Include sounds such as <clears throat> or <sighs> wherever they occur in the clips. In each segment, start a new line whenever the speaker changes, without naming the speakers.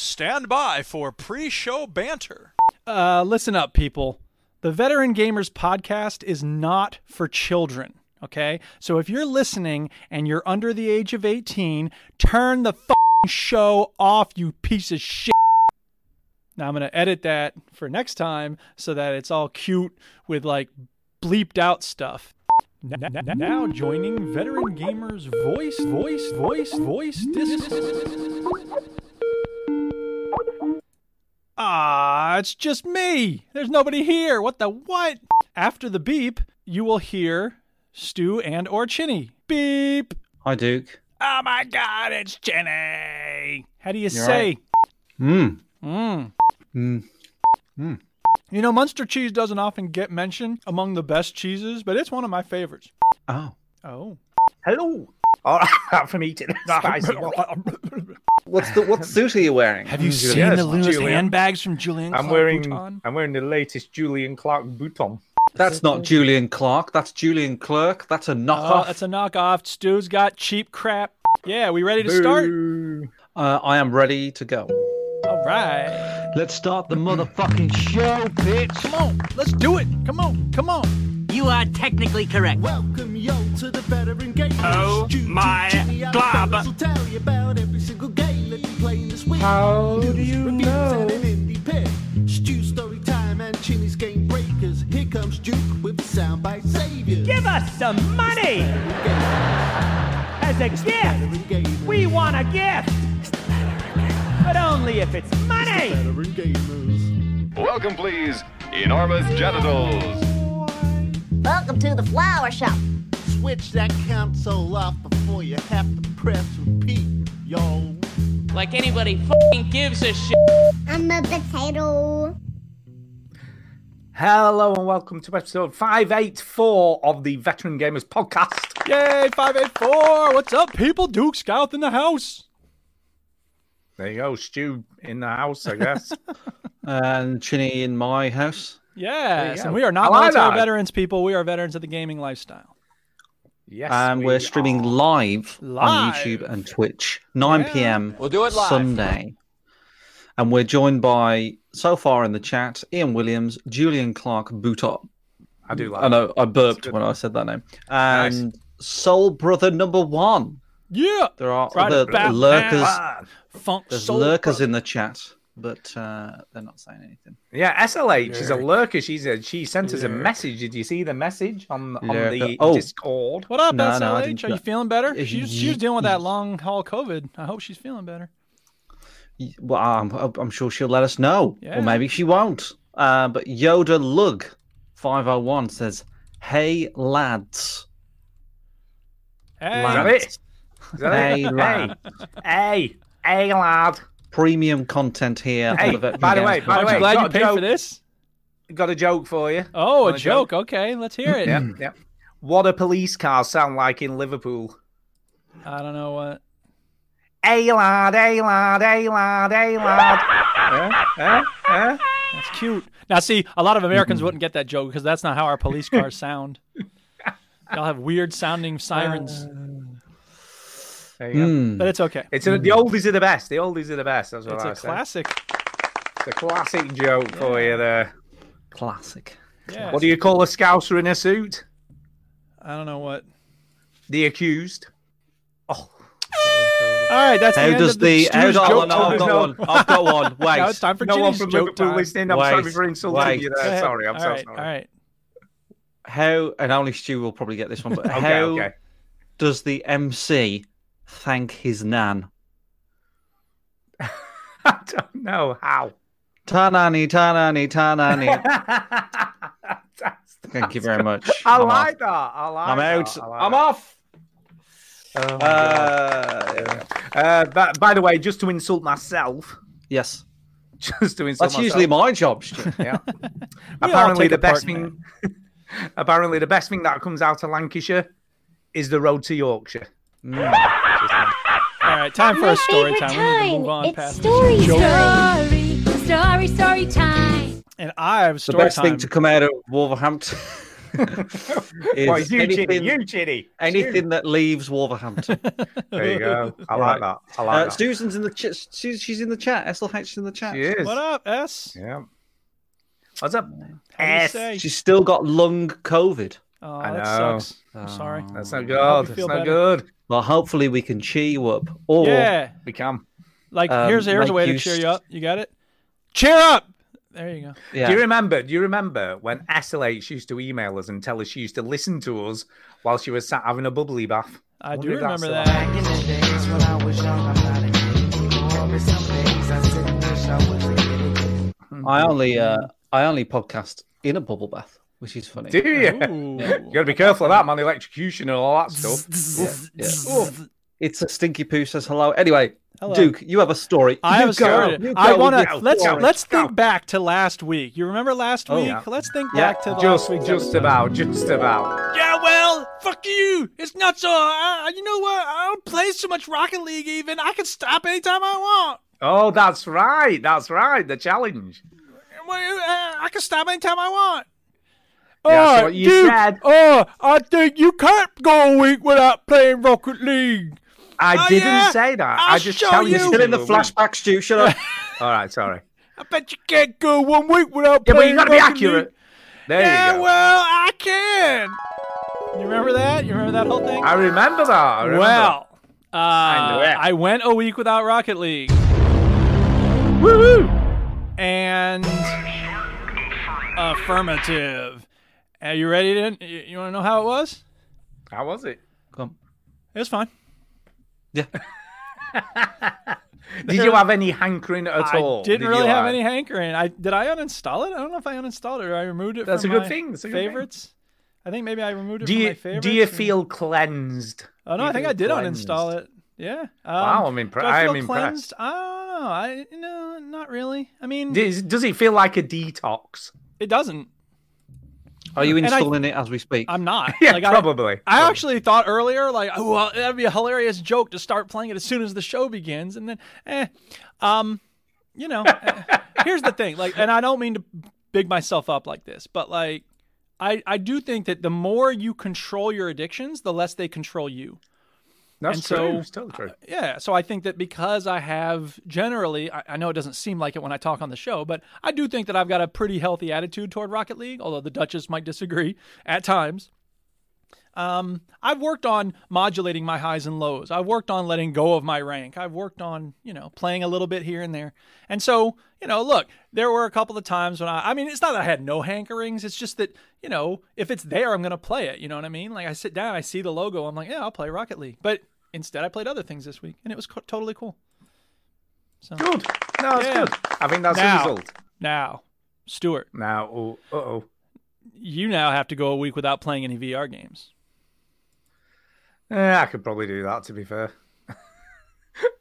Stand by for pre show banter.
Uh, listen up, people. The Veteran Gamers podcast is not for children. Okay, so if you're listening and you're under the age of 18, turn the fing show off, you piece of shit. Now I'm gonna edit that for next time so that it's all cute with like bleeped out stuff. N- n- n- Now joining Veteran Gamers voice, voice, voice, voice, Discord. Ah, it's just me. There's nobody here. What the what? After the beep, you will hear Stu and or Chinny. Beep.
Hi, Duke.
Oh my God, it's Chinny. How do you
You're
say?
Hmm.
Mm.
Mm.
Mm.
You know, Munster cheese doesn't often get mentioned among the best cheeses, but it's one of my favorites.
Oh.
Oh.
Hello.
<laughs> Oh, from eating spicy.
What's the what suit are you wearing?
Have you seen
Hmm. Yes,
the Luna's
Julian.
handbags from Julian?
I'm
Clark
wearing
Bouton?
I'm wearing the latest Julian Clark bouton.
<laughs> That's not Julian Clark. That's Julian Clerk. That's a
Oh,
knockoff.
that's a knockoff. Stu's got cheap crap. Yeah, we ready to start?
Boo.
uh, I am ready to go.
All right.
Let's start the motherfucking show, bitch.
Come on. Let's do it. Come on. Come on.
You are technically correct.
Welcome yo to the veteran game. Oh my god! Will tell you about every single game that you play this week. How News, do you reviews, know? And an indie pick. Stew story time and Chinny's game breakers. Here comes Duke with the soundbite savior.
Give us some money as a gift.
Veteran gamers.
We want a gift, but only if it's money.
veteran gamers.
Welcome, please, enormous genitals.
Welcome to the flower shop.
Switch that console off before you have to press repeat, yo.
Like anybody fucking gives a shit.
I'm a potato.
Hello and welcome to episode 584 of the Veteran Gamers Podcast.
Yay, 584. What's up, people? Duke Scout in the house.
There you go, Stew in the house, I
<laughs>
guess.
And Chinny in my house.
Yes,
go.
and we are not
I like
military
that.
veterans, people. We are veterans of the gaming lifestyle.
yes.
and we're
we
streaming
are.
live, on
Live.
YouTube and Twitch, 9
Yeah.
p.m.
We'll do it live.
Sunday. And we're joined by, so far in the chat, Ian Williams, Julian Clark, Boutot.
I do like
I know, I burped
good.
when I said that name. And Soul Brother number one.
Yeah.
There are
Right
other
about
lurkers.
now.
Ah,
Funk
There's
soul.
lurkers in the chat, but uh, they're not saying anything.
yeah, SLH is a lurker. She's a, she sent us a message. Did you see the message on, on
Lurker.
the
Oh.
Discord?
What up,
No, no, I
SLH?
didn't-
Are you feeling better?
If
She was,
you-
she was dealing with that long haul COVID. I hope she's feeling better.
Y- Well, I'm, I'm sure she'll let us know,
Yeah.
or maybe she won't. Uh, but Yoda Lug 501 says, "Hey lads,
Hey,
Is that
Lad.
it? Is that
hey
it?
lad,
Hey, hey, hey, lad.
premium content here."
Hey,
on the Veteran
by the
Games
way,
Podcast."
by the
aren't
way,
you glad
got
you
a
paid
joke.
for this?
Got a joke for you.
Oh, a
Want a joke?
joke. Okay, let's hear it.
Hmm.
Yep, yep. What do police cars sound like in Liverpool?
I don't know what.
Hey lad, hey lad, hey lad, hey lad. Eh, eh, eh?
That's cute. Now, see, a lot of Americans wouldn't get that joke because that's not how our police cars sound. Y'all have weird sounding sirens,
There you go.
Hmm.
but it's okay.
It's a, the oldies are the best. The oldies are the best. That's what
It's
I
a
say.
classic.
It's a classic joke for you there.
classic.
Yeah.
What do you call a scouser in a suit?
I don't know what.
The accused.
All right, that's the
How
end
does
of the,
the? How
Stu's
do I-
joke
no, I've
time.
got one. I've got one. Wait.
Now it's time for
No one
Ginny's
from
joke
Liverpool
time.
listening. I'm
Wait,
sorry for insulting
wait.
you
Go
there.
ahead.
Sorry, I'm
All
so
right,
sorry.
All right.
How? And only Stu will probably get this one. But
Okay,
how
okay.
does the MC thank his nan?
<laughs> I don't know how.
Tanani, tanani, tanani. <laughs>
That's-
Thank you very much.
<laughs> I
I'm off.
like that. I like
I'm
that.
out.
I like
I'm
that.
off.
Oh, my God.
Uh,
Uh, but by the way, just to insult myself, <laughs>
yes.
just to insult
That's usually
myself.
my job. <laughs> Stu.
Yeah.
all
apparently,
take
the
a part
best
in
thing. <laughs> apparently, the best thing that comes out of Lancashire is the road to Yorkshire.
All right, time for a story time. We need to move on
It's
past
story
this joke.
story. Story story time.
And I have
the
story
best
time.
thing to come out of Wolverhampton. <laughs> Is
Well, you
anything-
chitty, you chitty.
Anything that leaves Wolverhampton.
There you go. I like that. I like
Uh,
that.
Susan's in the chat. She's, she's in the chat. SLH in the chat.
She is. What
up, S?
Yeah. What's up?
S.
She's still got lung COVID.
Oh,
I
that
know.
sucks.
Oh,
I'm sorry.
That's not
hope
good.
you
That's
feel
not
better.
good.
Well, hopefully we can cheer you up. Or
Yeah.
We can.
Like
Um,
here's here's a
like
way
you
to cheer
s-
you up. You got it. Cheer up. There you go.
Yeah.
Do you remember? Do you remember when SLH used to email us and tell us she used to listen to us while she was sat having a bubbly bath?
I do
wonder if that's
remember that.
the- <laughs>
Back in the days when I was young, I'm not a kid anymore. But some days I sit and wish I was a kid again.
I only uh, I only podcast in a bubble bath, which is funny.
Do you? You gotta be careful of that, man. Electrocution and all that stuff.
Yeah. It's a stinky poo says hello. Anyway,
Hello.
Duke, you have a story.
I
You
have a
go.
story.
You
I
go
want
with
to
your
let's
story.
let's think back to last week. You remember last
Oh,
week?
yeah.
Let's think
Yeah,
back to the last
Just,
week's
just about, just about.
Yeah, well, fuck you. It's not so. Uh, you know what? I don't play so much Rocket League. Even I can stop anytime I want.
Oh, that's right, that's right. The challenge.
Well, uh, I can stop anytime I want.
Yeah,
Oh,
that's what you
Duke,
said.
Oh, I think you can't go a week without playing Rocket League.
I
Oh,
didn't
yeah?
say that.
I'll
I just
show
challenged
you.
you.
Still in the
to a
flashback, Stu. Shut
<laughs>
up.
win. All right, sorry.
I bet you can't go one week without
Yeah, but you
playing.
gotta be
Rocket
accurate.
League.
There
Yeah,
you go.
well, I can.
You remember that? You remember that whole thing?
I remember that. I remember
Well, uh,
knew it.
I went a week without Rocket League,
that. woo
and affirmative. Are you ready to? You, you want to know how it was?
How was it?
Come.
It was fine.
Yeah.
Did you have any hankering at
I
all?
didn't
Did
really
you,
have
uh,
any hankering. I did I uninstall it? I don't know if I uninstalled it or I removed it.
That's
from
a good
my
thing. That's a good thing.
favorites. I think maybe I removed it
Do
from
you
my favorites.
do you
or-
feel cleansed?
Oh no,
do you
I think
feel
I did
cleansed?
uninstall it. Yeah. Um,
Wow, I'm impre-
do I
I
feel
am impressed.
cleansed? I don't know. I no, not really. I mean,
Does, does it feel like a detox? <laughs>
it doesn't.
Are you
And I-
installing it as we speak?
I'm not.
<laughs> Yeah,
like, I,
probably.
I actually thought earlier, like, oh, well, that'd be a hilarious joke to start playing it as soon as the show begins, and then, eh, um, you know,
<laughs>
eh, here's the thing, like, and I don't mean to big myself up like this, but like, I I do think that the more you control your addictions, the less they control you.
That's
and
true.
so,
it's totally true.
Yeah, so I think that because I have generally, I, I know it doesn't seem like it when I talk on the show, but I do think that I've got a pretty healthy attitude toward Rocket League, although the Duchess might disagree at times. Um, I've worked on modulating my highs and lows. I've worked on letting go of my rank. I've worked on, you know, playing a little bit here and there. And so, you know, look, there were a couple of times when I, I mean, it's not that I had no hankerings. It's just that, you know, if it's there, I'm going to play it. You know what I mean? Like I sit down, I see the logo. I'm like, yeah, I'll play Rocket League. But instead, I played other things this week and it was co- totally cool.
Good. No, it's
Yeah.
good. I think that's
Now.
the result.
Now, Stuart,
Now, oh, uh oh.
you now have to go a week without playing any VR games.
Eh, I could probably do that, to be fair. <laughs>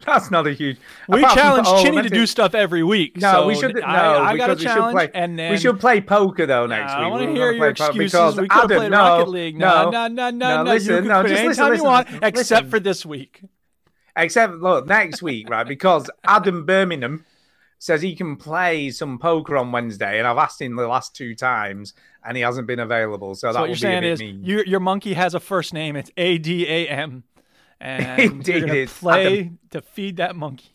that's not a huge.
We
Apart from-
challenge
oh,
Chinny to
meant
do stuff every week.
No,
so
we should. No,
I, I got a
because
challenge,
we should play.
and then
we should play poker though next
I
week.
don't wanna
We were
hear
gonna
your
play poker
excuses.
because
We could've
Adam,
played
no,
Rocket League. No, no, no, no, no.
Listen,
you
no,
can play
just listen,
anytime
listen,
you want,
listen.
except for this week.
Except look next week, right? Because Adam Birmingham says he can play some poker on Wednesday, and I've asked him the last two times, and he hasn't been available. So,
So
that
what you're
will be a
saying
bit
is
mean.
your your monkey has a first name. It's A D A
<laughs>
M, and you're
Indeed,
gonna
it's
play to feed that monkey.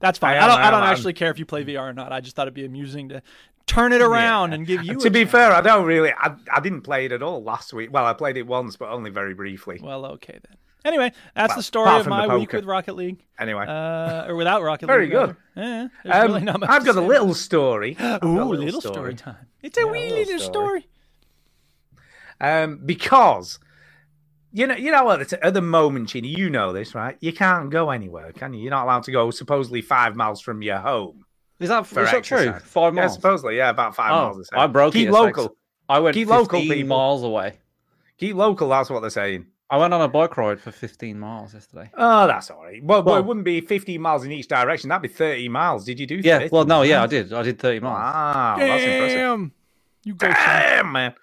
That's fine.
I
I,
am,
don't. I
I
don't
am, I'm-
actually care if you play VR or not. I just thought it'd be amusing to turn it around and give you.
to
a
be
challenge.
fair, I don't really. I, I didn't play it at all last week. Well, I played it once, but only very briefly.
Well, okay then. Anyway, that's
Well,
the story
apart
of
from the
my week
poker.
with Rocket League,
Anyway,
uh, or without Rocket
Very
League.
good.
rather. Yeah, there's
Um,
really not much
I've
to
got a
say.
little story. I've got
Ooh,
a
little, story. time. It's a wee little story.
Um, because you know, you know what? At at the moment, Chini, you know this, right? You can't go anywhere, can you? You're not allowed to go supposedly five miles from your home.
Is that, is
for
that true?
exercise.
Five
Yeah,
miles.
supposedly, yeah, about five
Oh,
miles. they say.
I broke
Keep
it.
local.
I went
Keep
15
local, people.
miles away.
Keep local. That's what they're saying.
I went on a bike ride for 15 miles yesterday.
Oh, that's all right. Well, well,
Well-
it wouldn't be 15 miles in each direction. That'd be 30 miles. Did you do?
Yeah,
30?
well, no, yeah, I did. I did 30 miles.
Wow, Oh, that's impressive. Ah,
Damn, you go.
Damn, man.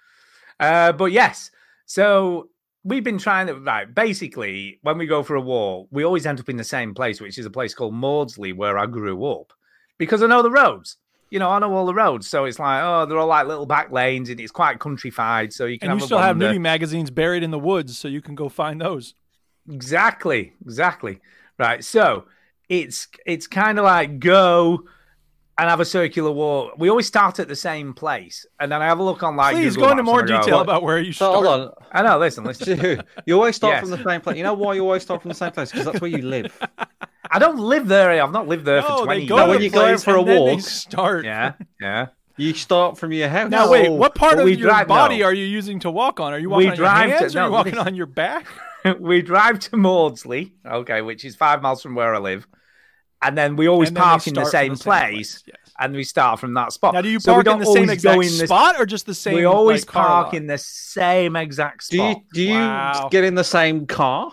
Uh, but yes, so we've been trying to right. Basically, when we go for a walk, we always end up in the same place, which is a place called Maudsley, where I grew up, because I know the roads. you know, I know all the roads. So it's like, oh, they're all like little back lanes and it's quite countrified. So you
And
can have
you
a
still have
wander.
nudie magazines buried in the woods, so you can go find those.
Exactly, exactly. Right. So it's it's kind of like go and have a circular walk. We always start at the same place, and then I have a look on like.
Please
Google
go into
Maps
more
and I go,
detail
"What-
about where you
So,
start.
<laughs>
hold on.
I know.
<laughs>
Listen, listen.
you always start
Yes.
from the same place. You know why you always start from the same place? Because that's where you live.
I don't live there. I've not lived there
No,
for
Oh, they
twenty.
go
years.
to
when you go out
place
for a
and then they
walk,
start.
<laughs> Yeah, yeah. <laughs>
You start from your house.
Now, wait, what part
but
of
we
your
drive-
body
no.
are you using to walk on? Are you
We
walking on
drive to-
your hands or are
no,
you walking
this-
on your back?
we drive to Maudsley, okay, which is five miles from where I live, and then we always
And then we
park in the
start from
same
the same place,
place, and we start from that spot.
Now, do you
So we
park in
don't
the same
always go
exact
in this-
spot or just the same?
we always
like, car
park
lot?
in the same exact
Do you
spot.
do you
Wow.
get in the same car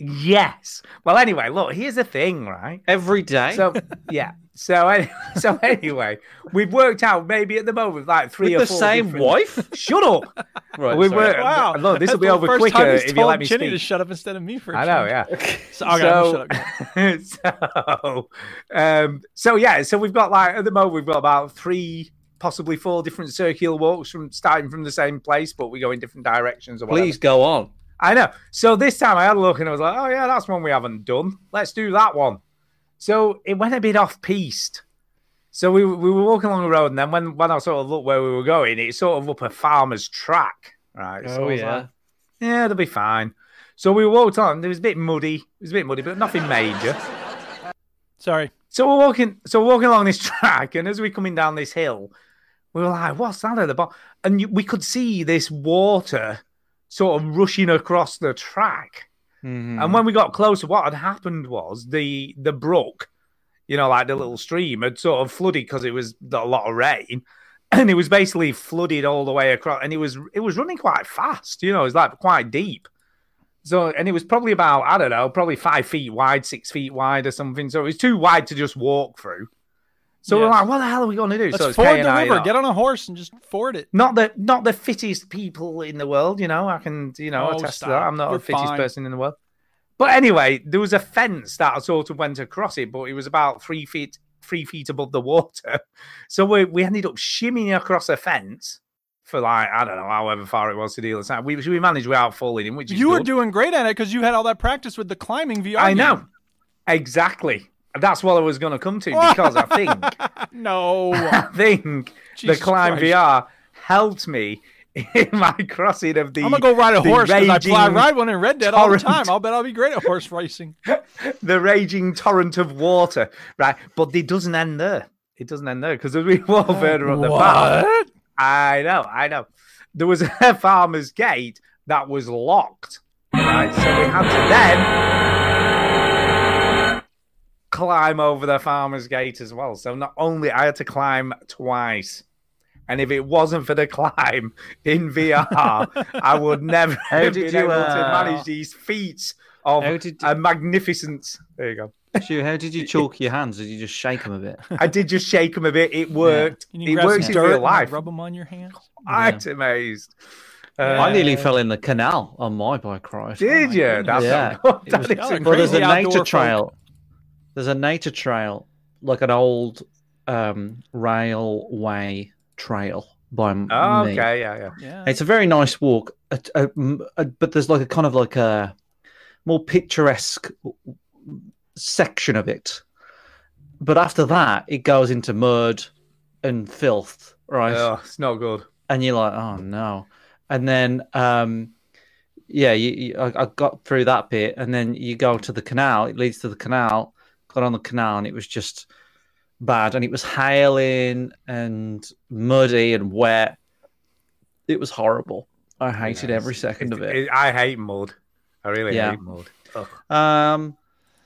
Yes. Well, anyway, look, here's the thing, right?
every day?
So yeah. So any- <laughs> so anyway, we've worked out maybe at the moment like three
With
or
the
four
same
different-
wife?
<laughs>
<laughs>
Shut up.
Right.
we
sorry.
were
Wow,
Look, this
That's
will be
the
over
first
quicker
time he's
if you
told
let me
Chinny
speak.
to shut up instead of me for a
I know,
change.
yeah. <laughs>
So, okay, I'm gonna shut up.
so, um, so yeah, so we've got like at the moment we've got about three, possibly four different circular walks from starting from the same place, but we go in different directions. Or whatever.
Please go on.
I know. So this time I had a look and I was like, oh yeah, that's one we haven't done. Let's do that one. So it went a bit off piste. So we we were walking along the road, and then when when I sort of looked where we were going, it's sort of up a farmer's track, right?
Oh,
so I was like, Oh, yeah, it'll be fine. So we walked on. It was a bit muddy. It was a bit muddy, but nothing major.
Sorry.
<laughs> So we're walking. So we're walking along this <laughs> track, and as we're coming down this hill, we were like, "What's that at the bottom?" And you, we could see this water sort of rushing across the track.
Mm-hmm.
And when we got closer, what had happened was the the brook, you know, like the little stream, had sort of flooded because it was a lot of rain, <clears throat> and it was basically flooded all the way across. And it was it was running quite fast, you know, it was like quite deep. So, and it was probably about, I don't know, probably five feet wide, six feet wide or something. So it was too wide to just walk through. So we're
Yes.
like, what the hell are we going to do?
Let's
so it's Kay
ford
and
the
I, you
river.
know,
Get on a horse and just ford it.
Not the, not the fittest people in the world, you know, I can, you know,
Oh,
attest
stop.
to that. I'm not
We're
the fittest
fine.
person in the world. But anyway, there was a fence that sort of went across it, but it was about three feet, three feet above the water. <laughs> So we, we ended up shimmying across a fence for like, I don't know, however far it was to deal with that. We, we managed without falling in, which is
You were
good.
doing great at it because you had all that practice with the climbing VR.
I
game.
know. Exactly. That's what I was going to come to because
<laughs>
I think
<laughs>
<laughs>
No.
I think
Jesus
the climb
Christ.
VR helped me <laughs> in my crossing of the
I'm gonna go ride a
the
horse because I,
raging,
fly- ride one in Red Dead all the
torrent.
time. I'll bet I'll be great at horse racing.
the raging torrent of water, right? But it doesn't end there. It doesn't end there because as we <laughs> walk further up the path, I know, I know. There was <laughs> a farmer's gate that was locked, right? So we had to then climb over the farmer's gate as well. So not only I had to climb twice. And if it wasn't for the <laughs> climb in VR, I would never have
did you,
been able
uh,
to manage these feats of
How did-
a magnificence. There you go.
Stu, how did you chalk your hands? Did you just shake them a
<laughs>
bit?
I did just shake him a bit.
<laughs>
It worked.
You
It
grab some
works in
dirt
real
and, like,
life.
Rub them on your hands.
I'm amazed.
I
Uh,
nearly fell in the canal on Oh my bike ride.
Did you? That's
Yeah.
not
It
good. That
was-
is
Y'all are
Well, there's
crazy
a
outdoor
nature
folk.
trail. There's a nature trail, like an old um, railway trail by m-
Oh,
me.
okay, yeah, yeah.
Yeah.
It's a very nice walk, a- a- m- a- but there's like a kind of like a more picturesque section of it. But after that, it goes into mud and filth, right?
Oh, it's not good.
and you're like, oh no. And then, um, yeah, you, you, I, I got through that bit, and then you go to the canal. It leads to the canal. Got on the canal, and it was just bad. And it was hailing and muddy and wet. It was horrible. I hated every second of it.
It- I hate mud. I really
Yeah.
hate mud. Ugh.
Um,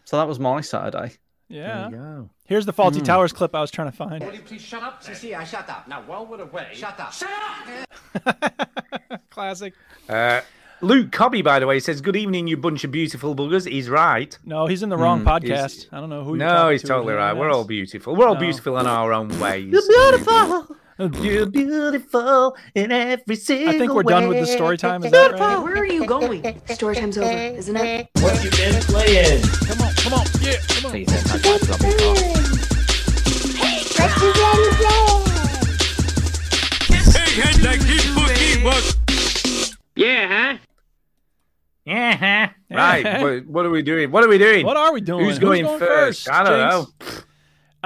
so that was my Saturday.
Yeah.
go. Hmm.
Here's the faulty towers clip I was trying to find. <laughs> Classic.
Uh, Luke Cobby, by the way, says, Good evening, you bunch of beautiful buggers. He's right.
No, he's in the wrong
Mm,
podcast. I don't know who. you're
Hmm, No,
talking
he's
to or
totally
anyone
right. We're all
else.
beautiful. We're all
No.
beautiful in our own ways.
Beautiful.
You're beautiful in every single
I think we're done with the story time. Is that right?
Where are you going? Story time's over, isn't it?
Come on, come on, yeah, come on.
Let's begin play.
Yeah, huh? Yeah,
<laughs>
huh? Right. what, what are we doing? What are we doing?
What are we doing?
Who's, going, first? I don't know.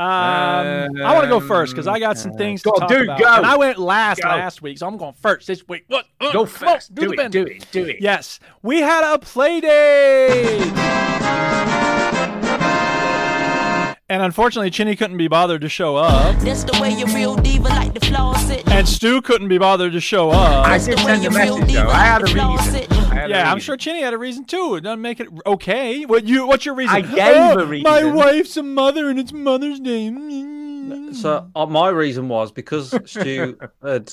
Uh,
know. Um, I want to go first because I got some things to
go,
talk
dude,
about.
go.
And I went last
Go.
last week, so I'm going first this week. What? Uh,
Go
come on,
first. Do
the
it,
bend.
do it, do it.
Yes, we had a play date. And unfortunately, Chinny couldn't be bothered to show up,
That's the way your real diva like the flaws it.
and Stu couldn't be bothered to show up.
I did send a message though. I had a reason. I had a
Yeah, I'm
reason.
sure Chinny had a reason too. It doesn't make it okay. What you? What's your reason?
I gave
Oh,
a reason.
<laughs> My wife's a mother, and it's Mother's Day. Mm.
So uh, my reason was because Stu had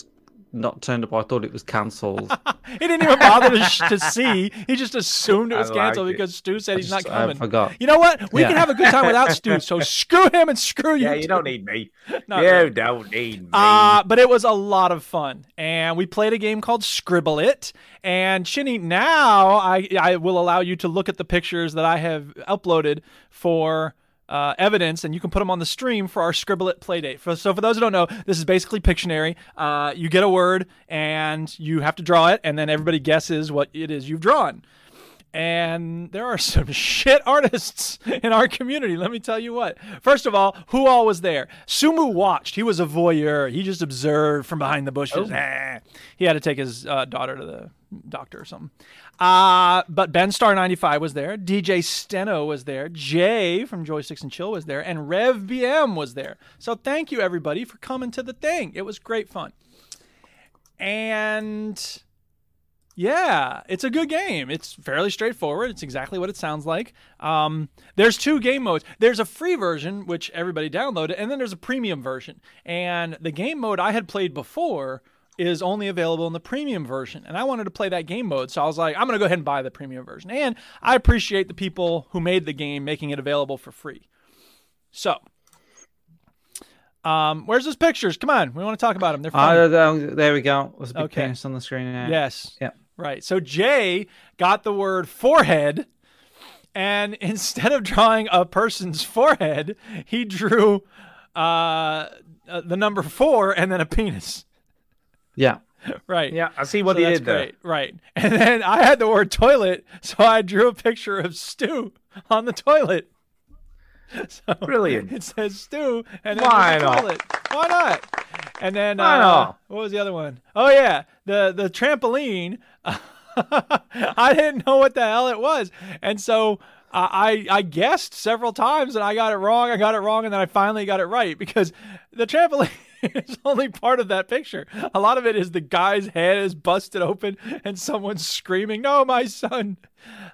not turned up. I thought it was cancelled.
He didn't even bother to, sh- to see. He just assumed it
I
was canceled
like it.
because Stu said he's not
just- I
coming.
forgot.
You know what? We
Yeah.
can have a good time
<laughs>
without Stu. So screw him and screw you.
Yeah, you
too.
don't need <laughs> me.
No,
you
no.
don't need me.
Uh, but it was a lot of fun, and we played a game called Scribble It. And Shinny, now I I will allow you to look at the pictures that I have uploaded for uh, evidence, and you can put them on the stream for our Scribble It playdate. For, so for those who don't know, this is basically Pictionary. Uh, you get a word, and you have to draw it, and then everybody guesses what it is you've drawn and there are <laughs> some shit artists in our community. Let me tell you what. First of all, who all was there? Sumu watched. He was a voyeur. He just observed from behind the bushes. Eh. He had to take his uh, daughter to the doctor or something. Uh, but Ben Star 95 was there. DJ Steno was there. Jay from Joysticks and Chill was there. And Rev BM was there. So thank you, everybody, for coming to the thing. It was great fun. And yeah, it's a good game. It's fairly straightforward. It's exactly what it sounds like. Um, there's two game modes. There's a free version, which everybody downloaded, and then there's a premium version. And the game mode I had played before is only available in the premium version. And I wanted to play that game mode. So I was like, I'm going to go ahead and buy the premium version. And I appreciate the people who made the game making it available for free. So. Um, where's those pictures? Come on, we want to talk about them. They're fun.
Ah, there we go. There's a big
Okay.
penis on the screen now.
Yes.
Yeah.
Right. So Jay got the word forehead, and <laughs> instead of drawing a person's forehead, he drew uh, uh, the number four and then a penis.
Yeah.
Right.
Yeah, I see what
So
he
that's
did there.
great. Right. And then I had the word toilet, so I drew a picture of Stu on the toilet. So
Brilliant. <laughs>
It says Stu and then
Why
there's a
not?
toilet. Why not? And then
Why
uh,
not?
what was the other one? Oh yeah, the the trampoline. <laughs> I didn't know what the hell it was, and so uh, I I guessed several times, and I got it wrong. I got it wrong, and then I finally got it right because the trampoline <laughs> is only part of that picture. A lot of it is the guy's head is busted open, and someone's screaming, "No, my son!"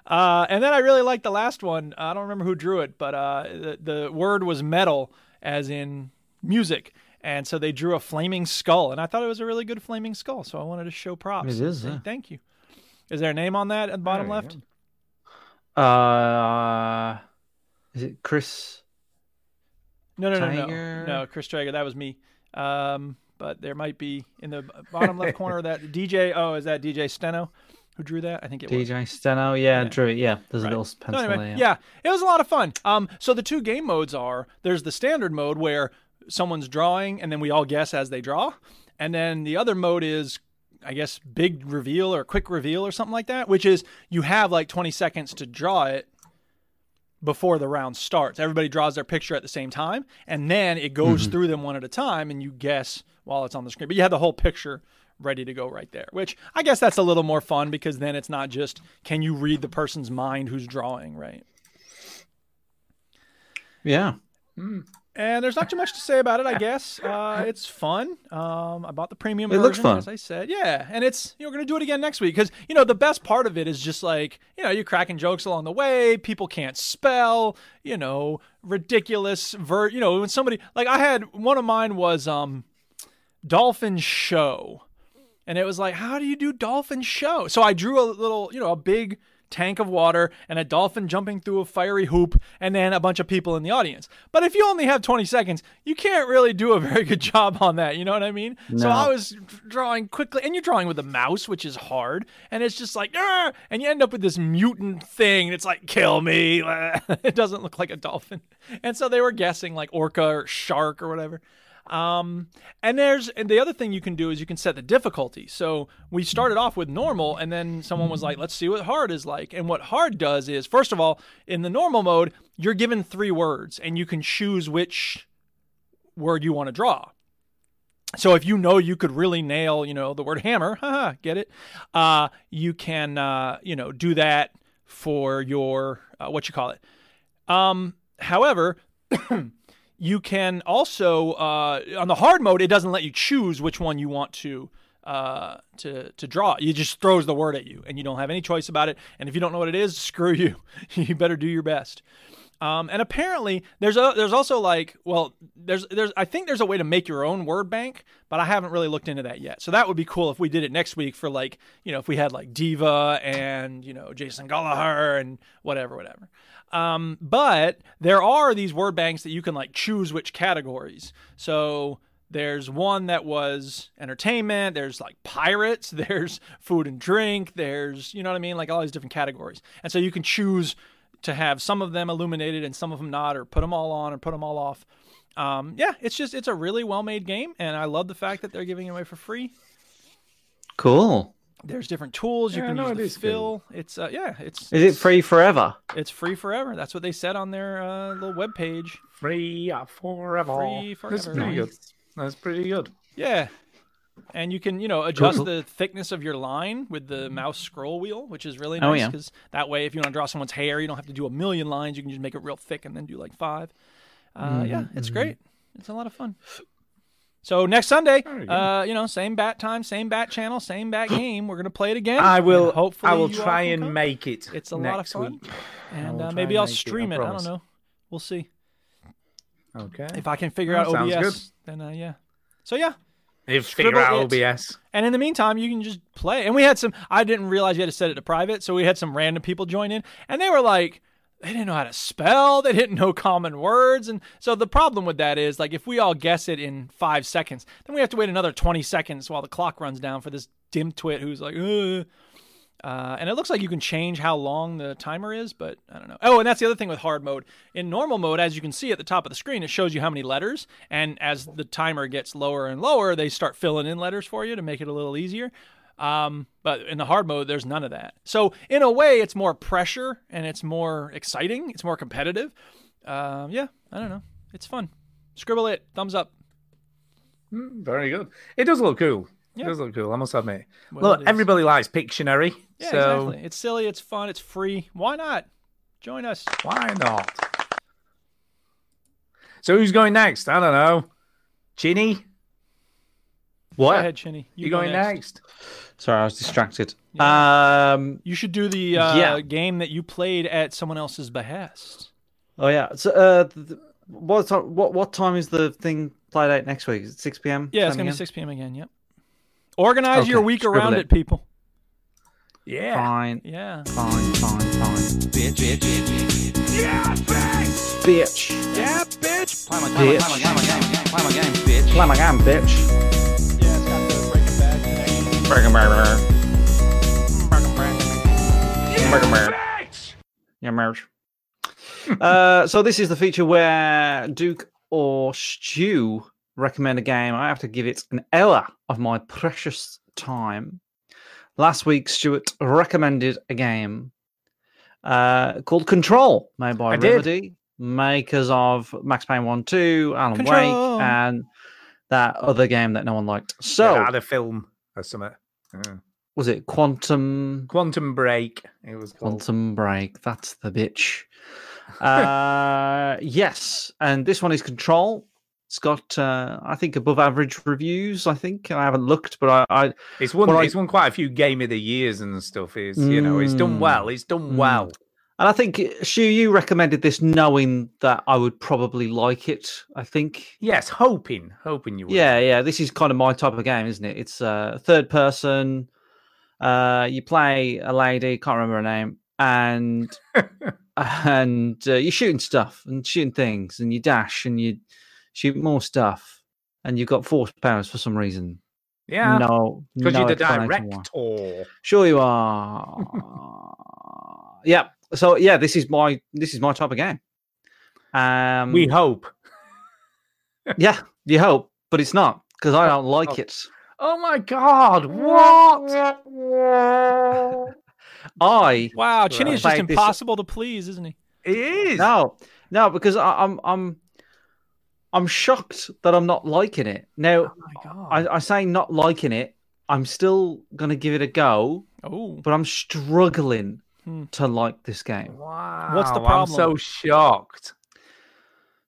Uh, and then I really liked the last one. I don't remember who drew it, but uh, the, the word was metal, as in music. And so they drew a flaming skull, and I thought it was a really good flaming skull. So I wanted to show props.
It is,
Say
yeah.
Thank you. Is there a name on that at the bottom left?
Uh, is it Chris?
No, no, no, no,
Tiger.
no. Chris Traeger, that was me. Um, but there might be in the bottom left corner of that <laughs> DJ. Oh, is that DJ Steno who drew that? I think it was.
DJ Steno? Yeah, Drew it. Yeah, there's
Right.
a little
So
pencil
anyway,
there.
yeah, it was a lot of fun. Um, so the two game modes are there's the standard mode where someone's drawing and then we all guess as they draw, and then the other mode is I guess big reveal or quick reveal or something like that, which is you have like 20 seconds to draw it before the round starts. Everybody draws their picture at the same time, and then it goes
Mhm.
through them one at a time, and you guess while it's on the screen. But you have the whole picture ready to go right there, which I guess that's a little more fun because then it's not just can you read the person's mind who's drawing, right?
Yeah.
And there's not too much to say about it, I guess. Uh, it's fun. Um, I bought the premium
It
version,
looks fun.
as I said. Yeah, and it's you know, we're gonna do it again next week because you know the best part of it is just like you know you're cracking jokes along the way. People can't spell. You know, ridiculous ver. You know, when somebody like I had one of mine was um, dolphin show. And it was like, how do you do dolphin show? So I drew a little, you know, a big tank of water and a dolphin jumping through a fiery hoop and then a bunch of people in the audience. But if you only have 20 seconds, you can't really do a very good <laughs> job on that. You know what I mean? So
No.
I was drawing quickly and you're drawing with a mouse, which is hard. And it's just like, "Arr!" and you end up with this mutant thing. And it's like, kill me. <laughs> it doesn't look like a dolphin. And so they were guessing like orca or shark or whatever. Um, and there's and the other thing you can do is you can set the difficulty. So we started off with normal, and then someone was like, "Let's see what hard is like." And what hard does is, first of all, in the normal mode, you're given three words, and you can choose which word you want to draw. So if you know you could really nail, you know, the word hammer, <laughs> haha, get it? Uh, you can, uh, you know, do that for your uh, what you call it. Um, however, you can also uh, on the hard mode, it doesn't let you choose which one you want to uh to to draw it just throws the word at you and you don't have any choice about it and if you don't know what it is <laughs> screw you you better do your best um and apparently there's a there's also like well there's there's i think there's a way to make your own word bank but i haven't really looked into that yet so that would be cool if we did it next week for like you know if we had like diva and you know jason gallagher and whatever whatever um but there are these word banks that you can like choose which categories so there's one that was entertainment, there's like pirates, <laughs> there's food and drink, there's, you know what I mean? Like all these different categories. And so you can choose to have some of them illuminated and some of them not, or put them all on or put them all off. Um, yeah, it's just, it's a really well made game. And I love the fact that they're giving it away for free.
Cool.
There's different tools you
Yeah, I
can
know
use
it
to
is good.
fill. It's, uh, yeah, it's,
Is it free forever?
it's free forever. That's what they said on their uh, little webpage.
Free uh, forever.
Free
That's
forever.
pretty good. That's pretty good.
Yeah. And you can, you know, adjust
Cool.
the thickness of your line with the mouse scroll wheel, which is really
Oh,
nice
yeah.
because that way, if you want to draw someone's hair, you don't have to do a million lines. You can just make it real thick and then do like five. Uh, Yeah, it's
Mhm.
great. It's a lot of fun. So next Sunday,
you go.
uh, you know, same bat time, same bat channel, same bat game. We're gonna play it again.
I
and
will.
Hopefully,
I will
you all
try
can
and
come.
make it.
It's a lot of
next
fun.
week. I
And
will
uh,
try
maybe
and
I'll
make it, I
stream it. I don't
promise.
know. We'll see
Okay.
if I can figure
That
out
sounds good.
OBS. Then uh, yeah. So yeah,
If
Scribble
figure out
it.
OBS.
And in the meantime, you can just play. And we had some, I didn't realize you had to set it to private. So we had some random people join in and they were like, they didn't know how to spell. They didn't know common words. And so the problem with that is like, if we all guess it in five seconds, then we have to wait another 20 seconds while the clock runs down for this dim twit who's like, Ugh. Uh, and it looks like you can change how long the timer is, but I don't know. Oh, and that's the other thing with hard mode. In normal mode, as you can see at the top of the screen, it shows you how many letters. And as the timer gets lower and lower, they start filling in letters for you to make it a little easier. Um, but in the hard mode, there's none of that. So in a way, it's more pressure and it's more exciting. It's more competitive. Um, yeah, I don't know. It's fun. Scribble it. Thumbs up.
Mm, Very good. It does look cool.
Yeah.
It does look cool. I must admit.
Well, it
look,
is.
everybody likes Pictionary.
Yeah,
so
exactly. It's silly. It's fun. It's free. Why not? Join us.
why not? So who's going next? I don't know. Chinny,
Go
What?
ahead, Chinny.
you,
You, go
going next?
Sorry, I was distracted. Um,
You should do the uh,
Yeah.
game that you played at someone else's behest.
oh yeah. So, uh, th- th- what ti- what what time is the thing play date next week? Is it six p.m.
Yeah, it's
7
gonna be
a.m.?
6 p.m. again. Yep. Organize your
Okay,
week
scribble
around
it.
it, people.
Yeah.
Fine,
Yeah.
fine, fine, fine. Bitch, bitch, bitch, bitch, bitch,
Yeah, bitch.
Play my
Bitch.
game, play my game, play my game, play my game, bitch.
play my game, bitch.
Yeah, it's got the breaking bad connection.
Break 'em, break 'em, break 'em, break 'em. Yeah,
<laughs>
marriage. uh, so this is the feature where Duke or Stew recommend a game. I have to give it an hour of my precious time. Last week, Stuart recommended a game uh, called Control, made by
I did.
Remedy, makers of Max Payne 1, 2, Alan
Control.
Wake, and that other game that no one liked. So,
They had a film or something. Yeah.
was it Quantum
Quantum Break. It was called.
Quantum Break. That's the bitch. Uh, yes, and this one is Control. It's got, uh, I think, above average reviews. I think I haven't looked, but I, I
It's won.
Well, I-
it's won quite a few Game of the Years and stuff. Is you know, it's done
Mm.
well. It's done
Mm.
well.
and I think uh, Shu, you recommended this knowing that I would probably like it. I think.
Yes, hoping, hoping you would.
Yeah, yeah. This is kind of my type of game, isn't it? It's uh, third person. Uh, you play a lady, can't remember her name,
<laughs>
and and uh, you're shooting stuff and shooting things, and you dash and you shoot more stuff, and you've got force powers for some reason.
yeah.
no,
Because
no
you're the
explanation why.
director.
Sure you
<laughs>
are. yeah. So yeah, this is my this is my type of game. Um,
we hope.
yeah, you hope. but it's not because I don't like it.
Oh my god!
<laughs>
What?
I
wow, Chinny is just
played this-
impossible to please, isn't he?
It is
No, no, because I, I'm I'm I'm shocked that I'm not liking it. Now I, I say not liking it. I'm still gonna give it a go.
Oh,
but I'm struggling
Hmm.
to like this game.
Wow.
What's the
I'm
problem?
so shocked.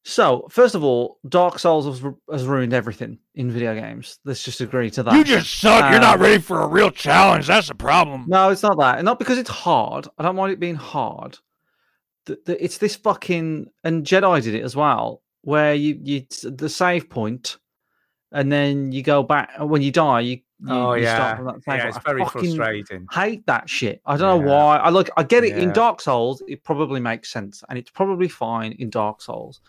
So first of all, Dark Souls has, ru- has ruined everything in video games. Let's just agree to that.
You just suck. You're not
Um,
ready for a real challenge. That's the
Mm.
problem.
No, it's not that. Not because it's hard. I don't mind it being hard. The, the, it's this fucking and Jedi did it as well, where you you the save point, and then you go back when you die. You, you
oh
you
yeah.
start from that save
yeah
point.
it's
I
very
fucking
frustrating.
Hate that shit. I don't know why. I look. I get it in
Yeah.
Dark Souls. It probably makes sense, and it's probably fine in Dark Souls.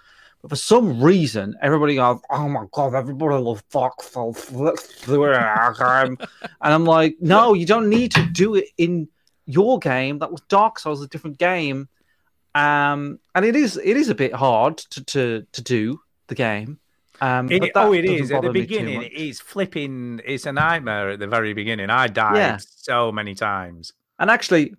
But for some reason, everybody goes, "Oh my god, everybody loves Dark Souls." Let's do it." <laughs> and I'm like, "No, you don't need to do it in your game. That was Dark Souls, a different game." Um, and it is it is a bit hard to to, to do the game. Um,
It-
but that
oh, it
doesn't
is. At the
bother me too
beginning,
much.
it is flipping. It's a nightmare at the very beginning. I died
Yeah.
so many times.
And actually,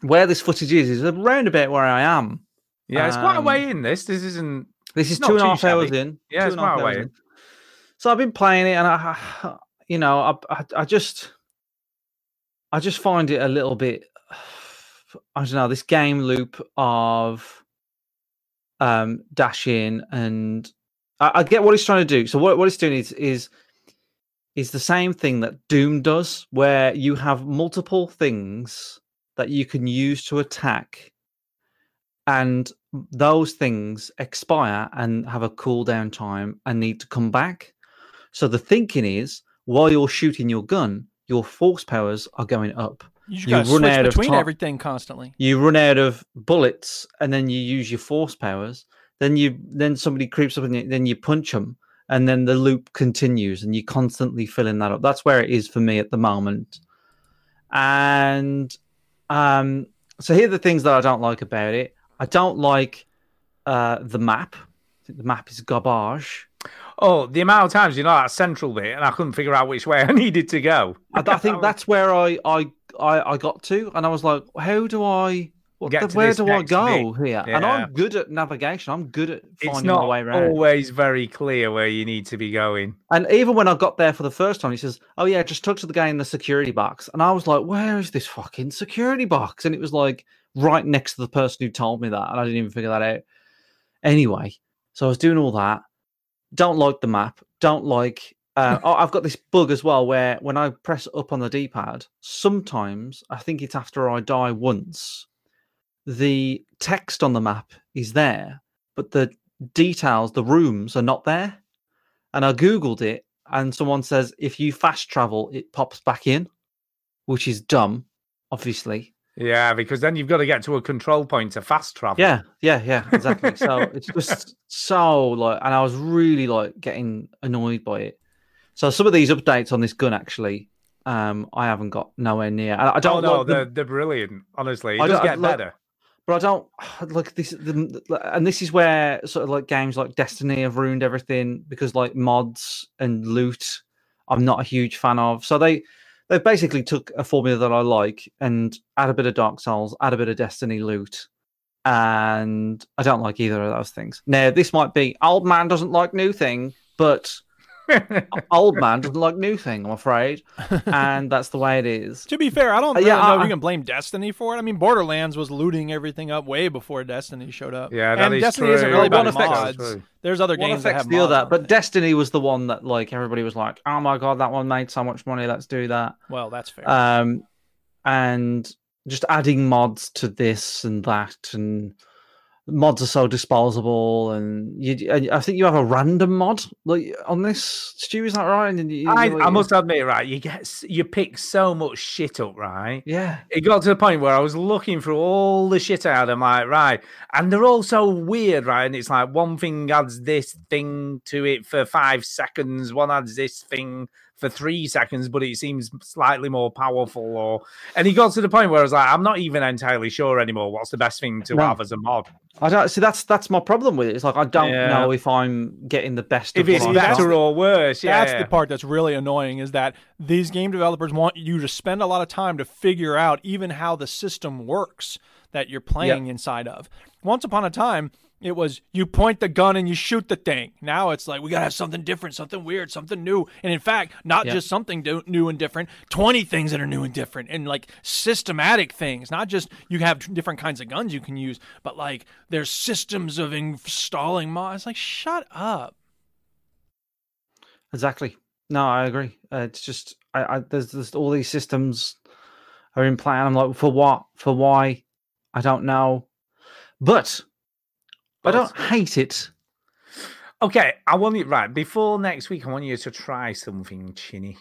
where this footage is is around about where I am.
Yeah, it's quite a
Um,
way in. This. This isn't.
This is
it's not
two and a
too
half hours
shabby.
in.
Yeah,
two
it's
and a half
quite a way
hours
in.
So I've been playing it, and I, <sighs> you know, I, I, I just, I just find it a little bit. <sighs> I don't know this game loop of um dashing and I, I get what it's trying to do. So what what it's doing is is is the same thing that Doom does, where you have multiple things that you can use to attack, and those things expire and have a cooldown time and need to come back. So the thinking is, while you're shooting your gun, your force powers are going up.
You just gotta switch between
time-
everything constantly.
you run out of bullets and then you use your force powers then you then somebody creeps up and you- then you punch them and then the loop continues and you constantly filling that up that's where it is for me at the moment and um so here are the things that i don't like about it i don't like uh the map the map is garbage
Oh, the amount of times you know that central bit, and I couldn't figure out which way I <laughs> needed to go.
I, I
<laughs>
think that's where I, I I I got to, and I was like, how do I? What
Get
the,
to
where
this
do I
next
go
bit.
here? And
Yeah.
I'm good at navigation. I'm good at
It's
finding
not
my way around.
always very clear where you need to be going.
And even when I got there for the first time, he says, "Oh yeah, just talk to the guy in the security box." And I was like, "Where is this fucking security box?" And it was like right next to the person who told me that, and I didn't even figure that out. Anyway, so I was doing all that. Don't like the map. Don't like. Uh, oh, I've got this bug as well where when I press up on the D-pad, sometimes I think it's after I die once, the text on the map is there, but the details, the rooms are not there and I googled it, and someone says if you fast travel, it pops back in, which is dumb, obviously.
Yeah, because then you've got to get to a control point to fast travel.
Yeah, yeah, yeah, exactly. so it's just so like, and I was really like getting annoyed by it. So some of these updates on this gun actually, um, I haven't got nowhere near. And I
Oh
don't
no,
like the-
they're, they're brilliant. Honestly, it
I
does
don't- I
get
like-
better.
but I don't <sighs> like this. The, and this is where sort of like games like Destiny have ruined everything because like mods and loot, I'm not a huge fan of. So they they basically took a formula that I like and add a bit of Dark Souls, add a bit of Destiny loot, and I don't like either of those things. Now this might be old man doesn't like new thing, but old man doesn't like new thing. I'm afraid, and that's the way it is.
To be fair, I don't
Uh,
really
yeah,
know
I-
if you can blame Destiny for it. I mean, Borderlands was looting everything up way before Destiny showed up.
Yeah, that
and
is
Destiny isn't
true.
really
Well,
about
one affects-
mods. There's other
One
games that
affects
have
the
mods.
other, but Destiny was the one that like everybody was like, "Oh my god, that one made so much money, let's do that."
well, that's fair.
Um, and just adding mods to this and that, and mods are so disposable. And you, and I think you have a random mod like on this. Stu, is that right? And you-
I,
you-
I must admit, right, you get s- you pick so much shit up, right?
Yeah.
It got to the point where I was looking through all the shit I had. I'm like, right, and they're all so weird, right? And it's like one thing adds this thing to it for five seconds, one adds this thing for three seconds, but it seems slightly more powerful. Or and it got to the point where I was like, I'm not even entirely sure anymore what's the best thing to
No.
have as a mod.
I don't see. That's that's my problem with it. It's like I don't
Yeah.
know if I'm getting the best.
If
of
it's
what
better
I've
or
worse,
That's the part that's really annoying is that these game developers want you to spend a lot of time to figure out even how the system works that you're playing inside of. Once upon a time, it was you point the gun and you shoot the thing. Now it's like we got to have something different, something weird, something new. And in fact, not
Yeah.
just something do- new and different, 20 things that are new and different and like systematic things, not just you have t- different kinds of guns you can use, but like there's systems of installing mo- It's like shut up.
Exactly. No, I agree. Uh, it's just I, I there's, there's all these systems are in play, and I'm like, for what? For why? I don't know. But
Oh,
I don't hate it.
Okay, I want you right before next week. I want you to try something, Chinny.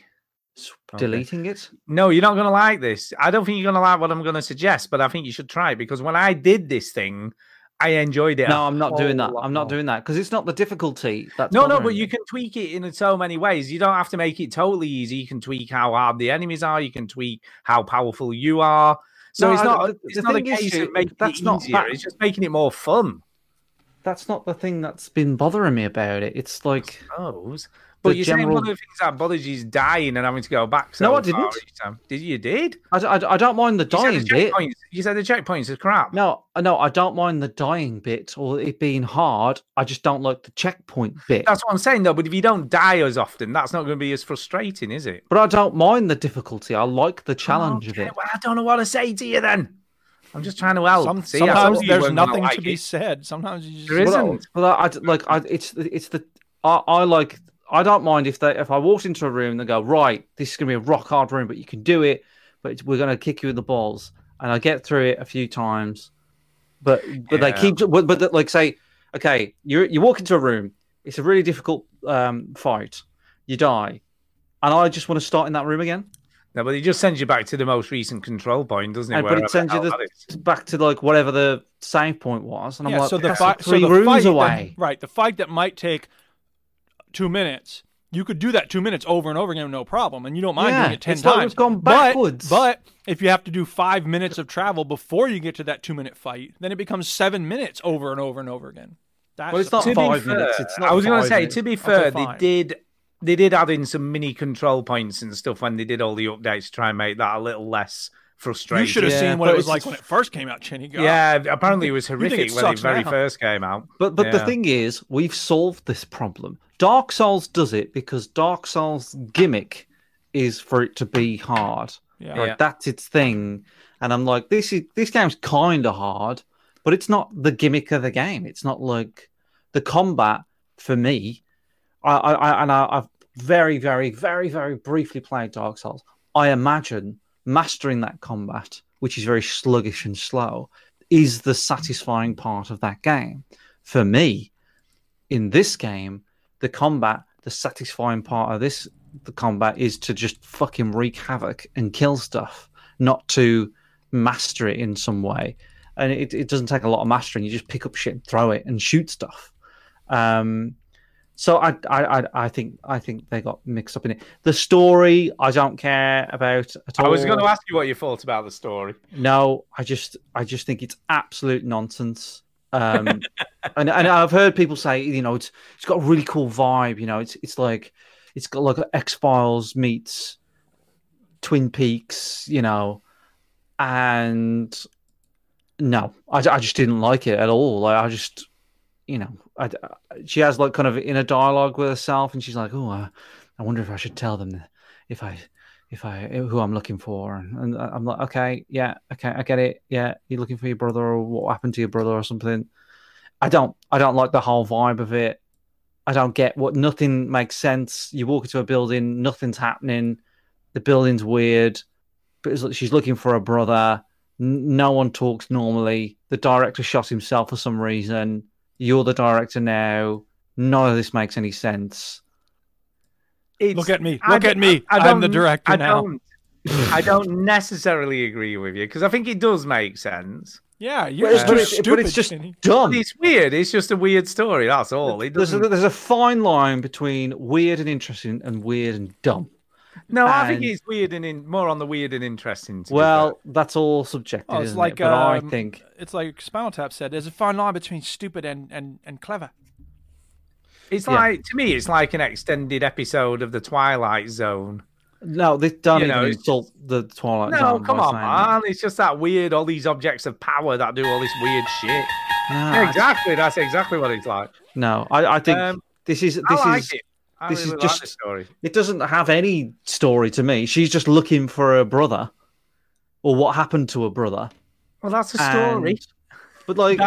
Okay.
Deleting it.
No, you're not going to like this. I don't think you're going to like what I'm going to suggest, but I think you should try it because when I did this thing, I enjoyed it. a
No, I'm not doing
whole
that.
lot
I'm
more.
not doing that because it's not the difficulty. That's
Oh, no, no,
bothering
but
me.
you can tweak it in so many ways. You don't have to make it totally easy. You can tweak how hard the enemies are. You can tweak how powerful you are. So
No,
it's
I-
not.
the-
it's
the
not a
thing is,
case
Stu,
of making
that's
it
not
easier.
that-
It's just making it more fun.
That's not the thing that's been bothering me about it. It's like
Those. But you're saying one of the things that bothers you is dying and having to go back. So
No, I
far
didn't.
each time. Did you did?
I, d- I d- I don't mind the
you
dying
said the
bit.
checkpoints- You said the checkpoints is crap.
No, no, I don't mind the dying bit or it being hard. I just don't like the checkpoint bit.
That's what I'm saying though. But if you don't die as often, that's not going to be as frustrating, is it?
But I don't mind the difficulty. I like the challenge of it.
Well, I don't know what to say to you then. I'm just trying to help.
Some-
Oh, See, I told
sometimes
you
there's
weren't gonna
nothing
like
to be
it.
said. Sometimes you just
There
Well,
isn't.
I- Well, I, I d- like I, it's the- it's the I, I like I don't mind if they if I walked into a room and they go right this is gonna be a rock hard room but you can do it but it's- we're gonna kick you in the balls and I get through it a few times but but they
Yeah.
keep but, but like say okay you you walk into a room it's a really difficult um, fight you die and I just want to start in that room again
No, but it just sends you back to the most recent control point, doesn't it?
and, but
Wherever
it sends you
hell that is.
the, back to like whatever the save point was and I'm
yeah,
like
so the
"That's
fight,
three
so the
rooms
fight that-
away
right, the fight that might take two minutes, you could do that two minutes over and over again, no problem, and you don't mind
Yeah,
doing it ten
it's like
times.
we've gone
But-
backwards.
But, if you have to do five minutes of travel before you get to that two-minute fight, then it becomes seven minutes over and over and over again. That's
Well, it's not
the-
five minutes, it's not
I was going to
five
say,
minutes.
to be
Okay,
fair, they
fine.
did they did add in some mini control points and stuff when they did all the updates to try and make that a little less frustrating.
You should have seen what it was like when it first came out, Chinny. God.
Yeah, apparently it
You
was
think- you think
horrific
it
when it
sucks
very
now.
first came out.
But but the
Yeah.
thing is, we've solved this problem. Dark Souls does it because Dark Souls gimmick is for it to be hard.
Yeah.
Like,
Yeah.
that's its thing. And I'm like, this is this game's kind of hard, but it's not the gimmick of the game. It's not like the combat for me. I I, I and I, I've very very very very briefly played Dark Souls. I imagine mastering that combat, which is very sluggish and slow, is the satisfying part of that game. For me, in this game, the combat, the satisfying part of this the combat is to just fucking wreak havoc and kill stuff, not to master it in some way. And it, it doesn't take a lot of mastering. You just pick up shit, and throw it, and shoot stuff. Um, so I, I, I, I think I think they got mixed up in it. The story I don't care about at all.
I was going to
Oh.
ask you what you thought about the story.
No, I just I just think it's absolute nonsense. Um, and and I've heard people say you know it's it's got a really cool vibe. You know it's it's like it's got like X Files meets Twin Peaks. You know, and no, I, I just didn't like it at all. Like I just you know I, I- she has like kind of inner dialogue with herself, and she's like, oh, I, I wonder if I should tell them if I. If I eh, who I'm looking for, and and I'm like, okay, yeah, okay, I get it, yeah, you're looking for your brother, or what happened to your brother, or something. I don't I don't like the whole vibe of it. I don't get what nothing makes sense. You walk into a building, nothing's happening. The building's weird, but it's like she's looking for a brother. N- No one talks normally. The director shot himself for some reason. You're the director now. None of this makes any sense.
Look at me. Look at me.
I
I'm the
don't-
director
I
now.
Don't, I don't necessarily agree with you because I think it does make sense.
Yeah, you're
Uh,
just too stupid. Chinny.
done.
It's weird. It's just a weird story. That's all. It
There's a,
doesn't.
there's a fine line between weird and interesting and weird and dumb.
No, I think
And-
it's weird and in, more on the weird and interesting. to be
Well, that's all subjective.
Oh, it's
isn't
like
it? but I
um,
think
it's like Spinal Tap said. There's a fine line between stupid and and and clever.
fair. it's
yeah.
like to me, it's like an extended episode of the Twilight Zone.
no, this don't
You
even
know, it's
insult the Twilight Zone.
no,
by
come on,
saying
man! It's just that weird. All these objects of power that do all this weird
<laughs>
shit.
No, I-
exactly. That's exactly what it's like.
that. Ah, No, I, I think
Um,
this is this
I like
is
it. I
this
really
is
like
just
the story.
It doesn't have any story to me. She's just looking for her brother, or what happened to her brother.
Well, that's a story.
And- but like,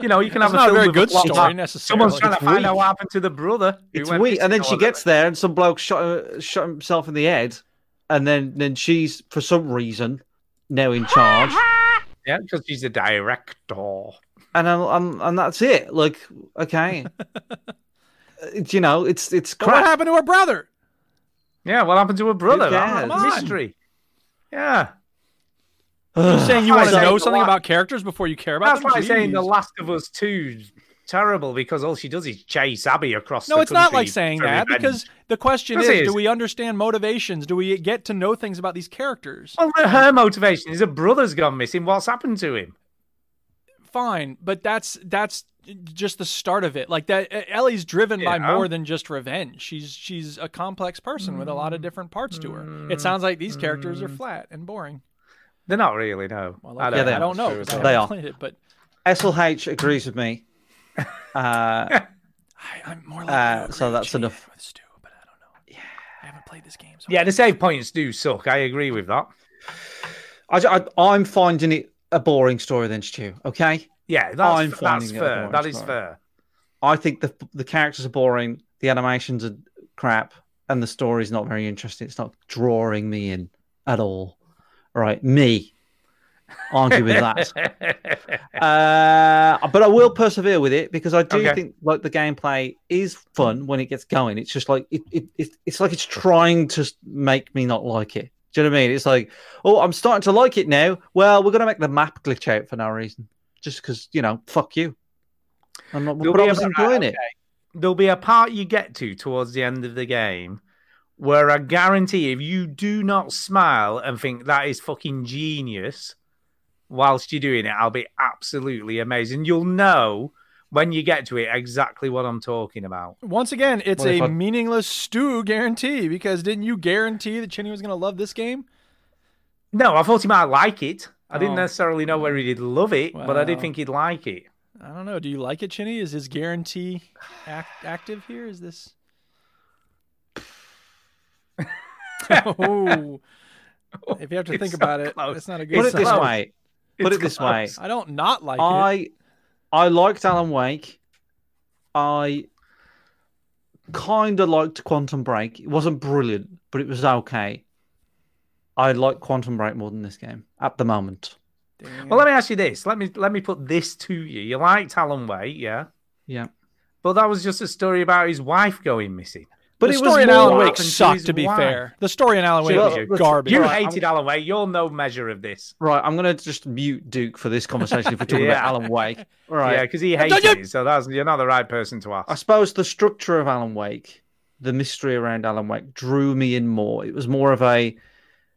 you know, you can
It's
have a
not a
film
very
with
good
plot
story
line.
necessarily.
Someone's trying
It's
to find out
weak.
what happened to the brother. who
it's
went
weak. And then
missing
she
or
gets there, and some bloke shot her, shot himself in the head, and then then she's for some reason now in charge,
whatever. Yeah, because she's a director.
and I'm, I'm and that's it. Like,
<laughs>
okay, It's, you know, it's it's
But what
crap.
happened to her brother?
Yeah, what happened to her brother? That
cares?
was a mystery. Yeah.
You're saying you want
That's
to
like
know
saying
something
the
about characters before you care about
That's
them?
like saying The
Jeez.
Last of Us 2 's terrible because all she does is chase Abby across
No,
the
it's not like
country
saying
for
that
revenge.
because the question
Yes,
is,
it
do
is.
we understand motivations? Do we get to know things about these characters?
Well, her motivation is her brother's gone missing. What's happened to him?
Fine, but that's that's just the start of it. Like that E-, Ellie's driven by
Yeah.
more than just revenge. She's she's a complex person with a lot of different parts to her. It sounds like these characters are flat and boring.
They're not really, no.
Well,
I
okay,
Yeah,
don't
they
I
are.
don't know. 'cause I
They
haven't
are.
played it, but
SLH agrees with me. Uh,
I, I'm more like
uh, so that's enough.
with Stu, but I don't know. Yeah, I haven't played this game. So
Yeah, the save points do suck. I agree with that.
I, I, I'm finding it a boring story, then, Stu. Okay.
Yeah,
I'm
that's, that's
finding it a
fair.
boring
That is
story.
fair.
I think the the characters are boring, the animations are crap, and the story's not very interesting. It's not drawing me in at all. All Right, me argue
<laughs>
with that.
<laughs>
Uh, but I will persevere with it because I do
Okay.
think like the gameplay is fun when it gets going. It's just like it, it, it it's like it's trying to s- make me not like it. Do you know what I mean? It's like, oh, I'm starting to like it now. Well, we're gonna make the map glitch out for no reason, just because you know, fuck you. I'm not,
There'll
but I
be a-
was enjoying it.
there'll be a part you get to towards the end of the game where I guarantee if you do not smile and think that is fucking genius whilst you're doing it, I'll be absolutely amazing. You'll know when you get to it exactly what I'm talking about.
Once again, it's
What if
a
I-
meaningless stew guarantee because didn't you guarantee that Chinny was going to love this game?
No, I thought he might like it. I didn't
Oh.
necessarily know whether he'd love it, but I did
Well.
think he'd like it.
I don't know. Do you like it, Chinny? Is his guarantee act- active here? Is <laughs> this? oh, if you have to
It's
think
so
about it,
close.
it's not a good.
Put it this
sign.
way. Put
It's
it this way.
close.
I don't not like
I
it.
I liked Alan Wake. I kind of liked Quantum Break. It wasn't brilliant, but it was okay. I like Quantum Break more than this game at the moment.
Well, let me ask you this. Let me let me put this to you. You liked Alan Wake, yeah?
Yeah,
But that was just a story about his wife going missing.
but
the
it was
story in
more
Alan
what
Wake
happened to
sucked.
his
To be
wife.
fair, the story in Alan Wake
Well,
was
let's-
gallarbage.
You
Right,
hated Alan Wake. You're no measure of this.
right. I'm gonna just mute Duke for this conversation if
<laughs>
we're talking
Yeah.
about Alan Wake. All
Yeah,
right.
because he
don't
hated
you-
it. So that's you're not the right person to
I
ask.
suppose the structure of Alan Wake, the mystery around Alan Wake, drew me in more. It was more of a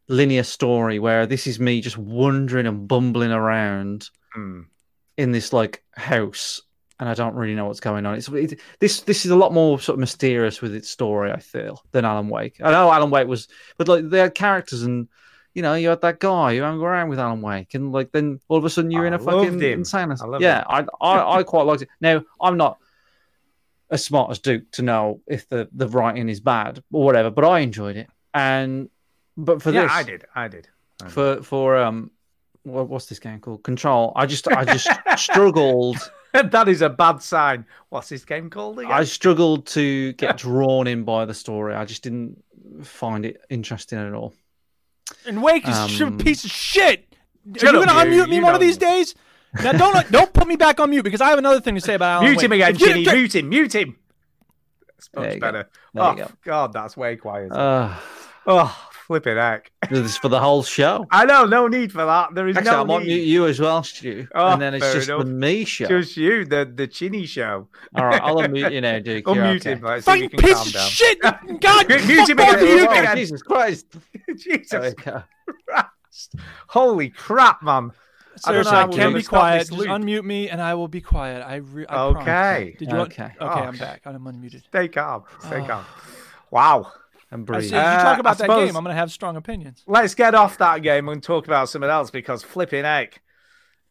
linear story where this is me just wandering and bumbling around
Hmm.
in this like house, and I don't really know what's going on. It's it, this this is a lot more sort of mysterious with its story, I feel, than Alan Wake. I know Alan Wake was, but like they had characters and. You know, you had that guy who hung around with Alan Wake, and like then all of a sudden you're
I
in a
loved
fucking
him.
insane.
I loved
yeah, I, I
<laughs>
I quite liked it. Now I'm not as smart as Duke to know if the, the writing is bad or whatever, but I enjoyed it. And but for
yeah,
this,
I did. I did. <laughs> I did.
for for um, what, what's this game called? Control. I just I
<laughs>
just struggled.
that is a bad sign. What's this game called again?
I struggled to get drawn in by the story. I just didn't find it interesting at all.
And Wake is sh- a
Um,
piece of shit. Are
shut
you
up,
gonna
you-
unmute me
you
one of
know
these
you.
days? Now don't don't put me back on mute because I have another thing to say
oh,
about Alan
mute
Wake.
him again,
If you-
Ginny. Mute him. Mute him. That's
There
much
you go. Uh,
better.
There
Oh
you go.
God, that's way quieter.
Uh,
oh Flip it heck.
This is for the whole
<laughs>
show.
I know, no need for that. There is
Actually, I
no
want
need.
you, you as well, Stu.
Oh,
and then it's
fair
just the
enough.
me show.
Just you, the the chinny show.
All right, I'll unmute
<laughs>
you now, Duke. You're
Unmute
okay. Oh,
him, right, so you
Fucking
can calm
piece of
down.
shit! God,
Mute him
fuck
again,
off,
mute
you
him
again.
again.
Jesus Christ.
<laughs> Jesus
Okay.
Christ. Holy crap, man. I don't
Seriously,
know how
I,
we're
can't
gonna
be
stop
quiet.
this
Just
loop.
unmute me, and I will be quiet. I, re- I promise.
Okay.
Did you want-
Okay.
Okay,
Oh,
I'm back. I'm unmuted.
Stay calm. Stay
<sighs>
Oh.
calm. Wow.
And
I see,
breathe.
if you
Uh,
talk
I
about that
suppose-
game, I'm going to have strong opinions.
Let's get off that game and talk about something else because flipping heck.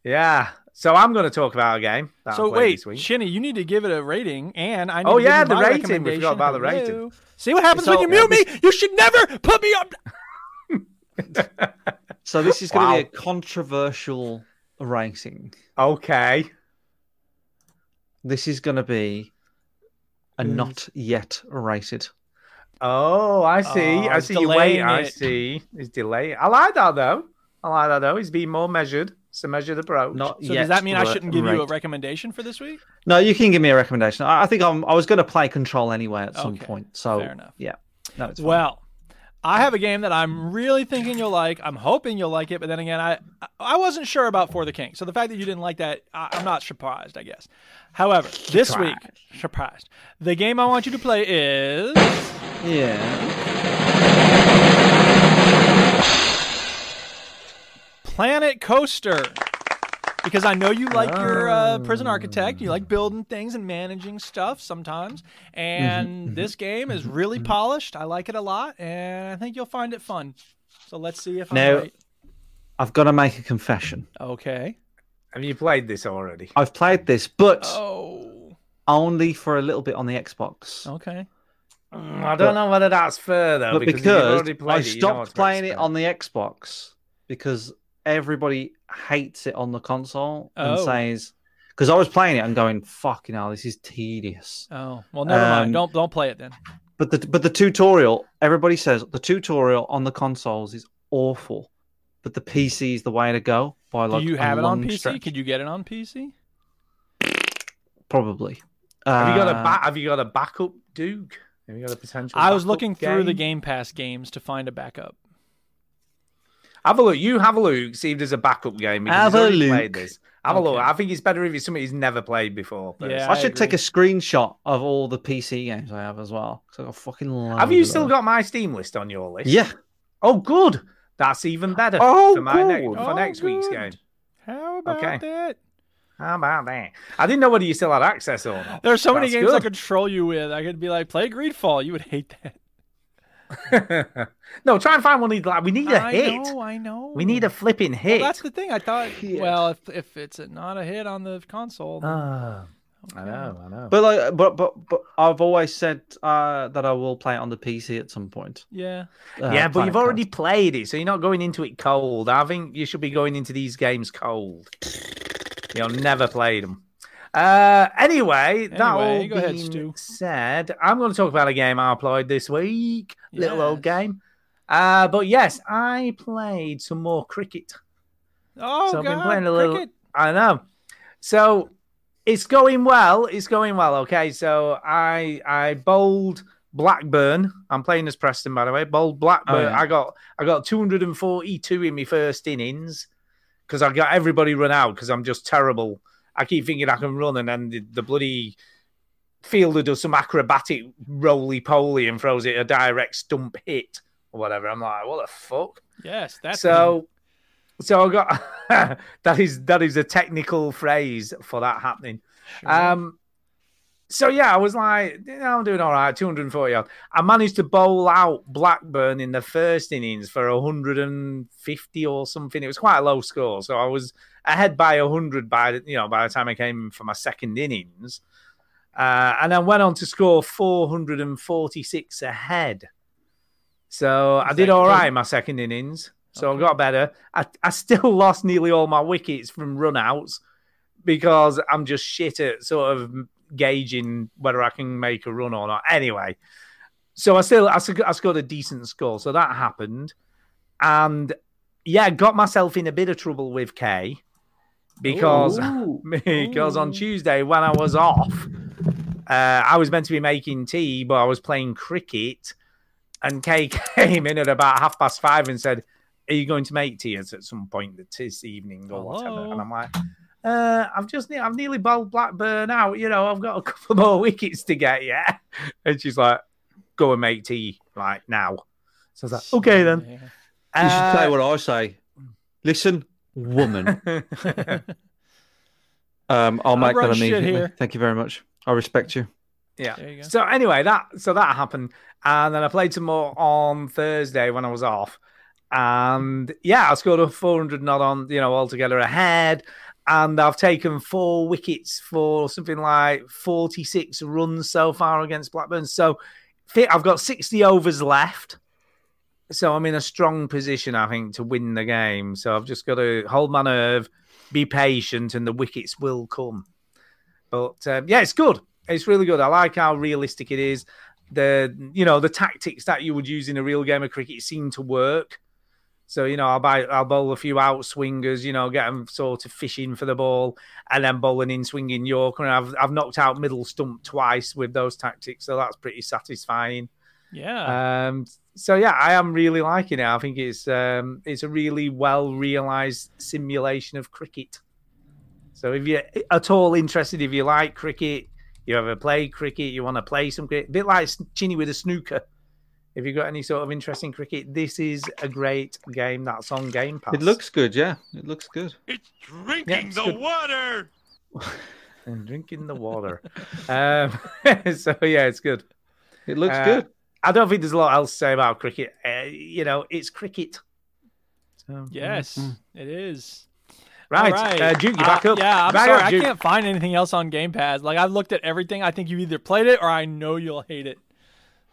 Yeah. So I'm going to talk about a game. that I
so
played
wait,
this week.
Shinny, you need to give it a rating, and I need
Oh,
to give
yeah,
you
the
my
rating. We
recommendation.
forgot about the rating.
Hello. See what happens
So-
when you mute me. You should never put me up.
So this is going to
Wow.
be a controversial rating.
Okay.
This is going to be a not yet rated.
Oh, I see.
Oh,
I
he's
see. You wait.
delaying
I
it.
see. He's delaying. I like that though. I like that though. He's being more measured. It's a measured approach.
Not
So
yet.
does that mean I
ra-
shouldn't give you a
rated.
recommendation for this week?
No, you can give me a recommendation. I, I think I'm. I was going to play Control anyway at some
Okay,
point. So
fair enough.
Yeah. No, it's fine.
Well, I have a game that I'm really thinking you'll like. I'm hoping you'll like it, but then again, I I wasn't sure about For the King. So the fact that you didn't like that, I, I'm not surprised, I guess. However, this week, surprised. The game I want you to play is
yeah.
Planet Coaster. Because I know you like your uh, prison architect, you like building things and managing stuff sometimes. And this game is really polished. I like it a lot, and I think you'll find it fun. So let's see if
Now-
I'm right.
I've got to make a confession.
Okay.
Have you played this already?
I've played this, but
Oh.
only for a little bit on the Xbox.
Okay.
Mm, I don't know whether that's fair though.
but
if you've
because,
already played
I
it, you know
stopped
what to
playing it
expect.
on the Xbox because everybody hates it on the console and
Oh.
says because I was playing it and going fucking hell, this is tedious.
Oh. Well, never
Um,
mind. Don't don't play it then.
But the but the tutorial, everybody says the tutorial on the consoles is awful, but the PC is the way to go. By like
Do you
a
have it on
long
PC?
stretch.
Could you get it on PC?
Probably.
Have you got a
Uh,
ba- Have you got a backup, Duke? Have you got a potential?
I was
backup
looking through the Game Pass games to find a backup.
Have a look. You have a look. See if there's a backup game. because
Have
he's
a
already Played
look.
this. Have a look.
Okay.
I think it's better if it's something he's never played before.
Yeah.
I
I
should take a
agree.
screenshot of all the PC games I have as well. 'cause I got fucking.
Have
loads
you
of
Oh,
still
them.
got my Steam list on your list?
Yeah.
Oh, good. That's even better
Oh,
for my next
good.
for
Oh,
next week's game.
good. How about
Okay.
that?
How about that? I didn't know whether you still had access or not. <laughs>
There are so many
That's
games I
good.
could troll you with. I could be like, play Greedfall. You would hate that.
no, try and find one. of these, Like, we need a
I
hit.
know, I know.
We need a flipping hit.
Well, that's the thing. I thought.
Hit.
Well, if if it's not a hit on the console, then-
Ah, I know. I know.
But like, but but but I've always said uh, that I will play it on the PC at some point.
yeah.
Uh,
yeah, but
Planet
you've already played it, so you're not going into it cold. I think you should be going into these games cold. You'll never play them. Uh, anyway, that all
Anyway, go ahead,
being
Stu.
said, I'm going to talk about a game I played this week. Little old
Yes.
game. Uh, but yes, I played some more cricket.
Oh
So I've
God.
been playing a little-
cricket.
I know. So it's going well. It's going well. Okay. So I I bowled Blackburn. I'm playing as Preston, by the way. Bowled Blackburn.
Oh, yeah.
I got I got 242 in my first innings because I got everybody run out because I'm just terrible. I keep thinking I can run, and then the, the bloody fielder does some acrobatic roly poly and throws it a direct stump hit or whatever. I'm like, what the fuck?
Yes, that's
so so i got <laughs> that is that is a technical phrase for that happening um so yeah i was like you know, i'm doing all right 240 odd i managed to bowl out blackburn in the first innings for 150 or something it was quite a low score so i was ahead by 100 by the- you know by the time i came in for my second innings uh, and then went on to score 446 ahead so I did
that
all
good?
right in my second innings. So I got better. I, I still <laughs> lost nearly all my wickets from runouts because I'm just shit at sort of gauging whether I can make a run or not. Anyway, so I still I, sc- I scored a decent score. So that happened, and yeah, got myself in a bit of trouble with Kay because <laughs> because on Tuesday when I was off, uh, I was meant to be making tea, but I was playing cricket And Kay <laughs> came in at about half past five and said, Are you going to make tea us at some point this evening or whatever? And I'm like, uh, I've just ne- I've nearly bowled Blackburn out. You know, I've got a couple <laughs> more wickets to get. Yeah, and she's like, "Go and make tea like now." So I was like, "Okay then."
You should
Uh,
say what I say. Listen,
<laughs>
woman.
"Ah."
um, I'll
I
make that
run shit
immediately.
here.
Thank you very much. I respect you.
Yeah.
There you go.
So anyway, that so that happened, and then I played some more on Thursday when I was off, and yeah, I scored a four hundred not on you know altogether ahead, and I've taken four wickets for something like forty six runs so far against Blackburn. So fi- I've got sixty overs left. So I'm in a strong position, I think, to win the game. So I've just got to hold my nerve, be patient, and the wickets will come. But um, yeah, it's good. It's really good. I like how realistic it is. The you know the tactics that you would use in a real game of cricket seem to work. So you know I'll buy, I'll bowl a few out swingers. You know get them sort of fishing for the ball and then bowl an in swinging Yorker. And I've I've knocked out middle stump twice with those tactics. So that's pretty satisfying.
Yeah.
<laughs> Um, so yeah, I am really liking it. I think it's um, it's a really well realized simulation of cricket. So if you're at all interested, if you like cricket, you ever play cricket, you want to play some cricket, a bit like Chinny with a snooker. If you've got any sort of interest in cricket, this is a great game that's on Game Pass.
It looks good. Yeah, it looks good.
Yeah, it's good.
water.
<laughs> and drinking the water. <laughs> um, so yeah, it's good.
It looks
Uh,
good.
I don't think there's a lot else to say about cricket. Uh, you know, it's cricket. So,
Yes,
mm-hmm.
it is.
Right,
All
uh, Duke, you back up.
Yeah, I'm
Back
sorry.
up,
I
Duke.
can't find anything else on Game Pass. Like I've looked at everything. I think you either played it or I know you'll hate it.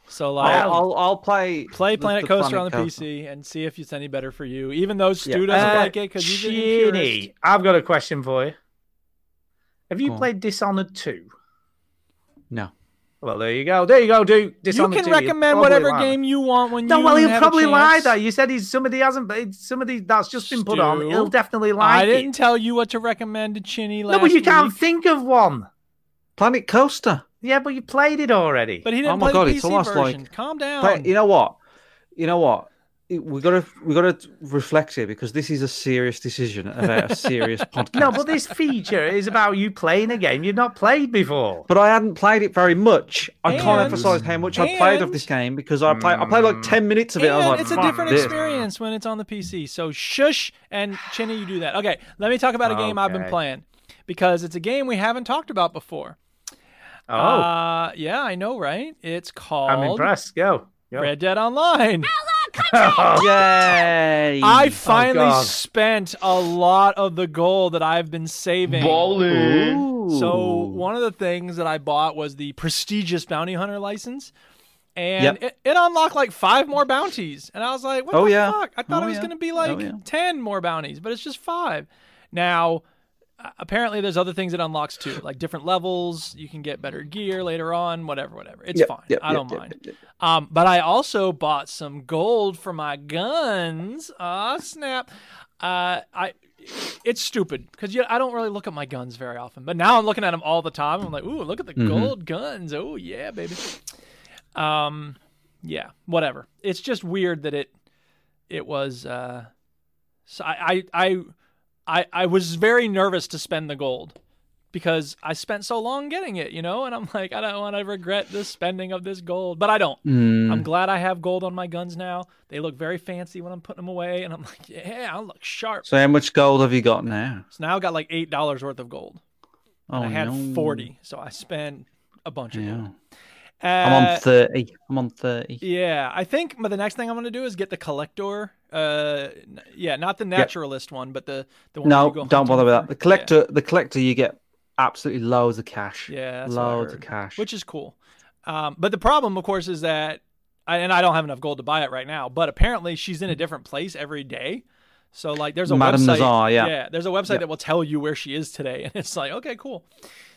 So like,
I'll, I'll, I'll play
play
the-
Planet
the
Coaster
Planet
on the
Coaster.
PC and see if it's any better for you. Even though Stu
Yeah.
doesn't
Uh,
like it because he's an
Chinny,
impurist.
I've got a question for you. Have you
Go on.
played Dishonored 2?
No.
Well, there you go. There you go, Duke.
You
Dishonored 2.
can
you'll
recommend
probably
whatever
like
game you want when
that. No,
you
well, he'll
have
probably
a
lie
chance.
though. You said he's somebody hasn't played somebody that's just been put on.
Stu,
He'll definitely
I
like
didn't
it.
tell you what to recommend to Chinny last
No, but you can't
week.
think of one.
Planet Coaster.
Yeah, but you played it already.
But he didn't
Oh my
play
God,
the PC
it's almost like-
version. Calm down.
Play, you know what? You know what? It- We gotta we gotta reflect here because this is a serious
<laughs>
decision about a serious podcast.
No, but this feature is about you playing a game you've not played before.
But I hadn't played it very much. I
And-
can't emphasize how much I played of this game because I played I played like ten minutes of it. I was
And
like,
it's a
"Fuck
different
this."
experience when it's on the PC. So shush and Chinny, you do that. Okay, let me talk about a game I've been
Okay.
playing because it's a game we haven't talked about before.
Oh,
Uh, yeah, I know, right? It's called
I'm impressed. Go. Go.
Oh. Red Dead Online.
Oh, Yay!
I finally
God.
spent a lot of the gold that I've been saving. So one of the things that I bought was the prestigious bounty hunter license, and
Yep.
it, it unlocked like five more bounties. And I was like, "What
Oh,
the
yeah.
fuck?" I thought
Oh,
it was
yeah.
going to be like
Oh, yeah.
ten more bounties, but it's just five. Now, a- apparently, there's other things it unlocks too, like different levels. You can get better gear later on, whatever, whatever. It's
Yep,
fine.
yep,
I
yep,
don't
yep,
mind.
yep, yep.
Um, but I also bought some gold for my guns. Ah, snap. Uh, I it's stupid because yeah, I don't really look at my guns very often. But now I'm looking at them all the time. I'm like, ooh, look at the
Mm-hmm.
gold guns. Oh yeah, baby. Um, yeah, whatever. It's just weird that it it was. Uh, so I I I I, I was very nervous to spend the gold because I spent so long getting it, you know, and I'm like, I don't want to regret the spending of this gold, but I don't.
Mm.
I'm glad I have gold on my guns now. They look very fancy when I'm putting them away, and I'm like, yeah, I look sharp.
So how much gold have you got now?
So now I got like eight dollars worth of gold.
Oh,
I had
no.
forty, so I spent a bunch of
Yeah.
gold.
I'm
Uh,
on thirty. I'm on thirty.
yeah, I think but the next thing I'm going to do is get the collector. Uh, n- yeah, not the naturalist one, but the the one. where
No,
you go
don't
hunting
bother with that.
for-
The collector, the collector, you get absolutely loads of cash.
Yeah, that's what I
loads of
heard,
cash.
which is cool. Um, but the problem, of course, is that, I, and I don't have enough gold to buy it right now. But apparently, she's in a different place every day. So like, there's a
Hmm. Madame
website.
Lazar, yeah.
there's a website that will tell you where she is today, <laughs> and it's like, okay, cool.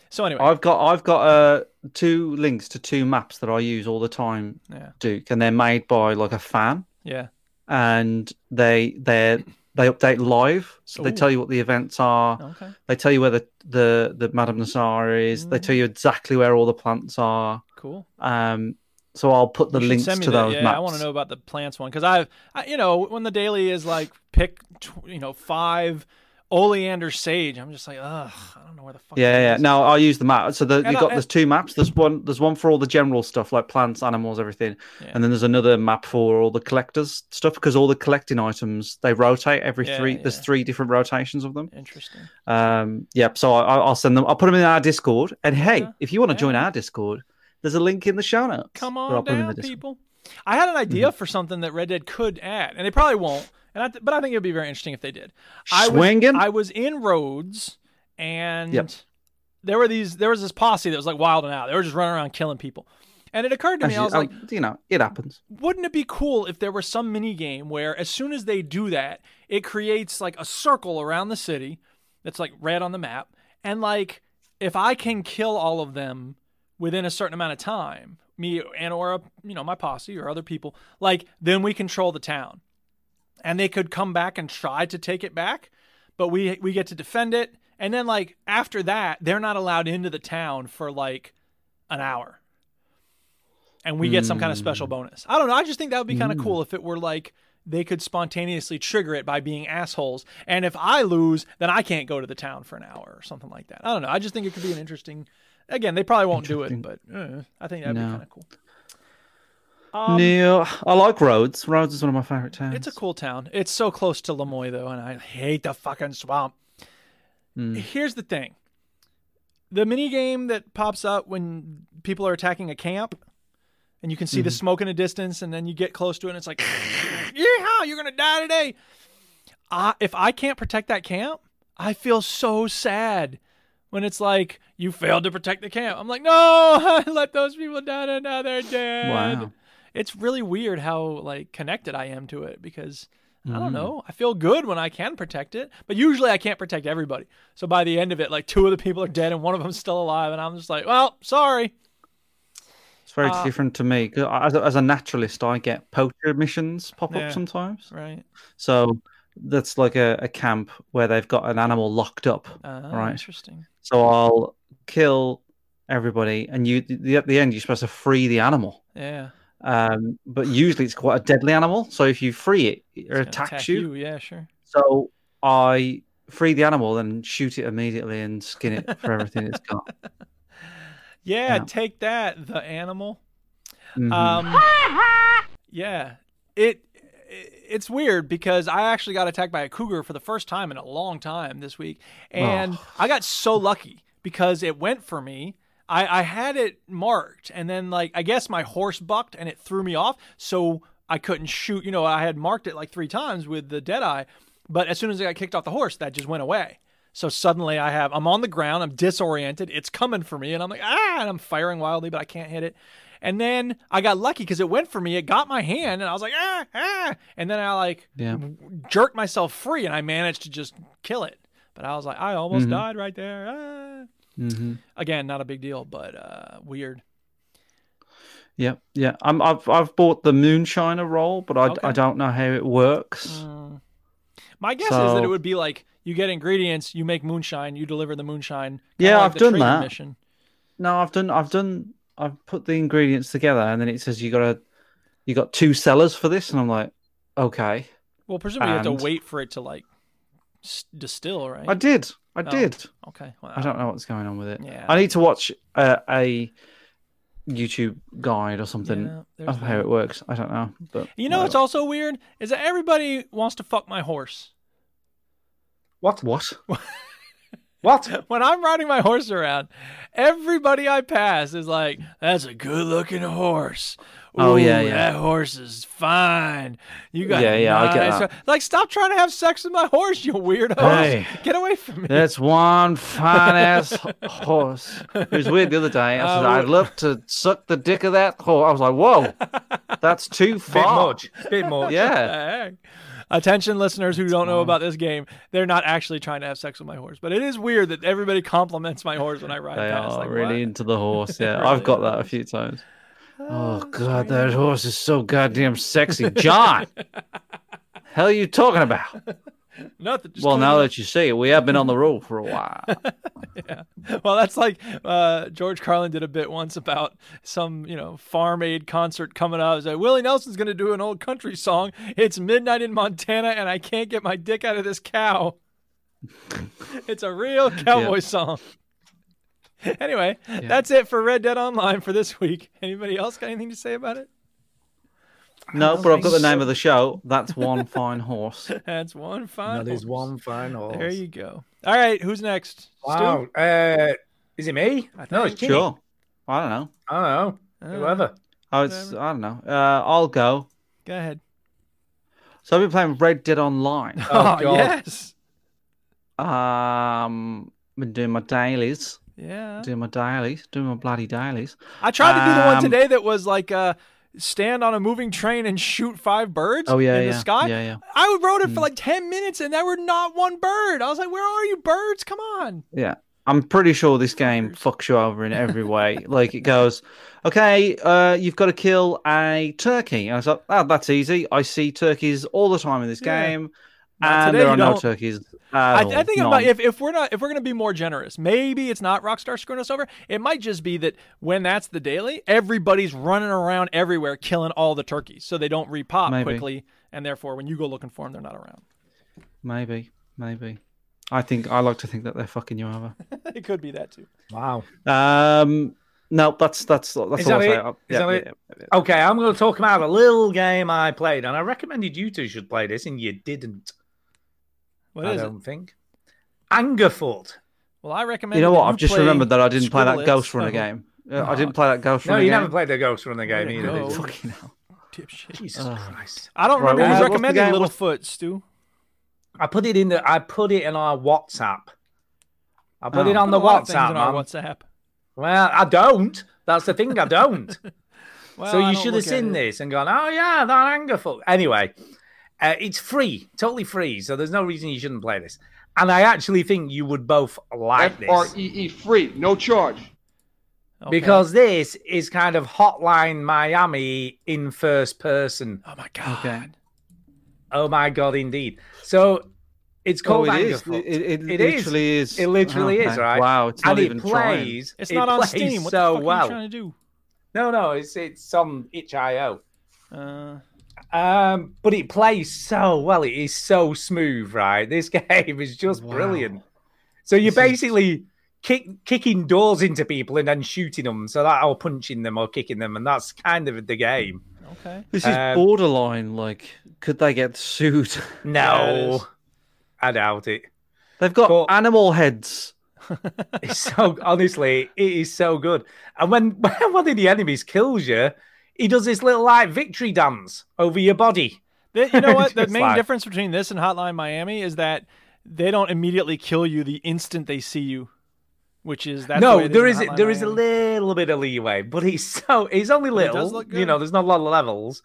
So anyway,
I've got I've got uh two links to two maps that I use all the time,
Yeah.
Duke, and they're made by like a fan,
yeah,
and they they they update live, so they
Ooh.
tell you what the events are.
okay, Mm.
They tell you where the the the Madame Nassar is. They tell you exactly where all the plants are.
cool.
Um, So I'll put the
You should
links
send me
to
that.
those
yeah,
maps.
I want to know about the plants one because I've, I, you know, when the daily is like pick, tw- you know, five oleander sage, I'm just like, ugh, I don't know where the fuck.
yeah, yeah. No, I'll use the map. So the,
And
you
I-
got there's two maps. There's one. There's one for all the general stuff like plants, animals, everything,
Yeah.
and then there's another map for all the collectors stuff because all the collecting items they rotate every
Yeah,
three. There's three different rotations of them.
Interesting.
Um. Yep. So I, I'll send them. I'll put them in our Discord. And hey, if you want to join our Discord, there's a link in the show notes.
Come
that
on
I'll put in the
down,
Discord. Mm-hmm.
people. I had an idea for something that Red Dead could add, and they probably won't. And I th- but I think it would be very interesting if they did. I
Swingin'?
Was, I was in Rhodes, and
Yep.
there were these. There was this posse that was like wilding out. They were just running around killing people. And it occurred to
As
me,
you-
I was
oh,
like,
you know, it happens.
wouldn't it be cool if there were some mini game where as soon as they do that, it creates like a circle around the city that's like red on the map, and like if I can kill all of them within a certain amount of time, me and or a, you know my posse or other people, like then we control the town, and they could come back and try to take it back, but we we get to defend it, and then like after that, they're not allowed into the town for like an hour and we get some kind of special bonus. I don't know. I just think that would be kind of cool if it were like they could spontaneously trigger it by being assholes. And if I lose, then I can't go to the town for an hour or something like that. I don't know. I just think it could be an interesting. Again, they probably won't do it, but uh, I think that would be
No.
kind of cool. Um,
Neil, I like Rhodes. Rhodes is one of my favorite towns.
It's a cool town. It's so close to Lemoy though, and I hate the fucking swamp. Here's the thing. The mini game that pops up when people are attacking a camp and you can see the
Mhm.
smoke in a distance and then you get close to it and it's like <laughs> yeehaw, you're gonna die today. I, if I can't protect that camp, I feel so sad when it's like you failed to protect the camp. I'm like, no, <laughs> I let those people down and now they're dead.
Wow.
It's really weird how like connected I am to it because I
Mm.
don't know. I feel good when I can protect it, but usually I can't protect everybody. So by the end of it, like two of the people are dead and one of them's still alive, and I'm just like, well, sorry.
It's very
Uh,
different to me. 'Cause I- As a, as a naturalist, I get poacher missions pop
Yeah.
up sometimes.
Right.
So that's like a, a camp where they've got an animal locked up,
Ah,
right?
interesting.
So I'll kill everybody, and you the, at the end you're supposed to free the animal.
Yeah.
Um, but usually it's quite a deadly animal. So if you free it, it
Gonna
attacks
attack
you.
Yeah, sure.
So I free the animal, then shoot it immediately and skin it for everything it's got.
<laughs> Yeah,
Yeah.
take that, the animal.
Mhm.
Uh, Um, yeah, it, it it's weird because I actually got attacked by a cougar for the first time in a long time this week, and I got so lucky because it went for me. I, I had it marked, and then like I guess my horse bucked and it threw me off, so I couldn't shoot. You know, I had marked it like three times with the dead eye, but as soon as I got kicked off the horse, that just went away. So suddenly I have I'm on the ground, I'm disoriented, it's coming for me, and I'm like, ah, and I'm firing wildly, but I can't hit it. And then I got lucky because it went for me, it got my hand, and I was like, ah, ah. And then I like
Mm-hmm. Yeah.
jerked myself free and I managed to just kill it. But I was like, I almost
Mhm.
died right there. Ah.
Mhm.
Again, not a big deal, but uh weird.
Yeah, yeah. I'm, I've I've bought the moonshiner roll, but I,
Okay. Mm.
I don't know how it works.
My guess is that it
So-
would be like you get ingredients, you make moonshine, you deliver the moonshine. kinda
Yeah,
like
I've
the
done
trigger
that.
Mission.
No, I've done I've done I've put the ingredients together, and then it says you got to you got two sellers for this, and I'm like, okay,
Well, presumably you have
And-
to wait for it to like s- distill, right?
I did, I
Oh,
did.
Okay. Well,
I don't know what's going on with it.
Yeah.
I need to watch uh, a YouTube guide or something
Yeah, there's
of how
that.
it works. I don't know, but
You know what's
whatever.
also weird is that everybody wants to fuck my horse.
<laughs> What?
What?
<laughs>
What?
when I'm riding my horse around, everybody I pass is like, "That's a good-looking horse."
Oh, yeah,
Ooh,
yeah.
That horse is fine. You got
Yeah, yeah, I get
nice-
that.
Like, stop trying to have sex with my horse, you weirdo.
Hey.
<laughs> Get away from me.
That's one fine ass horse. It was weird the other
<laughs>
day. I said,
Uh,
I'd love to suck the dick of that horse. I was like, whoa, that's too
<laughs> Bit
far.
much. Bit much.
Yeah.
<laughs> Heck. Attention, listeners who don't know about this game, they're not actually trying to have sex with my horse, but it is weird that everybody compliments my horse when I ride
They
past.
are
Like,
really
what?
into the horse. Yeah,
<laughs> Really
I've got that a few times. Oh god, that horse
<laughs>
is so goddamn sexy, John. hell are you talking about?
Nothing. just
well,
clean
now
it up.
that you see it, we have been on the road for
<laughs>
a while.
well, that's like uh, George Carlin did a bit once about some, you know, farm aid concert coming up. He's like, Willie Nelson's going to do an old country song. It's midnight in Montana, and I can't get my dick out of this cow. it's a real cowboy song. <laughs> anyway, that's it for Red Dead Online for this week. Anybody else got anything to say about it?
no,
don't
but I've got the
think
name
so.
of the show. That's one
<laughs>
fine horse.
That's one fine.
That is
horse.
one fine horse.
There you go. All right, who's next?
Wow.
Stu?
Uh, is it me? No, it's Jimmy.
Sure. I don't know.
I don't know.
Uh, <laughs>
Whoever.
I, was, I don't know. Uh, I'll go.
Go ahead.
So I've been playing Red Dead Online.
Oh, yes.
Um, been doing my dailies.
Yeah.
Doing my dailies. Doing my bloody dailies.
I tried to do the one
Um,
today that was like uh, stand on a moving train and shoot five birds
Oh, yeah,
in the
yeah.
sky.
Yeah, Mm. yeah.
I wrote it for like 10 minutes and there were not one bird. I was like, where are you birds? Come on.
Yeah. I'm pretty sure this game fucks you over in
<laughs>
every way. like it goes, okay, uh, you've got to kill a turkey. And I was like, oh, that's easy. I see turkeys all the time in this
Yeah.
game,
Not
and
today,
there
you
are no
don't.
turkeys. At
I,
all.
I think it
None.
might, if, if we're not if we're gonna be more generous, maybe it's not Rockstar screwing us over. It might just be that when that's the daily, everybody's running around everywhere killing all the turkeys, so they don't repop
Maybe.
quickly, and therefore when you go looking for them, they're not around. <laughs>
maybe, maybe. I think I like to think that they're fucking you over.
it could be that too.
Wow.
Um, no, that's that's that's all
Is that
I
it?
say.
Is
Uh,
that
yeah,
it?
yeah, yeah.
Okay, I'm going to talk about a little game I played, and I recommended you two should play this, and you didn't.
What
I
is it?
don't think. Angerfoot.
Well, I recommend.
You know what? I've just remembered that I didn't play that
Scribblets.
Ghost Runner
Oh.
game. Uh, I didn't play that Ghost
No,
Runner
you
game.
never played the Ghost Runner game
Way to
either.
go.
did you?
Fucking hell.
Dipshit.
Jesus
Ugh.
Christ.
I don't
Right,
remember
what
who's
was- what's the
recommending
game? What's-
Littlefoot, Stu.
I put it in the. I put it in our WhatsApp. I put
Oh.
it on
Put
the
a lot of things
WhatsApp,
in our
man.
WhatsApp.
Well, I don't. That's the thing. I don't.
<laughs> Well,
so
I
you
don't
should
look
have
at
seen
it.
this and gone, oh yeah, that anger fuck. Anyway, uh, it's free, totally free. So there's no reason you shouldn't play this. And I actually think you would both like this
F-R-E-E, free, no charge.
E Okay.
because this is kind of Hotline Miami in first person.
Oh my god.
Okay.
Oh my god, indeed. So it's called
oh, it
anger
is.
fuck.
It, it,
It is.
literally is. Oh,
It literally is,
Okay.
right?
Wow, it's
and
not
it
even trying.
plays.
It's
it
not on
plays
Steam. What
so
the fuck
well.
are you trying to do?
No, no, it's it's on itch.io.
Uh,
Um, but it plays so well. It is so smooth, right? <laughs> This game is just brilliant. So you're basically kick, kicking doors into people and then shooting them. So that or punching them or kicking them, and that's kind of the game.
okay.
This is
Um,
borderline. Like, could they get sued?
No,
is.
I doubt it.
<laughs> They've got animal heads.
It's so honestly, it is so good. And when <laughs> when one of the enemies kills you, he does this little like victory dance over your body.
The- you know <laughs> what? The
Just
main
like-
difference between this and Hotline Miami is that they don't immediately kill you the instant they see you, which is that's
no,
the way they
there
do
is
Hotline
there is a
Miami.
little bit of leeway, but it's so it's only
But it does
little.
look
you know, there's not a lot of levels,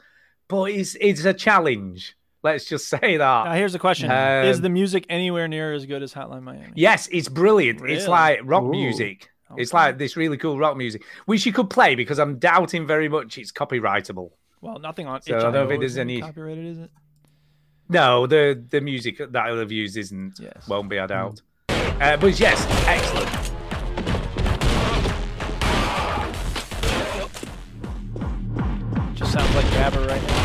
but it's it's a challenge. Let's just say that.
Now here's the question:
Um,
Is the music anywhere near as good as Hotline Miami?
Yes, it's brilliant.
Really?
It's like rock
Ooh.
music. It's like this really cool rock music, which you could play because I'm doubting very much it's copyrightable.
Well, nothing on.
So I
itch.io
don't think
is
there's any-
copyrighted, is it?
No, the the music that I'll have used isn't. Won't be, I
Hmm.
doubt. Uh, but yes, excellent.
Just sounds like Gabber right now.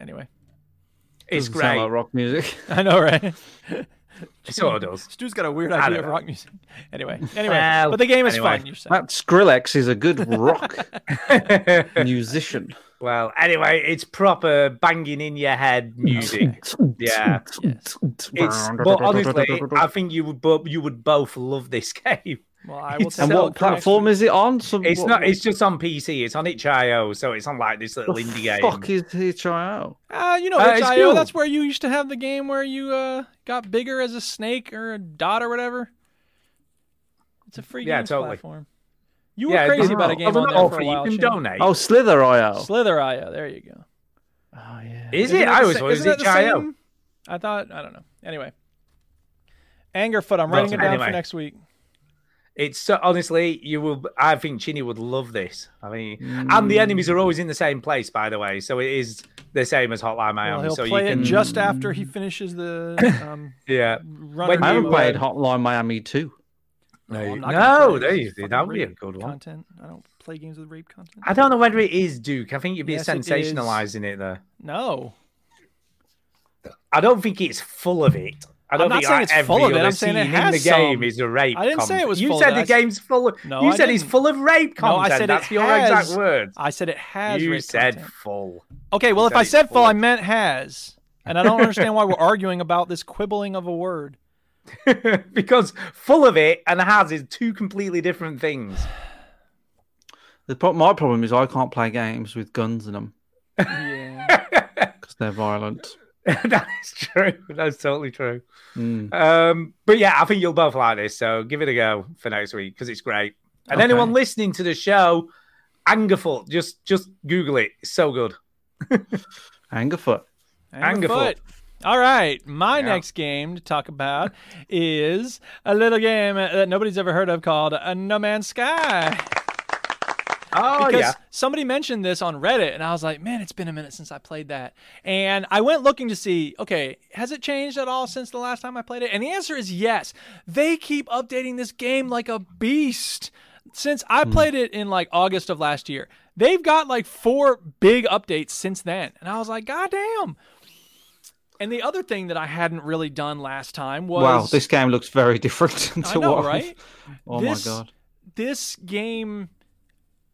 Anyway,
It's
Doesn't sound
great.
like rock <laughs> music.
<laughs> I know, right?
It sort of does.
Stu's got a weird
I
idea
don't
of
know.
rock music. Anyway, anyway,
Well,
but the game is
anyway.
fun. You're saying.
That Skrillex is a good <laughs> rock musician.
Well, anyway, it's proper banging in
<laughs>
your head
<laughs>
music. yeah. It's, but honestly, I think you would bo- you would both love this <laughs> game.
Well, I will
It's-
tell
and
you
what platform is it on? Some,
It's
what-
not. It's just on PC. It's on itch.io, so it's on like this little
what
indie game.
Fuck is HIO?
Uh, you know,
Uh, it's
itch.io,
cool.
that's where you used to have the game where you uh, got bigger as a snake or a dot or whatever. It's a free
Yeah,
games
totally.
platform. You were
Yeah,
crazy
it's-
about a game
Oh,
on
no,
there for a
you
while.
can
Shane.
donate.
Oh, Slither.io.
Slither.io, there you go.
is
Isn't
it?
that
I
the
was
sa-
always
isn't that the
itch.io.
same? I thought, I don't know. Anyway. Angerfoot, I'm
Well,
writing it down for
anyway.
next week.
It's so, honestly, you will. I
Mm.
think Chini would love this. I mean, and the enemies are always in the same place, by the way. So it is the same as Hotline Miami.
Well, he'll
Um, so
play
you can
it just after he finishes the.
<laughs>
Um,
yeah.
runner
I haven't
game.
played Hotline Miami 2.
No,
I'm not gonna play
no, there you
games
go.
with
That would be a
rape
good one.
Content. I don't play games with rape content.
I don't know whether it is Duke. I think you'd be
Yes, it is.
sensationalizing it, though.
No,
I don't think it's full of it. I
I'm
don't
not
think
saying
like,
it's
every
full of it.
other
I'm saying it
scene in
has
the game
some.
is a rape.
I didn't say it was
You
full
said
of it.
the
I s-
game's full of.
No,
you
I
said it's
didn't.
full of rape
no,
content.
I said
That's
it
your
has,
exact words.
I said it has.
You
rape
said
content.
full.
Okay, well,
You
if
said
I
it's
said full,
full
I meant has, and I don't understand why we're arguing about this quibbling of a
<laughs>
word.
because full of it and has is two completely different things. <laughs>
The pro- my problem is I can't play games with guns in them. Yeah. Because they're violent.
that is true. That's totally true.
Mm.
Um, but yeah, I think you'll both like this. So give it a go for next week because it's great. And
Okay.
anyone listening to the show, Angerfoot, just just Google it. It's so good.
Angerfoot.
Angerfoot.
Angerfoot. All right, my
Yeah.
next game to talk about is a little game that nobody's ever heard of called uh, No Man's Sky. <laughs>
Oh
because
yeah.
somebody mentioned this on Reddit, and I was like, man, it's been a minute since I played that. And I went looking to see, okay, has it changed at all since the last time I played it? And the answer is yes. They keep updating this game like a beast. Since
Hmm.
I played it in like August of last year, they've got like four big updates since then. And I was like, God damn. And the other thing that I hadn't really done last time was
Wow, this game looks very <laughs> different
I
to
know,
what. I've-
right?
Oh
This-
my god.
this game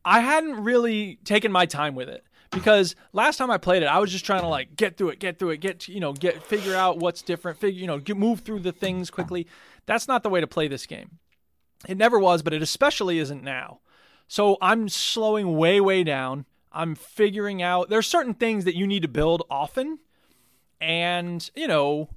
I hadn't really taken my time with it because last time I played it I was just trying to like get through it, get through it, get to- you know, get figure out what's different, figure you know, get, move through the things quickly. That's not the way to play this game. It never was, but it especially isn't now. So I'm slowing way way down. I'm figuring out there's certain things that you need to build often and, you know,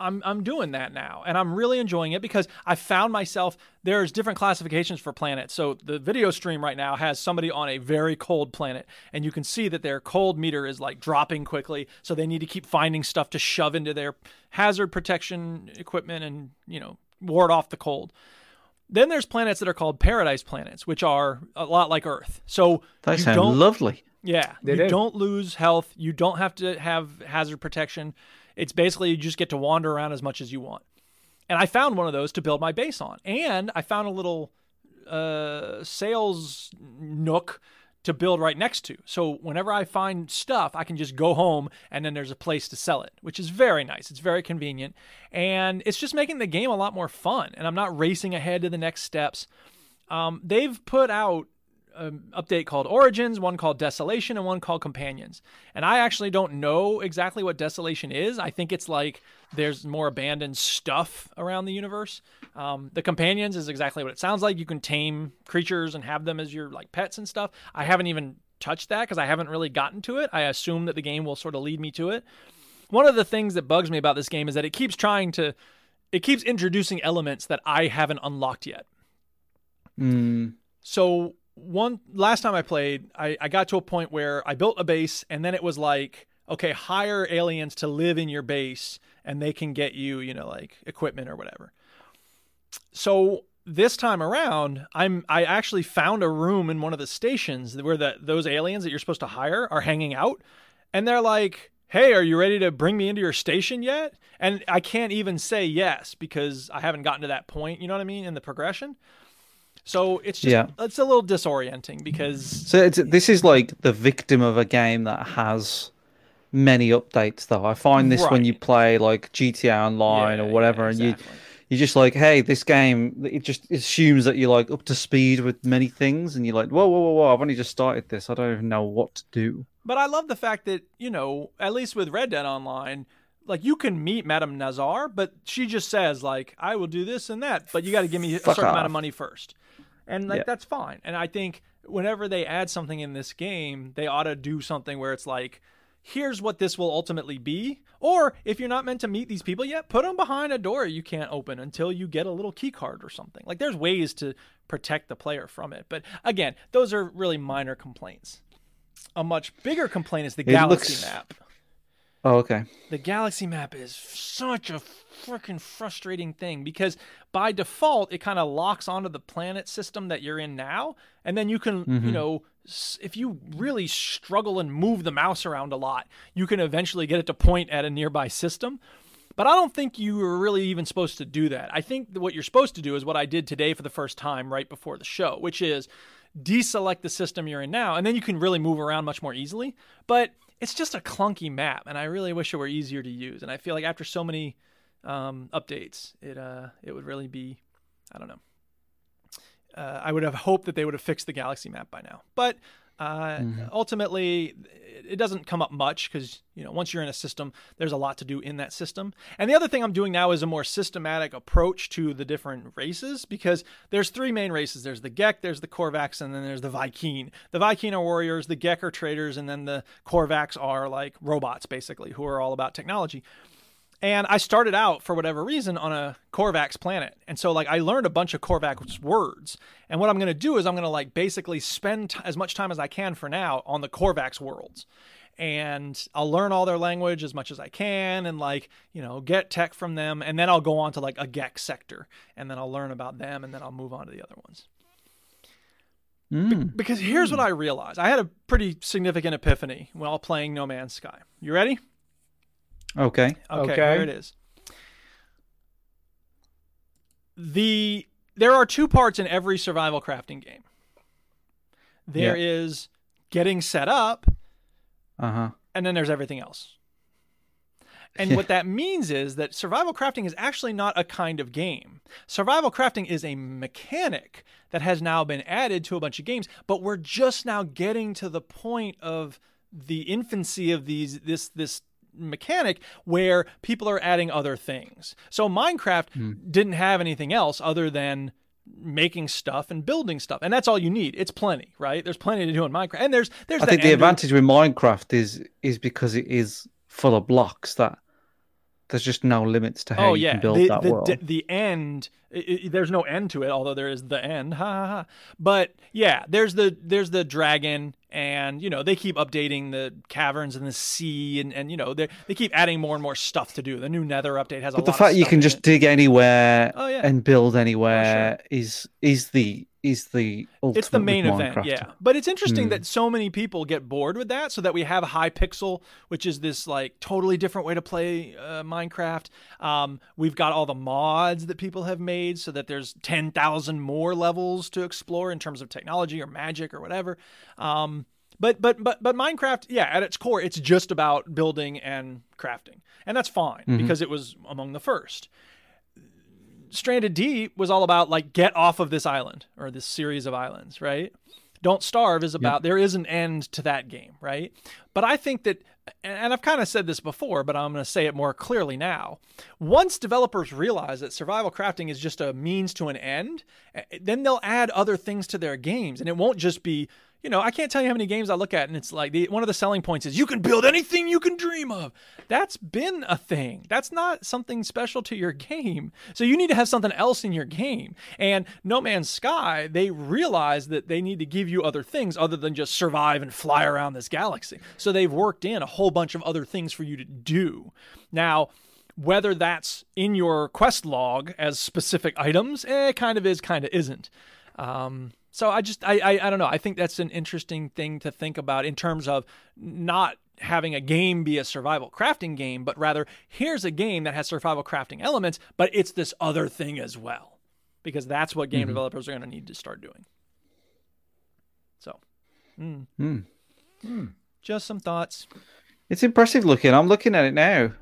I'm I'm doing that now, and I'm really enjoying it because I found myself there's different classifications for planets. So the video stream right now has somebody on a very cold planet, and you can see that their cold meter is like dropping quickly. So they need to keep finding stuff to shove into their hazard protection equipment and you know ward off the cold. Then there's planets that are called paradise planets, which are a lot like Earth. So
They
you
sound
don't
lovely.
yeah,
They
you
do.
not lose health. You don't have to have hazard protection. It's basically you just get to wander around as much as you want. And I found one of those to build my base on, and I found a little uh, sales nook to build right next to. So whenever I find stuff, I can just go home, and then there's a place to sell it, which is very nice. It's very convenient, and it's just making the game a lot more fun. And I'm not racing ahead to the next steps. Um, they've put out um, update called Origins, one called Desolation, and one called Companions. And I actually don't know exactly what Desolation is. I think it's like there's more abandoned stuff around the universe. Um, the Companions is exactly what it sounds like. You can tame creatures and have them as your like pets and stuff. I haven't even touched that because I haven't really gotten to it. I assume that the game will sort of lead me to it. One of the things that bugs me about this game is that it keeps trying to, it keeps introducing elements that I haven't unlocked yet.
Mm.
So one last time I played, I, I got to a point where I built a base and then it was like, okay, hire aliens to live in your base and they can get you, you know, like equipment or whatever. So this time around, I'm I actually found a room in one of the stations where the those aliens that you're supposed to hire are hanging out and they're like, "Hey, are you ready to bring me into your station yet?" And I can't even say yes because I haven't gotten to that point, you know what I mean, in the progression. So it's just
Yeah.
it's a little disorienting because
So it's, this is like the victim of a game that has many updates. Though I find this when you play like GTA Online or whatever, and you you're just like, hey, this game it just assumes that you're like up to speed with many things, and you're like, whoa, whoa, whoa, whoa! I've only just started this. I don't even know what to do.
but I love the fact that, you know, at least with Red Dead Online, like you can meet Madame Nazar, but she just says like, "I will do this and that," but you got to give me a
Fuck
certain amount of
off.
money first. And like
Yeah.
that's fine. And I think whenever they add something in this game, they ought to do something where it's like here's what this will ultimately be. Or if you're not meant to meet these people yet, put them behind a door you can't open until you get a little key card or something. Like there's ways to protect the player from it. But again, those are really minor complaints. A much bigger complaint is the
It
galaxy
looks-
map.
Oh, okay.
The galaxy map is such a freaking frustrating thing because by default it kind of locks onto the planet system that you're in now and then you can, you
Mhm.
know, s- if you really struggle and move the mouse around a lot, you can eventually get it to point at a nearby system. But I don't think you were really even supposed to do that. I think that what you're supposed to do is what I did today for the first time right before the show, which is deselect the system you're in now, and then you can really move around much more easily. But it's just a clunky map, and I really wish it were easier to use. And I feel like after so many um, updates, it uh, it would really be, I don't know. Uh, I would have hoped that they would have fixed the galaxy map by now, but uh,
Mhm.
ultimately it- it doesn't come up much because you know once you're in a system, there's a lot to do in that system. And the other thing I'm doing now is a more systematic approach to the different races because there's three main races. There's the Gek, there's the Korvax, and then there's the Viking. The Viking are warriors, the Gek are traders, and then the Korvax are like robots basically who are all about technology. And I started out for whatever reason on a Korvax planet. And so like I learned a bunch of Korvax words. And what I'm going to do is I'm going to like basically spend t- as much time as I can for now on the Korvax worlds. And I'll learn all their language as much as I can and like, you know, get tech from them and then I'll go on to like a Gek sector and then I'll learn about them and then I'll move on to the other ones. Because here's what I realized. I had a pretty significant epiphany while playing No Man's Sky. You ready?
Okay.
Okay, here it is. The there are two parts in every survival crafting game. There is
Yeah.
getting set up,
Uh huh.
and then there's everything else. And
Yeah.
what that means is that survival crafting is actually not a kind of game. Survival crafting is a mechanic that has now been added to a bunch of games, but we're just now getting to the point of the infancy of these this this mechanic where people are adding other things. So Minecraft
Hmm.
didn't have anything else other than making stuff and building stuff. And that's all you need. It's plenty, right? There's plenty to do in Minecraft. And there's there's
I
that
think the
ender-
advantage with Minecraft is is because it is full of blocks that there's just no limits to how
oh
you
yeah
can build
the,
that
the,
world.
d- the end i i there's no end to it although there is the end ha, ha, ha. but yeah there's the there's the dragon and you know they keep updating the caverns and the sea and, and you know they they keep adding more and more stuff to do the new nether update has a
but the
lot
fact
of
you
stuff
can
in
just
it.
dig anywhere
Oh, yeah.
and build anywhere is is the is the ultimate
it's the
with
main event
Minecraft.
yeah but it's interesting
Hmm.
that so many people get bored with that so that we have high pixel which is this like totally different way to play uh, minecraft um, we've got all the mods that people have made so that there's 10000 more levels to explore in terms of technology or magic or whatever um, but but but but minecraft yeah at its core it's just about building and crafting and that's fine
Mhm.
because it was among the first Stranded Deep was all about like get off of this island or this series of islands, right? Don't starve is about there is an end to that game, right? But I think that and I've kind of said this before, but I'm going to say it more clearly now. Once developers realize that survival crafting is just a means to an end, eh, then they'll add other things to their games and it won't just be you know, I can't tell you how many games I look at, and it's like the, one of the selling points is you can build anything you can dream of. That's been a thing. That's not something special to your game. So you need to have something else in your game. And No Man's Sky, they realize that they need to give you other things other than just survive and fly around this galaxy. So they've worked in a whole bunch of other things for you to do. Now, whether that's in your quest log as specific items, eh, kind of is, kind of isn't. Um, so I just I, I I don't know. I think that's an interesting thing to think about in terms of not having a game be a survival crafting game, but rather here's a game that has survival crafting elements, but it's this other thing as well, because that's what game
Mhm.
developers are going to need to start doing. So, mm,
Hmm.
just some thoughts.
It's impressive looking. I'm looking at it now.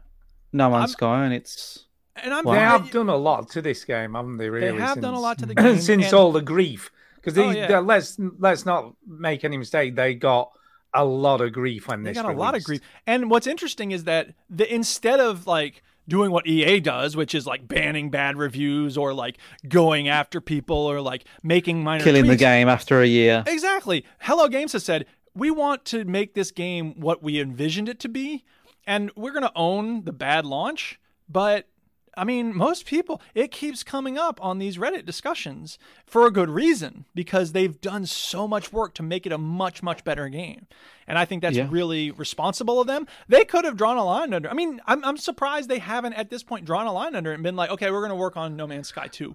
No Man's
I'm-
Sky, and it's
And I'm
Wow.
They
glad
have
you-
done a lot to this game, haven't they? Really,
have done a
since-
lot to the game,
<laughs> since
and-
all the grief. Because
Oh, yeah.
let's let's not make any mistake. They got a lot of grief when
They
this.
got a lot of
released.
grief. And what's interesting is that the instead of like doing what EA does, which is like banning bad reviews or like going after people or like making minor
killing the
tweaks,
game after a year.
<laughs> Exactly. Hello Games has said, we want to make this game what we envisioned it to be, and we're going to own the bad launch. But I mean, most people, it keeps coming up on these Reddit discussions for a good reason because they've done so much work to make it a much, much better game. And I think that's
Yeah.
really responsible of them. They could have drawn a line under. I mean, I'm, I'm surprised they haven't at this point drawn a line under it and been like, okay, we're going to work on No Man's Sky 2
Do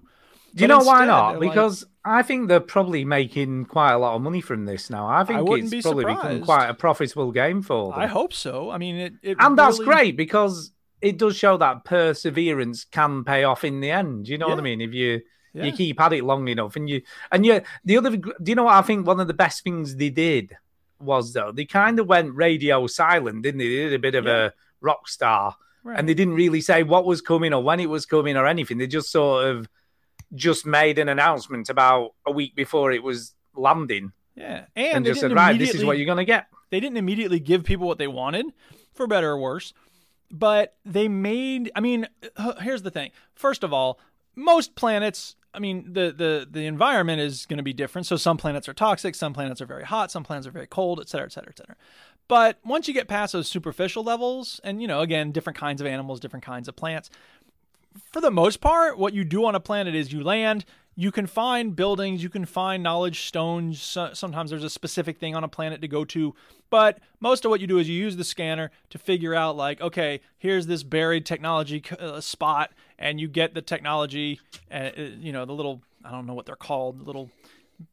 But
you know why
instead,
not?
they're like-
Because I think they're probably making quite a lot of money from this now. I think
wouldn't
it's
be
probably become
surprised.
quite a profitable game for them.
I hope so. I mean, it, it
and that's
really-
great because it does show that perseverance can pay off in the end. You know what I
Yeah.
mean? If you
Yeah.
you keep at it long enough, and you and you the other, do you know what I think? One of the best things they did was though they kind of went radio silent, didn't they? They did a bit of a rock star,
Right.
and they didn't really say what was coming or when it was coming or anything. They just sort of just made an announcement about a week before it was landing,
Yeah,
and,
and, they
just said,
didn't
"Right, this is
immediately-
what you're gonna get."
They didn't immediately give people what they wanted, for better or worse. But they made. I mean, h- here's the thing. First of all, most planets. I mean, the the the environment is going to be different. So some planets are toxic, some planets are very hot, some planets are very cold, et cetera, et cetera, et cetera. But once you get past those superficial levels, and you know, again, different kinds of animals, different kinds of plants, for the most part, what you do on a planet is you land, you can find buildings, you can find knowledge stones. So- Sometimes there's a specific thing on a planet to go to. But most of what you do is you use the scanner to figure out, like, okay, here's this buried technology c- uh, spot, and you get the technology, uh, uh, you know, the little, I don't know what they're called, little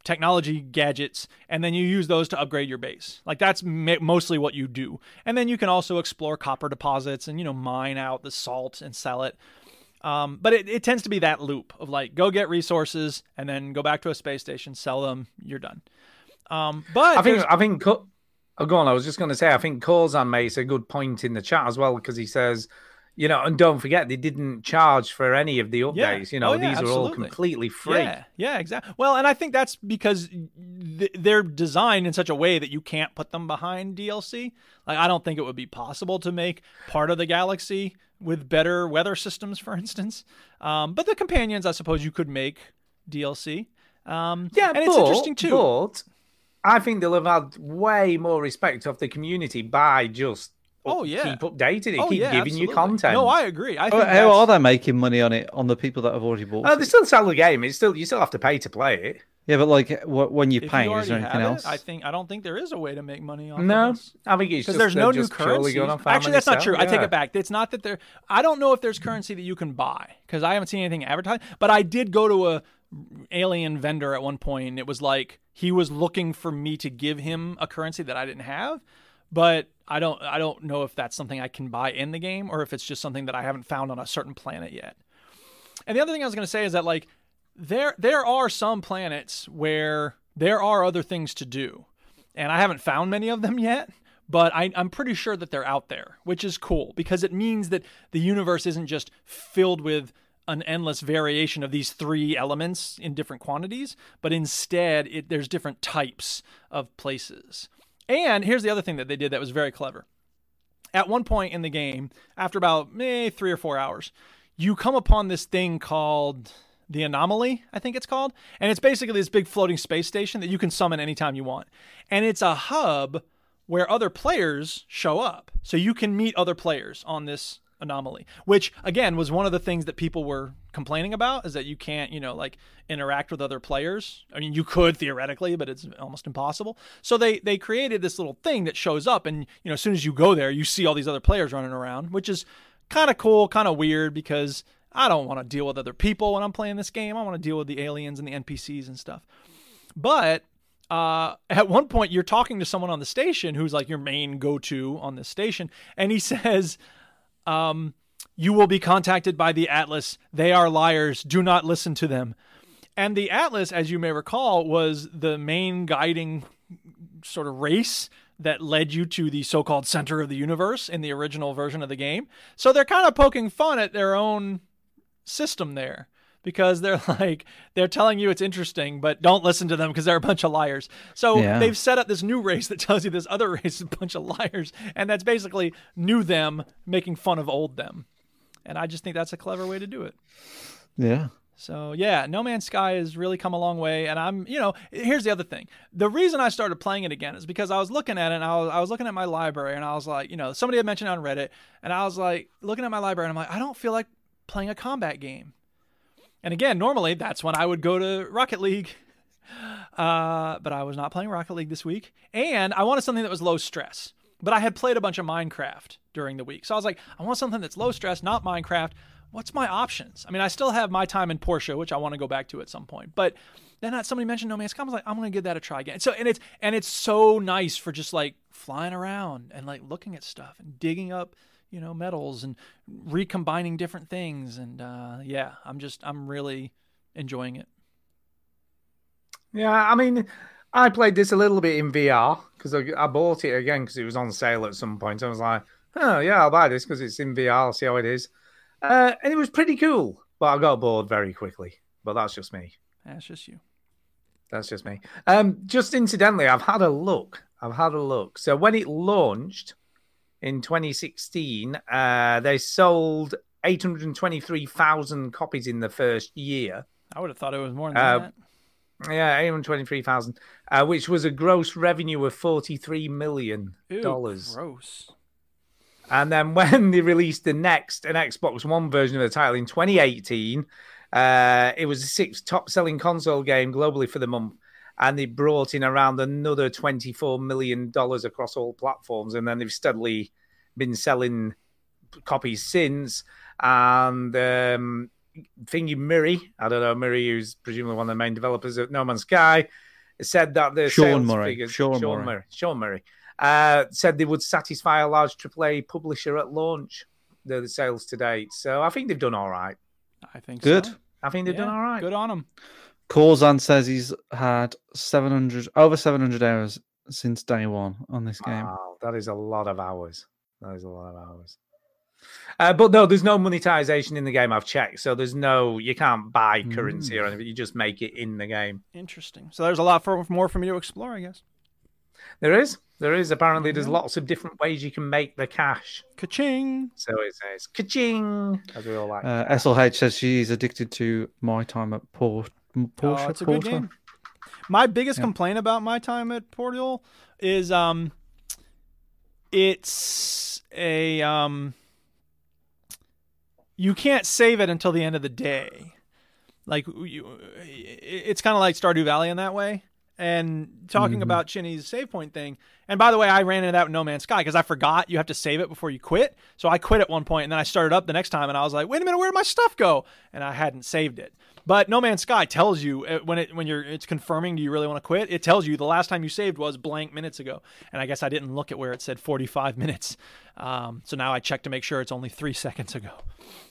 technology gadgets and then you use those to upgrade your base like that's ma- mostly what you do and then you can also explore copper deposits and you know mine out the salt and sell it um, but it, it tends to be that loop of like go get resources and then go back to a space station sell them you're done um, but
I think
there's-
I think Co- oh, go on. I was just going to say I think Corzan makes a good point in the chat as well because he says, you know, and don't forget they didn't charge for any of the updates.
Yeah.
You know,
Oh, yeah,
these are all
absolutely.
completely free.
Yeah, yeah, exactly. Well, and I think that's because th- they're designed in such a way that you can't put them behind DLC. Like, I don't think it would be possible to make part of the galaxy with better weather systems, for instance. Um, but the companions, I suppose, you could make DLC. Um,
Yeah,
and
but,
it's interesting too.
But I think they'll have had way more respect of the community by just
Oh, yeah.
keep updating it,
Oh,
keep
yeah,
giving you
absolutely.
content.
No, I agree. I
How,
think
how
that's-
are they making money on it on the people that have already bought?
Oh,
it?
they still sell the game. It's still you still have to pay to play it.
Yeah, but like wh- when you're
if you
paying, is there
already
anything
have it,
else?
I think I don't think there is a way to make money off.
No,
of this.
I think
'Cause
it's just-
there's
they're
no
just
new
purely
currency.
going off how
Actually,
many
that's not
sell,
true. I take
yeah.
it back. It's not that there. I don't know if there's currency that you can buy because I haven't seen anything advertised. But I did go to a alien vendor at one point. And it was like he was looking for me to give him a currency that I didn't have, but. I don't. I don't know if that's something I can buy in the game, or if it's just something that I haven't found on a certain planet yet. And the other thing I was going to say is that like there there are some planets where there are other things to do, and I haven't found many of them yet. But I, I'm pretty sure that they're out there, which is cool because it means that the universe isn't just filled with an endless variation of these three elements in different quantities, but instead it, there's different types of places. And here's the other thing that they did that was very clever at one point in the game, after about eh, three or four hours, you come upon this thing called the anomaly, I think it's called. And it's basically this big floating space station that you can summon anytime you want. And it's a hub where other players show up. So you can meet other players on this anomaly, which again was one of the things that people were complaining about is that you can't, you know, like interact with other players. I mean, you could theoretically, but it's almost impossible. So they they created this little thing that shows up and, you know, as soon as you go there, you see all these other players running around, which is kind of cool, kind of weird because I don't want to deal with other people when I'm playing this game. I want to deal with the aliens and the NPCs and stuff. But uh, at one point, you're talking to someone on the station who's like your main go to on this station, and he <laughs> says, um, You will be contacted by the Atlas. They are liars. Do not listen to them. And the Atlas, as you may recall, was the main guiding sort of race that led you to the so-called center of the universe in the original version of the game. So they're kind of poking fun at their own system there because they're <laughs> like they're telling you it's interesting but don't listen to them because they're a bunch of liars. So
Yeah.
they've set up this new race that <laughs> tells you this other race is a bunch of liars and that's basically new them making fun of old them. And I just think that's a clever way to do it.
Yeah.
So yeah, No Man's Sky has really come a long way, and I'm, you know, here's the other thing. The reason I started playing it again is because I was looking at it, and I was, I was looking at my library, and I was like, you know, somebody had mentioned it on Reddit, and I was like, looking at my library, and I'm like, I don't feel like playing a combat game. And again, normally that's when I would go to Rocket League, <laughs> uh, but I was not playing Rocket League this week, and I wanted something that was low stress. But I had played a bunch of Minecraft during the week, so I was like, I want something that's low stress, not Minecraft. what's my options? I mean, I still have my time in Porsche, which I want to go back to at some point. But then I- somebody mentioned No Man's Sky. I was like, I'm gonna give that a try again. So and it's and it's so nice for just like flying around and like looking at stuff and digging up you know metals and recombining different things. And uh, yeah, I'm just I'm really enjoying it.
Yeah, I mean, I played this a little bit in VR because I, I bought it again because it was on sale at some point. I was like, oh, yeah, I'll buy this because it's in VR. I'll see how it is. Uh, and it was pretty cool, but I got bored very quickly. But that's just me.
That's just you.
That's just me. Um, just incidentally, I've had a look. I've had a look. So when it launched in 2016, uh, they sold 823,000 copies in the first year.
I would have thought it was more than
Uh,
that.
Yeah, 823,000, uh, which was a gross revenue of $43 million.
Ew,
dollars.
Gross.
And then <laughs> when they released the next, an Xbox One version of the title in 2018, uh, it was the sixth top selling console game globally for the month. And they brought in around another $24 million across all platforms. And then they've steadily been selling copies since. And um, thingy Murray, I don't know, Murray, who's presumably one of the main developers of No Man's Sky, said that the
Sean
sales
Murray,
figures,
Sean
Sean
Murray.
Murray, Sean Murray, uh, said they would satisfy a large AAA publisher at launch. The, the sales to date, so I think they've done all right.
I think
Good.
so.
I think they've done
Yeah,
all right.
Good on them.
Corzan says he's had 700 over 700 hours since day one on this game.
Ah.
Wow, that is a lot of hours. That is a lot of hours. Uh, but no, there's no monetization in the game. I've checked, so there's no you can't buy currency
Mm.
or anything. You just make it in the game.
Interesting. So there's a lot for, more for me to explore, I guess.
There is, there is. Apparently,
Mm-hmm.
there's lots of different ways you can make the cash.
Ka-ching.
So it's, it's ka-ching, as we all like.
Uh, SLH says she's addicted to my time at Port. Porsche,
Oh, it's a
Porter.
good game. My biggest
Yeah.
complaint about my time at Portal is um, it's a um, you can't save it until the end of the day. Like you, i- it's kind of like Stardew Valley in that way. And talking
Mhm.
about Chinny's save point thing, and by the way, I ran into that with No Man's Sky because I forgot you have to save it before you quit. So I quit at one point, and then I started up the next time, and I was like, "Wait a minute, where did my stuff go?" And I hadn't saved it. But No Man's Sky tells you uh, when it when you're it's confirming do you really want to quit? It tells you the last time you saved was blank minutes ago, and I guess I didn't look at where it said 45 minutes. Um, so now I check to make sure it's only three seconds ago.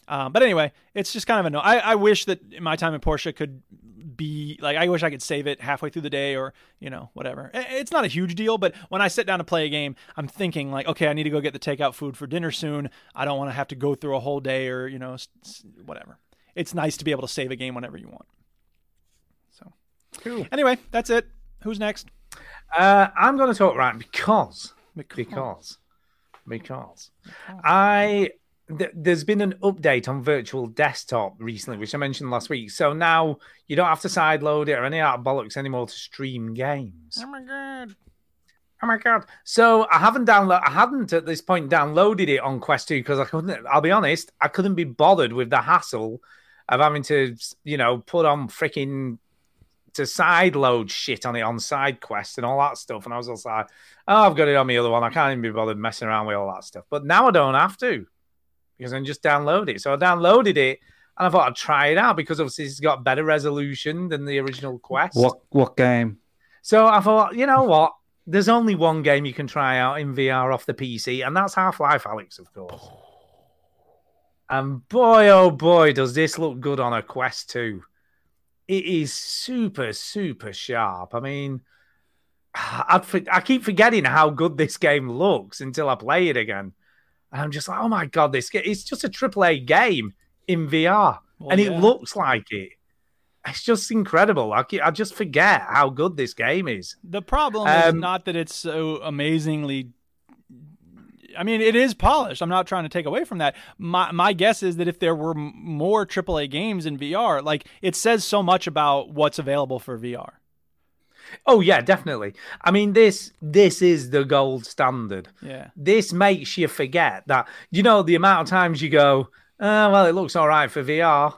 Um, but anyway, it's just kind of a no. I, I wish that my time in Porsche could be like I wish I could save it halfway through the day or you know whatever. I- It's not a huge deal, but when I sit down to play a game, I'm thinking like, okay, I need to go get the takeout food for dinner soon. I don't want to have to go through a whole day or you know s- s- whatever. It's nice to be able to save a game whenever you want.
Cool.
Anyway, that's it. Who's next?
Uh, I'm going to talk right because
because
because, I th- there's been an update on Virtual Desktop recently, which I mentioned last week. So now you don't have to sideload it or any out of bollocks anymore to stream games.
Oh my god.
Oh my god! So I haven't download. I hadn't at this point downloaded it on Quest Two because I couldn't. I'll be honest, I couldn't be bothered with the hassle of having to, you know, put on freaking to sideload shit on it on side quest and all that stuff. And I was just like, oh, I've got it on my other one. I can't even be bothered messing around with all that stuff. But now I don't have to because I can just download it. So I downloaded it and I thought I'd try it out because obviously it's got better resolution than the original quest.
What what game?
So I thought, you know what? There's only one game you can try out in VR off the PC, and that's Half Life Alex,
<sighs>
of course. And boy, oh boy, does this look good on a Quest 2. It is super, super sharp. I mean, <sighs> I'd for, I keep forgetting how good this game looks until I play it again. And I'm just like, oh my God, this game, it's just a AAA game in VR,
Well,
and
yeah.
it looks like it. It's just incredible. I, ke- I just forget how good this game is.
The problem is
Um,
not that it's so amazingly. I mean, it is polished. I'm not trying to take away from that. My my guess is that if there were m- more AAA games in VR, like it says so much about what's available for VR.
Oh yeah, definitely. I mean this this is the gold standard.
Yeah.
This makes you forget that you know the amount of times you go, oh, well it looks all right for VR.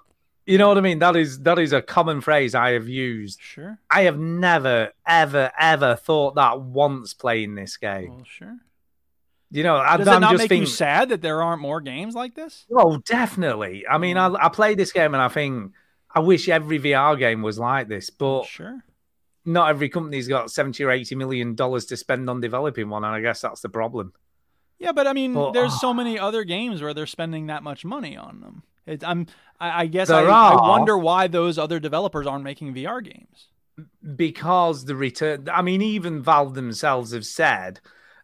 You know what I mean? That is that is a common phrase I have used.
Sure.
I have never ever ever thought that once playing this game.
Well, sure.
You know, I,
Does
I'm
it not
just
make
thinking.
you sad that there aren't more games like this?
Oh, definitely. I mean,
Mm.
I, I play this game and I think I wish every VR game was like this, but
sure,
not every company's got seventy or eighty million dollars to spend on developing one, and I guess that's the problem.
Yeah, but I mean,
Well,
there's
ah.
so many other games where they're spending that much money on them. It, I'm, I, I guess I,
There
I
are.
wonder why those other developers aren't making VR games.
because the return i mean even valve themselves have said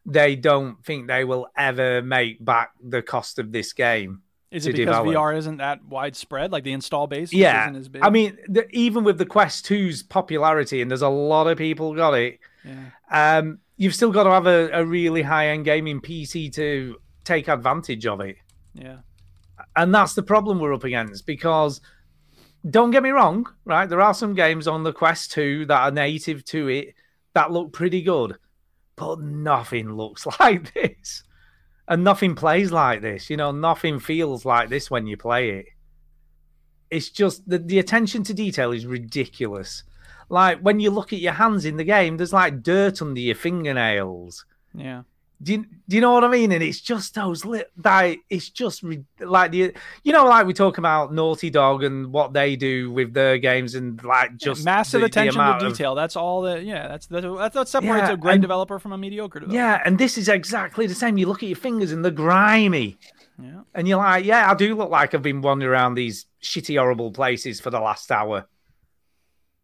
they don't think they will ever make back the cost of this game
Is
to
it because
develop.
VR isn't that widespread? Like the install base
yeah
isn't as big.
i mean the, even with the quest 2's popularity and there's a lot of people got it
Yeah.
um you've still got to have a, a really high-end gaming pc to take advantage of it
yeah.
and that's the problem we're up against because don't get me wrong, right? There are some games on the Quest 2 that are native to it that look pretty good, but nothing looks <laughs> like this. And nothing plays like this. You know, nothing feels like this when you play it. It's just the, the attention to detail is ridiculous. Like when you look at your hands in the game, there's like dirt under your fingernails
Yeah.
do you, do you know what I mean? And it's just those lit like it's just re- like the you know like we talk about Naughty Dog and what they do with their games and like
Yeah,
just
massive
the- the
attention
amount
to
of-
detail. That's all that. Yeah, that's that's, that's what separates
Yeah,
a great
and-
developer from a mediocre developer.
yeah, and this is exactly the same. You look at your fingers and they're grimy,
Yeah.
and you're like, yeah, I do look like I've been wandering around these shitty, horrible places for the last hour.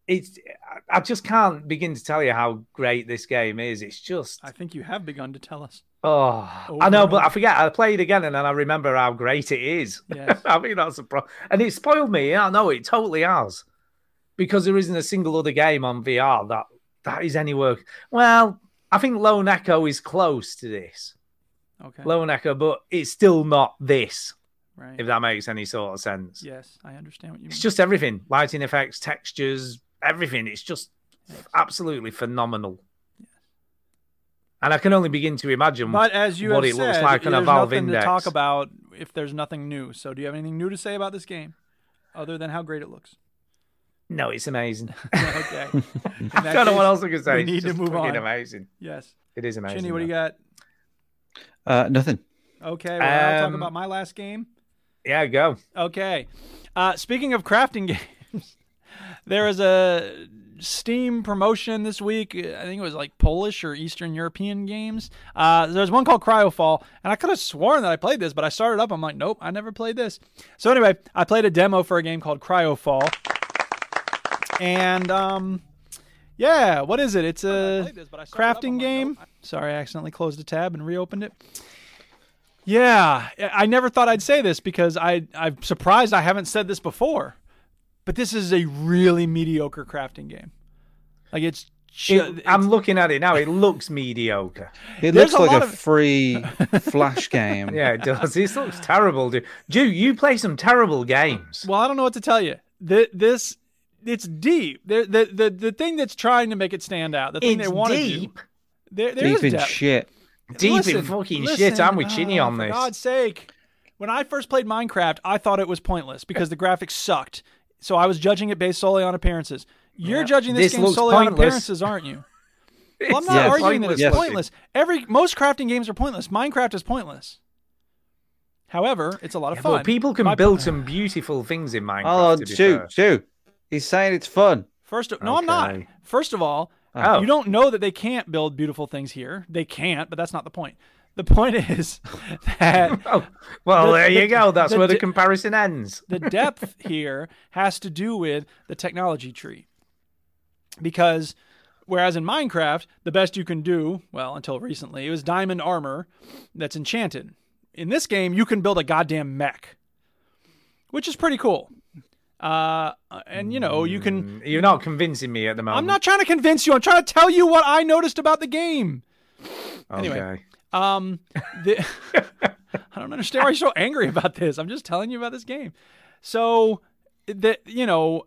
It's I- I just can't begin to tell you how great this game is. It's just
I think you have begun to tell us. <laughs>
Oh,
Over
I know,
and
but I
over.
forget. I played again, and then I remember how great it is.
Yes.
<laughs> I mean, that's a problem, and it spoiled me. Yeah, I know it totally has, because there isn't a single other game on VR that that is anywhere. Well, I think Lone Echo is close to this.
Okay.
Lone Echo, but it's still not this.
Right.
If that makes any sort of sense,
Yes, I understand what you mean.
it's just everything: lighting effects, textures, everything. It's just absolutely phenomenal. And I can only begin to imagine
But as you
what
have
it looks
said,
like on a
there's
Valve
nothing
Index.
to talk about if there's nothing new. So, do you have anything new to say about this game, other than how great it looks?
No,
<laughs>
it's amazing.
okay. In
<laughs> I
that
don't know what
case,
else I can say.
We
It's
need to
just
move on.
fucking amazing.
Yes.
It is amazing,
Chinny, what do you
though.
got?
Uh, nothing.
Okay, well, I'll talk
Um,
about my last game.
Yeah, go.
Okay. Uh, speaking of crafting <laughs> games, there is a Steam promotion this week. I think it was like Polish or Eastern European games. Uh, there's one called Cryofall, and I could have sworn that I played this, but I started up. I'm like, nope, I never played this. So anyway, I played a demo for a game called Cryofall, and um, yeah, what is it? It's a crafting game. Sorry, I accidentally closed a tab and reopened it. Yeah, I- I never thought I'd say this because I I'm surprised I haven't said this before. But this is a really mediocre crafting game. Like it's, ju-
It- I'm looking at it now. It looks mediocre.
It
There's
looks
a
like
lot
a
of- <laughs>
free flash game.
Yeah, it does. This looks terrible, dude. Dude, you play some terrible games.
well, I don't know what to tell you. Th- this it's deep. The, the the the thing that's trying to make it stand out, the thing
It's
they want to do.
deep.
There, there is
Deep in
depth.
shit.
Deep
Listen,
in fucking shit.
listen,
I'm with Chinny
oh,
on
for
this.
God's sake. When I first played Minecraft, I thought it was pointless because the graphics sucked. So I was judging it based solely on appearances. You're
Yeah.
judging this,
This
game
looks
solely on
pointless.
appearances, aren't
<laughs>
you? Well, I'm
It's
not
Yes.
arguing that it's
Yes.
pointless. Every most crafting games are pointless. Minecraft is pointless. However, it's a lot of
Yeah,
fun.
but people can
My-
build some beautiful things in Minecraft.
Oh,
to be
Stu,
fair.
Stu. He's saying it's fun.
First, of, no, I'm not.
Okay.
First of all,
Oh.
you don't know that they can't build beautiful things here. They can't, but that's not the point. The point is <laughs> that
Oh, well,
The-
there
the-
you go. That's
the
where the
di-
comparison ends.
the depth here has to do with the technology tree. Because whereas in Minecraft, the best you can do, well, until recently, it was diamond armor that's enchanted. In this game, you can build a goddamn mech, which is pretty cool. Uh, and you know, you can.
You're not convincing me at the moment.
I'm not trying to convince you. I'm trying to tell you what I noticed about the game. anyway.
Okay.
Um, the, <laughs> I don't understand why you're so angry about this. I'm just telling you about this game. So, the, you know,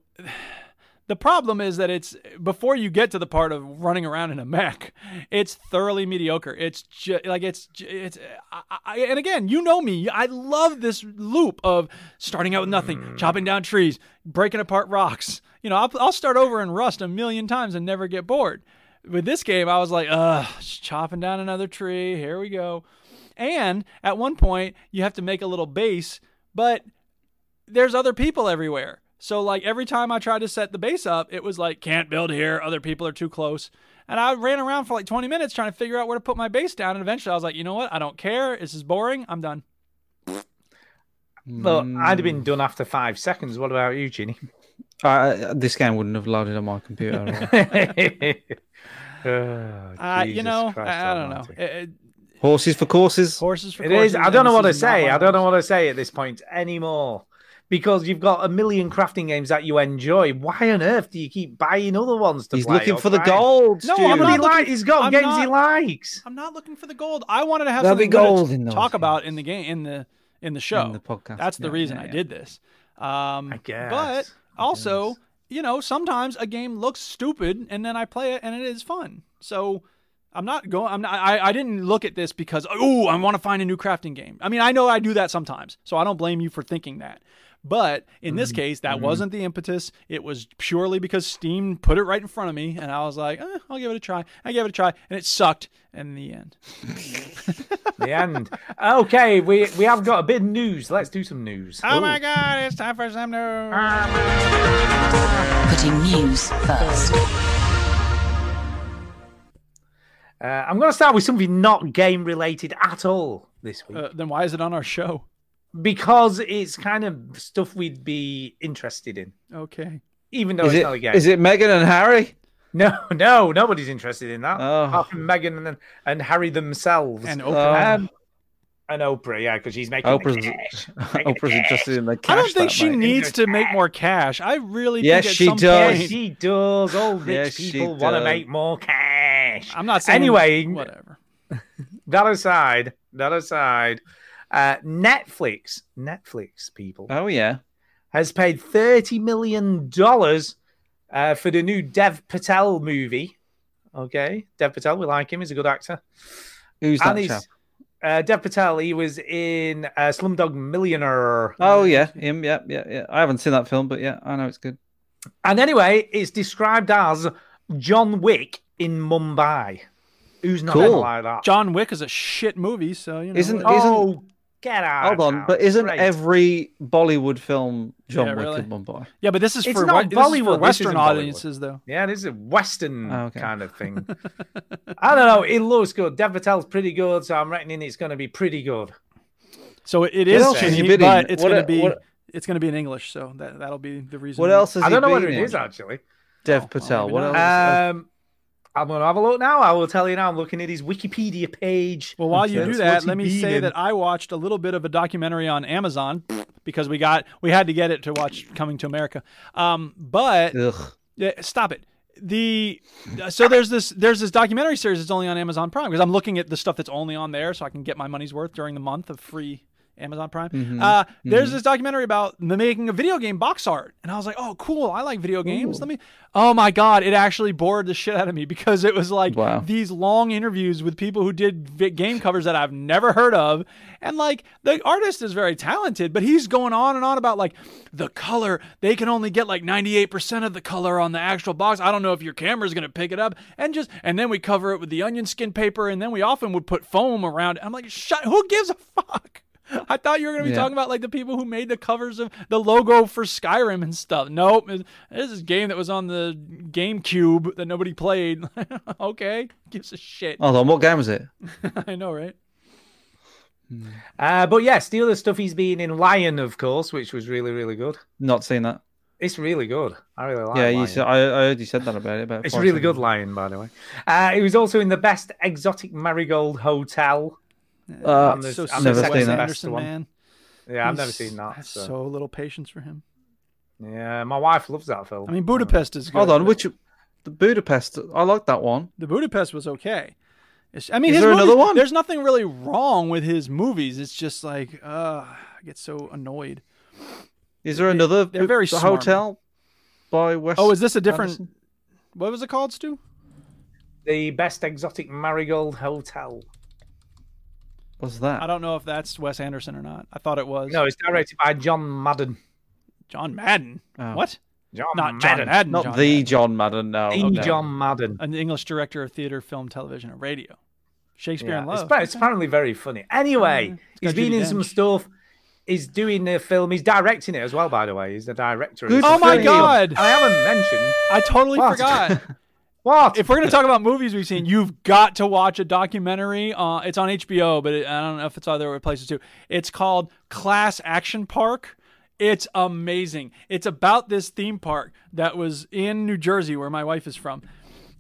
the problem is that it's before you get to the part of running around in a mech, it's thoroughly mediocre. It's ju- like it's ju- it's I, I, and again, you know me. I love this loop of starting out with nothing, chopping down trees, breaking apart rocks. You know, I'll, I'll start over in Rust a million times and never get bored. with this game, I was like, ugh, just chopping down another tree. Here we go. And at one point, you have to make a little base, but there's other people everywhere. So, like, every time I tried to set the base up, it was like, can't build here. Other people are too close. And I ran around for like 20 minutes trying to figure out where to put my base down. And eventually, I was like, you know what? I don't care. This is boring. I'm done.
Look, I'd have been done after five seconds. What about you,
<laughs>
<laughs> Ginny?
Uh, this game wouldn't have loaded on my computer. at
<laughs>
all.
Uh, you
Jesus
know,
Christ
I, I don't know. It- it-
horses for courses.
Horses for
It is. I don't know what to say. I
I
don't know what to say at this point anymore. Because you've got a million crafting games that you enjoy. Why on earth do you keep buying other ones to
He's
play?
looking
or
for the
trying?
gold.
No,
Stu.
I'm not
But he
looking-
like, he's got
I'm
games he
<laughs>
not-
likes.
I'm not looking for the gold. I wanted to have
There'll be
something good
gold
to
in those
talk about in the game in the in the show.
In the podcast,
That's the
yeah,
reason
yeah,
I
yeah.
did this. Um,
I guess.
But also, you know, sometimes a game looks stupid and then I play it and it is fun. So I'm not going. I'm not. I, I didn't look at this because oh, I want to find a new crafting game. I mean, I know I do that sometimes, so I don't blame you for thinking that. But in this
Mm-hmm.
case, that wasn't the impetus. It was purely because Steam put it right in front of me, and I was like, eh, I'll give it a try. I gave it a try, and it sucked. And in the end,
the end. Okay, we we have got a bit of news. Let's do some news.
Oh my god, it's time for some news.
Putting news first.
Uh, I'm going to start with something not game related at all this week
uh, then why is it on our show?
because it's kind of stuff we'd be interested in,
Okay.
even though
Is
it's not a
it,
game.
is it Megan and Harry?
<laughs> No, no, nobody's interested in that.
Oh.
Apart from Meghan and, and Harry themselves.
And Oprah.
Um, and Oprah, yeah, because she's making. the
Oprah's,
cash.
<laughs> Oprah's interested in the cash.
I don't think
that
she
night.
needs to make more cash. I really
Yes,
think at
she
some
does.
Yes,
point,
she does. All rich
Yes, she
people want to
does.
make more cash.
I'm not saying
Anyway,
Whatever.
That aside, that aside, uh, Netflix, Netflix people
Oh yeah.
has paid thirty million dollars uh, for the new Dev Patel movie. Okay, Dev Patel, we like him; he's a good actor.
Who's that
And he's-
chap?
Uh, Dev Patel, he was in uh, Slumdog Millionaire.
Oh yeah, him. Yeah, yeah, yeah. I haven't seen that film, but yeah, I know it's good.
And anyway, it's described as John Wick in Mumbai. Who's not gonna
Cool.
like that?
John Wick is a shit movie, so you know.
Isn't-
whatever.
oh, get out!
Hold on,
now.
but isn't
Great.
every Bollywood film John
Yeah,
Wick
really.
in Mumbai?
yeah, but this is
it's
for
not
Wes- this is for
Bollywood, this
Western
isn't Bollywood.
audiences, though.
Yeah, this is a Western
Oh, okay.
kind
<laughs>
of thing. I don't know. It looks good. Dev Patel's pretty good, so I'm reckoning it's going to be pretty good.
So it- it
What
is
else has he
Chinese,
been in?
but it's
What
going
e-
to be
what-
it's going to be in English, so that that'll be the reason.
What else has
I
he
don't know
been
whether
in?
it is actually.
Oh,
Dev
well,
Patel.
maybe
what
not.
else?
Um, I'm going to have a look now. I will tell you now. I'm looking at his Wikipedia page.
Well, while you
That's
do
what's
that,
he
let me
been
say
in.
that I watched a little bit of a documentary on Amazon because we got we had to get it to watch Coming to America. Um, but
Ugh.
Yeah, stop it. The uh, so there's this there's this documentary series that's only on Amazon Prime because I'm looking at the stuff that's only on there so I can get my money's worth during the month of free Amazon Prime. Uh, there's this documentary about the making of video game box art, and I was like, oh, cool, I like video games. Let me. Oh my god, it actually bored the shit out of me because it was like
Wow.
these long interviews with people who did vi- game covers that I've never heard of. And like the artist is very talented, but he's going on and on about like the color. They can only get like 98% of the color on the actual box. I don't know if your camera's going to pick it up. And just, and then we cover it with the onion skin paper. And then we often would put foam around. it. I'm like, shut, who gives a fuck? <laughs> I thought you were going to be
Yeah.
talking about like the people who made the covers of the logo for Skyrim and stuff. Nope. it- This is a game that was on the GameCube that nobody played. <laughs> okay. Gives a shit.
Hold on. What game was it?
<laughs> I know, right?
Uh, but yes, the other stuff he's been in Lion, of course, which was really, really good.
Not seen that.
It's really good. I really like
yeah,
Lion.
you said, I, I heard you said that about it. About
It's
five
really good
seconds.
lion, by the way. Uh, he was also in the best exotic marigold hotel.
Uh,
And there's-
So
I'm
never
Wes
the
seen that.
Anderson,
one.
man.
Yeah, I've never
He's-
seen
I
that.
have
So.
so. little patience for him.
Yeah, my wife loves that film.
I mean, Budapest is good.
Uh, Hold on.
but
Which the Budapest? I like that one.
the Budapest was okay. It's, I mean,
Is
his
there
movies-
another one?
There's nothing really wrong with his movies. It's just like, uh, I get so annoyed.
Is there another?
they're very
the
smarmy.
hotel by West.
Oh, is this a different?
Anderson?
What was it called, Stu?
The best exotic marigold hotel.
What's
I
that?
don't know if that's Wes Anderson or not. I thought it was
No, it's directed by John Madden.
John Madden.
Oh.
What?
John
not John
Madden.
Madden.
Not
John
the
Madden.
John Madden. No,
The
no.
John Madden.
an English director of theater, film, television, and radio. Shakespeare
Yeah,
in
It's,
Love.
appa- it's apparently very funny. Anyway, he's
got
been
Judi
in some
Dench.
stuff. He's doing a film. He's directing it as well, by the way. He's the director. of
Good
the
Oh my
film.
God.
I haven't mentioned.
I totally
What? <laughs>
forgot.
What?
if we're gonna talk about movies we've seen, you've got to watch a documentary. Uh, it's on HBO, but it, I don't know if it's other places too. It's called Class Action Park. It's amazing. It's about this theme park that was in New Jersey, where my wife is from,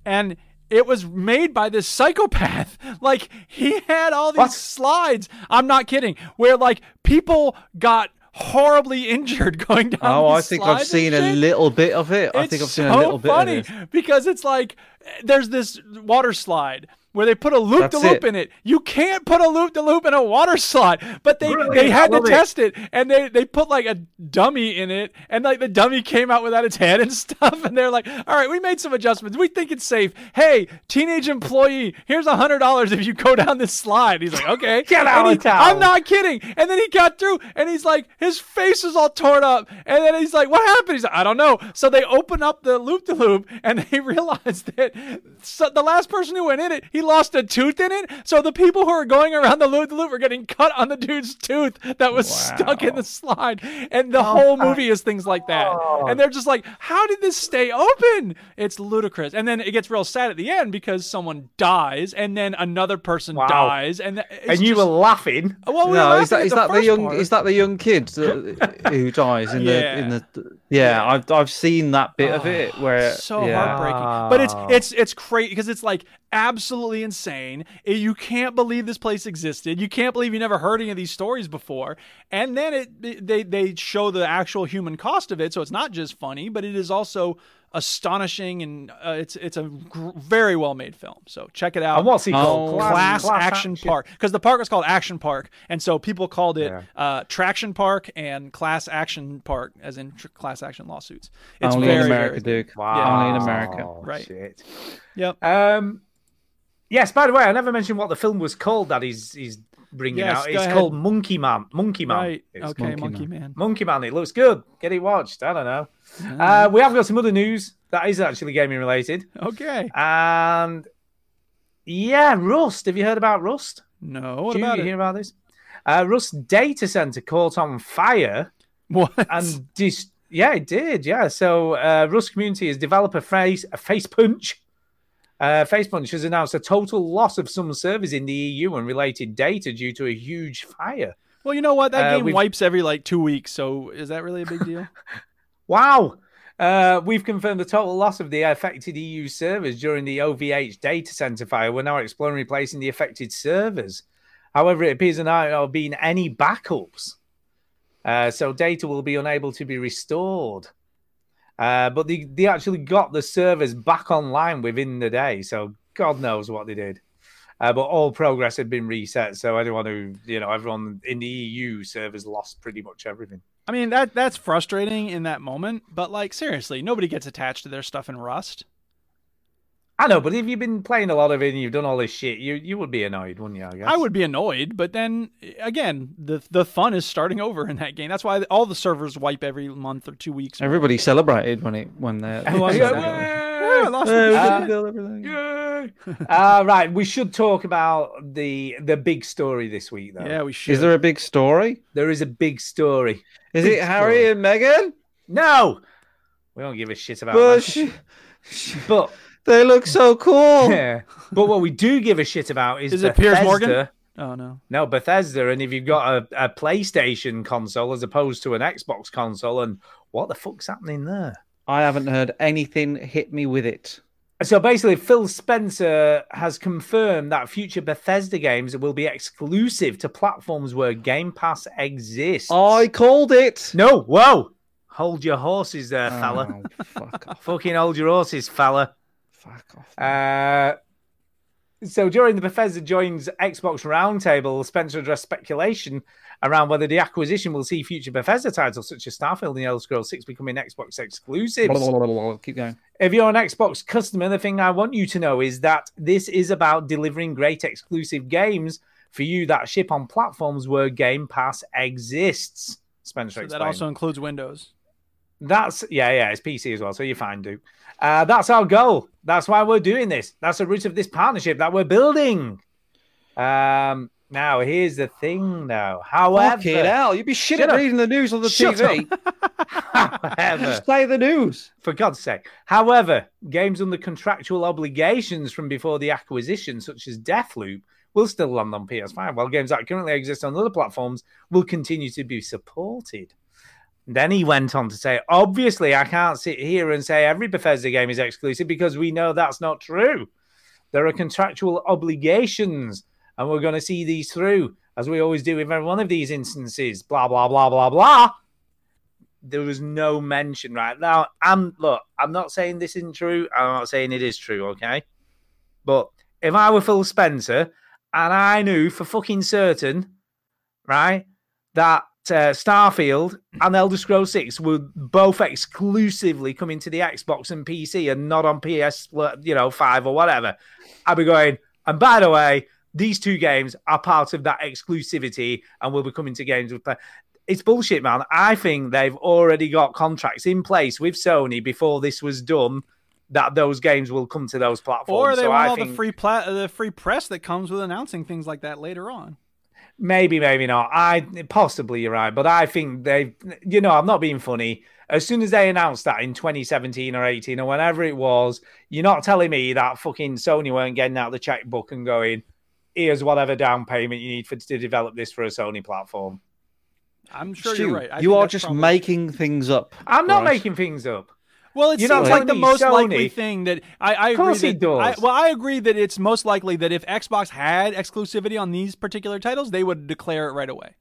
and it was made by this psychopath. <laughs> Like he had all these slides. I'm not kidding. Where like people got horribly injured <laughs> going down.
Oh, I
these
think
slides
I've
and
seen a
shit
little bit of it. I think I've
it's
seen
so
a little bit
funny
of this.
because it's like eh, there's this water slide where they put a loop de loop
it.
in it. You can't put a loop de loop in a water <laughs> slide, but they
Brilliant,
they had
I
to
love it.
test it and they they put like a dummy in it and like the dummy came out without its head and <laughs> stuff and they're like, "All right, we made some adjustments. We think it's safe. Hey, teenage employee, here's a $100 if you go down this slide." He's like, "Okay."
Get out
And he-
of town.
I'm not kidding. And then he got through and he's like, his face is all torn up. And then he's like, what happened? He's like, I don't know. So they open up the loop de loop and they <laughs> realize that so the last person who went in it, he lost a tooth in it. So the people who are going around the loop de loop are getting cut on the dude's tooth that was stuck in the slide. And
Oh
the whole movie is things like that. And they're just like, how did this stay open? It's ludicrous. And then it gets real sad at the end because someone dies and then another person
Wow.
dies. And, th- it's
and you
just- Oh.
were laughing.
well, we were
no,
laughing
is that
at
is
the
that the
first
young
part.
is that the young
<laughs>
kid that- who dies in the in
Yeah.
the yeah? I've I've seen that bit of it where
so
yeah.
heartbreaking. But it's it's it's crazy because it's like absolutely insane. Eh, You can't believe this place existed. You can't believe you never heard any of these stories before. And then it they they show the actual human cost of it, so it's not just funny, but it is also astonishing and uh, it's it's a gr- very well made film. So check it out.
And what's he
Oh,
called?
Class,
Class- Class
Action,
Action.
Park because the park was called Action Park, and so people called it uh, Traction Park and Class Action Park, as in tr- class action lawsuits. It's
only
very
in America,
very,
Duke.
Wow.
Only in America.
Right.
Oh, Shit.
Yep.
Um, yes. By the way, I never mentioned what the film was called that he's he's bringing
Yes,
out.
go
It's
ahead.
called Monkey Man. Monkey Man.
Right.
It's
okay, Monkey, Man.
Monkey Man. It looks good. Get it watched. I don't know. Uh, we have got some other news that is actually gaming related.
Okay.
And yeah, Rust. Have you heard about Rust?
No, what
Did
about
you
it?
hear about this? Uh, Rust's data center caught on fire
What?
and dis- yeah, it did. Yeah, so uh, Rust Community has developed a face a face punch. Uh, face punch has announced a total loss of some servers in the EU and related data due to a huge fire.
well, you know what? That
Uh,
game
we've-
wipes every like two weeks, so is that really a big deal?
Wow. Uh, we've confirmed the total loss of the affected EU servers during the OVH data center fire. We're now exploring replacing the affected servers. However, it appears there have been any backups. Uh, so data will be unable to be restored. Uh, but they, they actually got the servers back online within the day. So God knows what they did. Uh, but all progress had been reset. So anyone who, you know, everyone in the EU servers lost pretty much everything.
I mean, that that's frustrating in that moment, but like seriously, nobody gets attached to their stuff in Rust.
I know, but if you've been playing a lot of it and you've done all this shit, you you would be annoyed, wouldn't you? I guess.
I
<laughs>
would be annoyed, but then again, the the fun is starting over in that game. That's why all the servers wipe every month or two weeks.
Everybody celebrated when it when they. <laughs>
Oh, I lost my
Uh,
shit. <laughs>
uh, right, we should talk about the the big story this week, though.
yeah, we should.
Is there a big story?
There is a big story.
Is
Big
it Harry and Meghan?
No, we don't give a shit about
But
that.
she-
<laughs>
But
they look so cool.
<laughs> yeah, but what we do give a shit about is
Oh. Is it Piers Morgan?
Bethesda-
oh no.
No, Bethesda, and if you've got a, a PlayStation console as opposed to an Xbox console, and what the fuck's happening there?
I haven't heard anything hit me with it.
So basically, Phil Spencer has confirmed that future Bethesda games will be exclusive to platforms where Game Pass exists.
I called it.
No, whoa! Hold your horses there, fella.
Oh, fuck off.
Fucking hold your horses, fella.
Fuck off.
Uh, so during the Bethesda joins Xbox roundtable, Spencer addressed speculation around whether the acquisition will see future Bethesda titles such as Starfield and the Elder Scrolls 6 becoming Xbox exclusives.
Blah, blah, blah, blah, blah. Keep going.
If you're an Xbox customer, the thing I want you to know is that this is about delivering great exclusive games for you that ship on platforms where Game Pass exists. Spencer
So that
explained.
also includes Windows.
That's yeah, yeah. It's PC as well, so you're fine, Duke. Uh, that's our goal. That's why we're doing this. That's the root of this partnership that we're building. Um, now here's the thing, though. However,
Fucking hell, you'd be shit
Shut
at
up.
reading the news on the
Shut
TV.
<laughs> however,
Say the news.
for God's sake. However, games under contractual obligations from before the acquisition, such as Deathloop, will still land on PS5, while games that currently exist on other platforms will continue to be supported. Then he went on to say, obviously, I can't sit here and say every Bethesda game is exclusive because we know that's not true. There are contractual obligations, and we're going to see these through, as we always do with every one of these instances. Blah, blah, blah, blah, blah there was no mention right now. I'm look, I'm not saying this isn't true. I'm not saying it is true, okay? But if I were Phil Spencer and I knew for fucking certain, right, that uh, Starfield and Elder Scrolls 6 were both exclusively coming to the Xbox and PC and not on PS, you know, 5 or whatever, I'd be going, and by the way, these two games are part of that exclusivity and will be coming to games with play. It's bullshit, man. I think they've already got contracts in place with Sony before this was done that those games will come to those platforms.
Or they
So
want
I
all
think-
the free pla- the free press that comes with announcing things like that later on.
Maybe, maybe not. I possibly you're right, but I think they, you know, I'm not being funny. As soon as they announced that in 2017 or 18 or whenever it was, you're not telling me that fucking Sony weren't getting out the checkbook and going, here's whatever down payment you need for to develop this for a Sony platform.
I'm sure
Stu,
you're right. I
you
think
are
that's
just
probably-
making things up.
I'm not
right?
making things up.
Well, it
You're not
seems like
telling
the
me
most
Sony-
likely thing that I, I
Of course
agree.
it
that- I-
does.
well, I agree that it's most likely that if Xbox had exclusivity on these particular titles, they would declare it right away.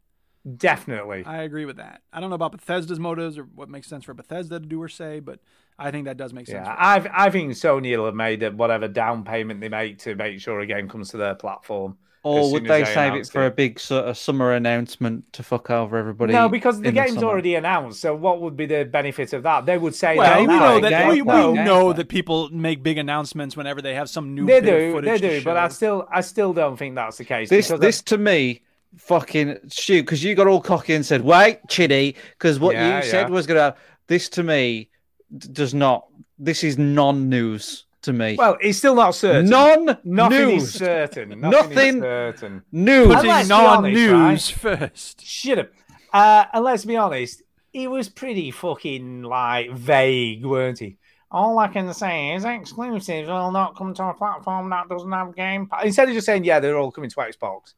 Definitely.
I agree with that. I don't know about Bethesda's motives or what makes sense for Bethesda to do or say, but I think that does make sense.
Yeah, I've, I think Sony will have made a, whatever down payment they make to make sure a game comes to their platform.
Or
as
would
soon
they
as
save it
announced
for a big sort of summer announcement to fuck over everybody?
No, because the
in
game's
summer?
already announced. So what would be the benefit of that? They would say,
Well,
that
we
now.
know that
They
we,
know.
we know that people make big announcements whenever they have some new
They
bit of
do, they
footage to
do, but
show.
I still, I still don't think that's the case.
This,
because
this to me, fucking shoot, because you got all cocky and said, "Wait, chitty," because what
Yeah,
you said
yeah.
was gonna. This to me d- does not. This is non-news to me.
well, it's still not certain.
non
nothing is
<laughs>
news.
certain. Nothing,
Nothing
is certain.
News.
Putting Unless- let's be honest,
non-news
right?
first.
Shut up. Uh, and let's be honest, he was pretty fucking like vague, weren't he? All I can say is exclusives will not come to a platform that doesn't have game. Pa-" Instead of just saying, yeah, they're all coming to Xbox,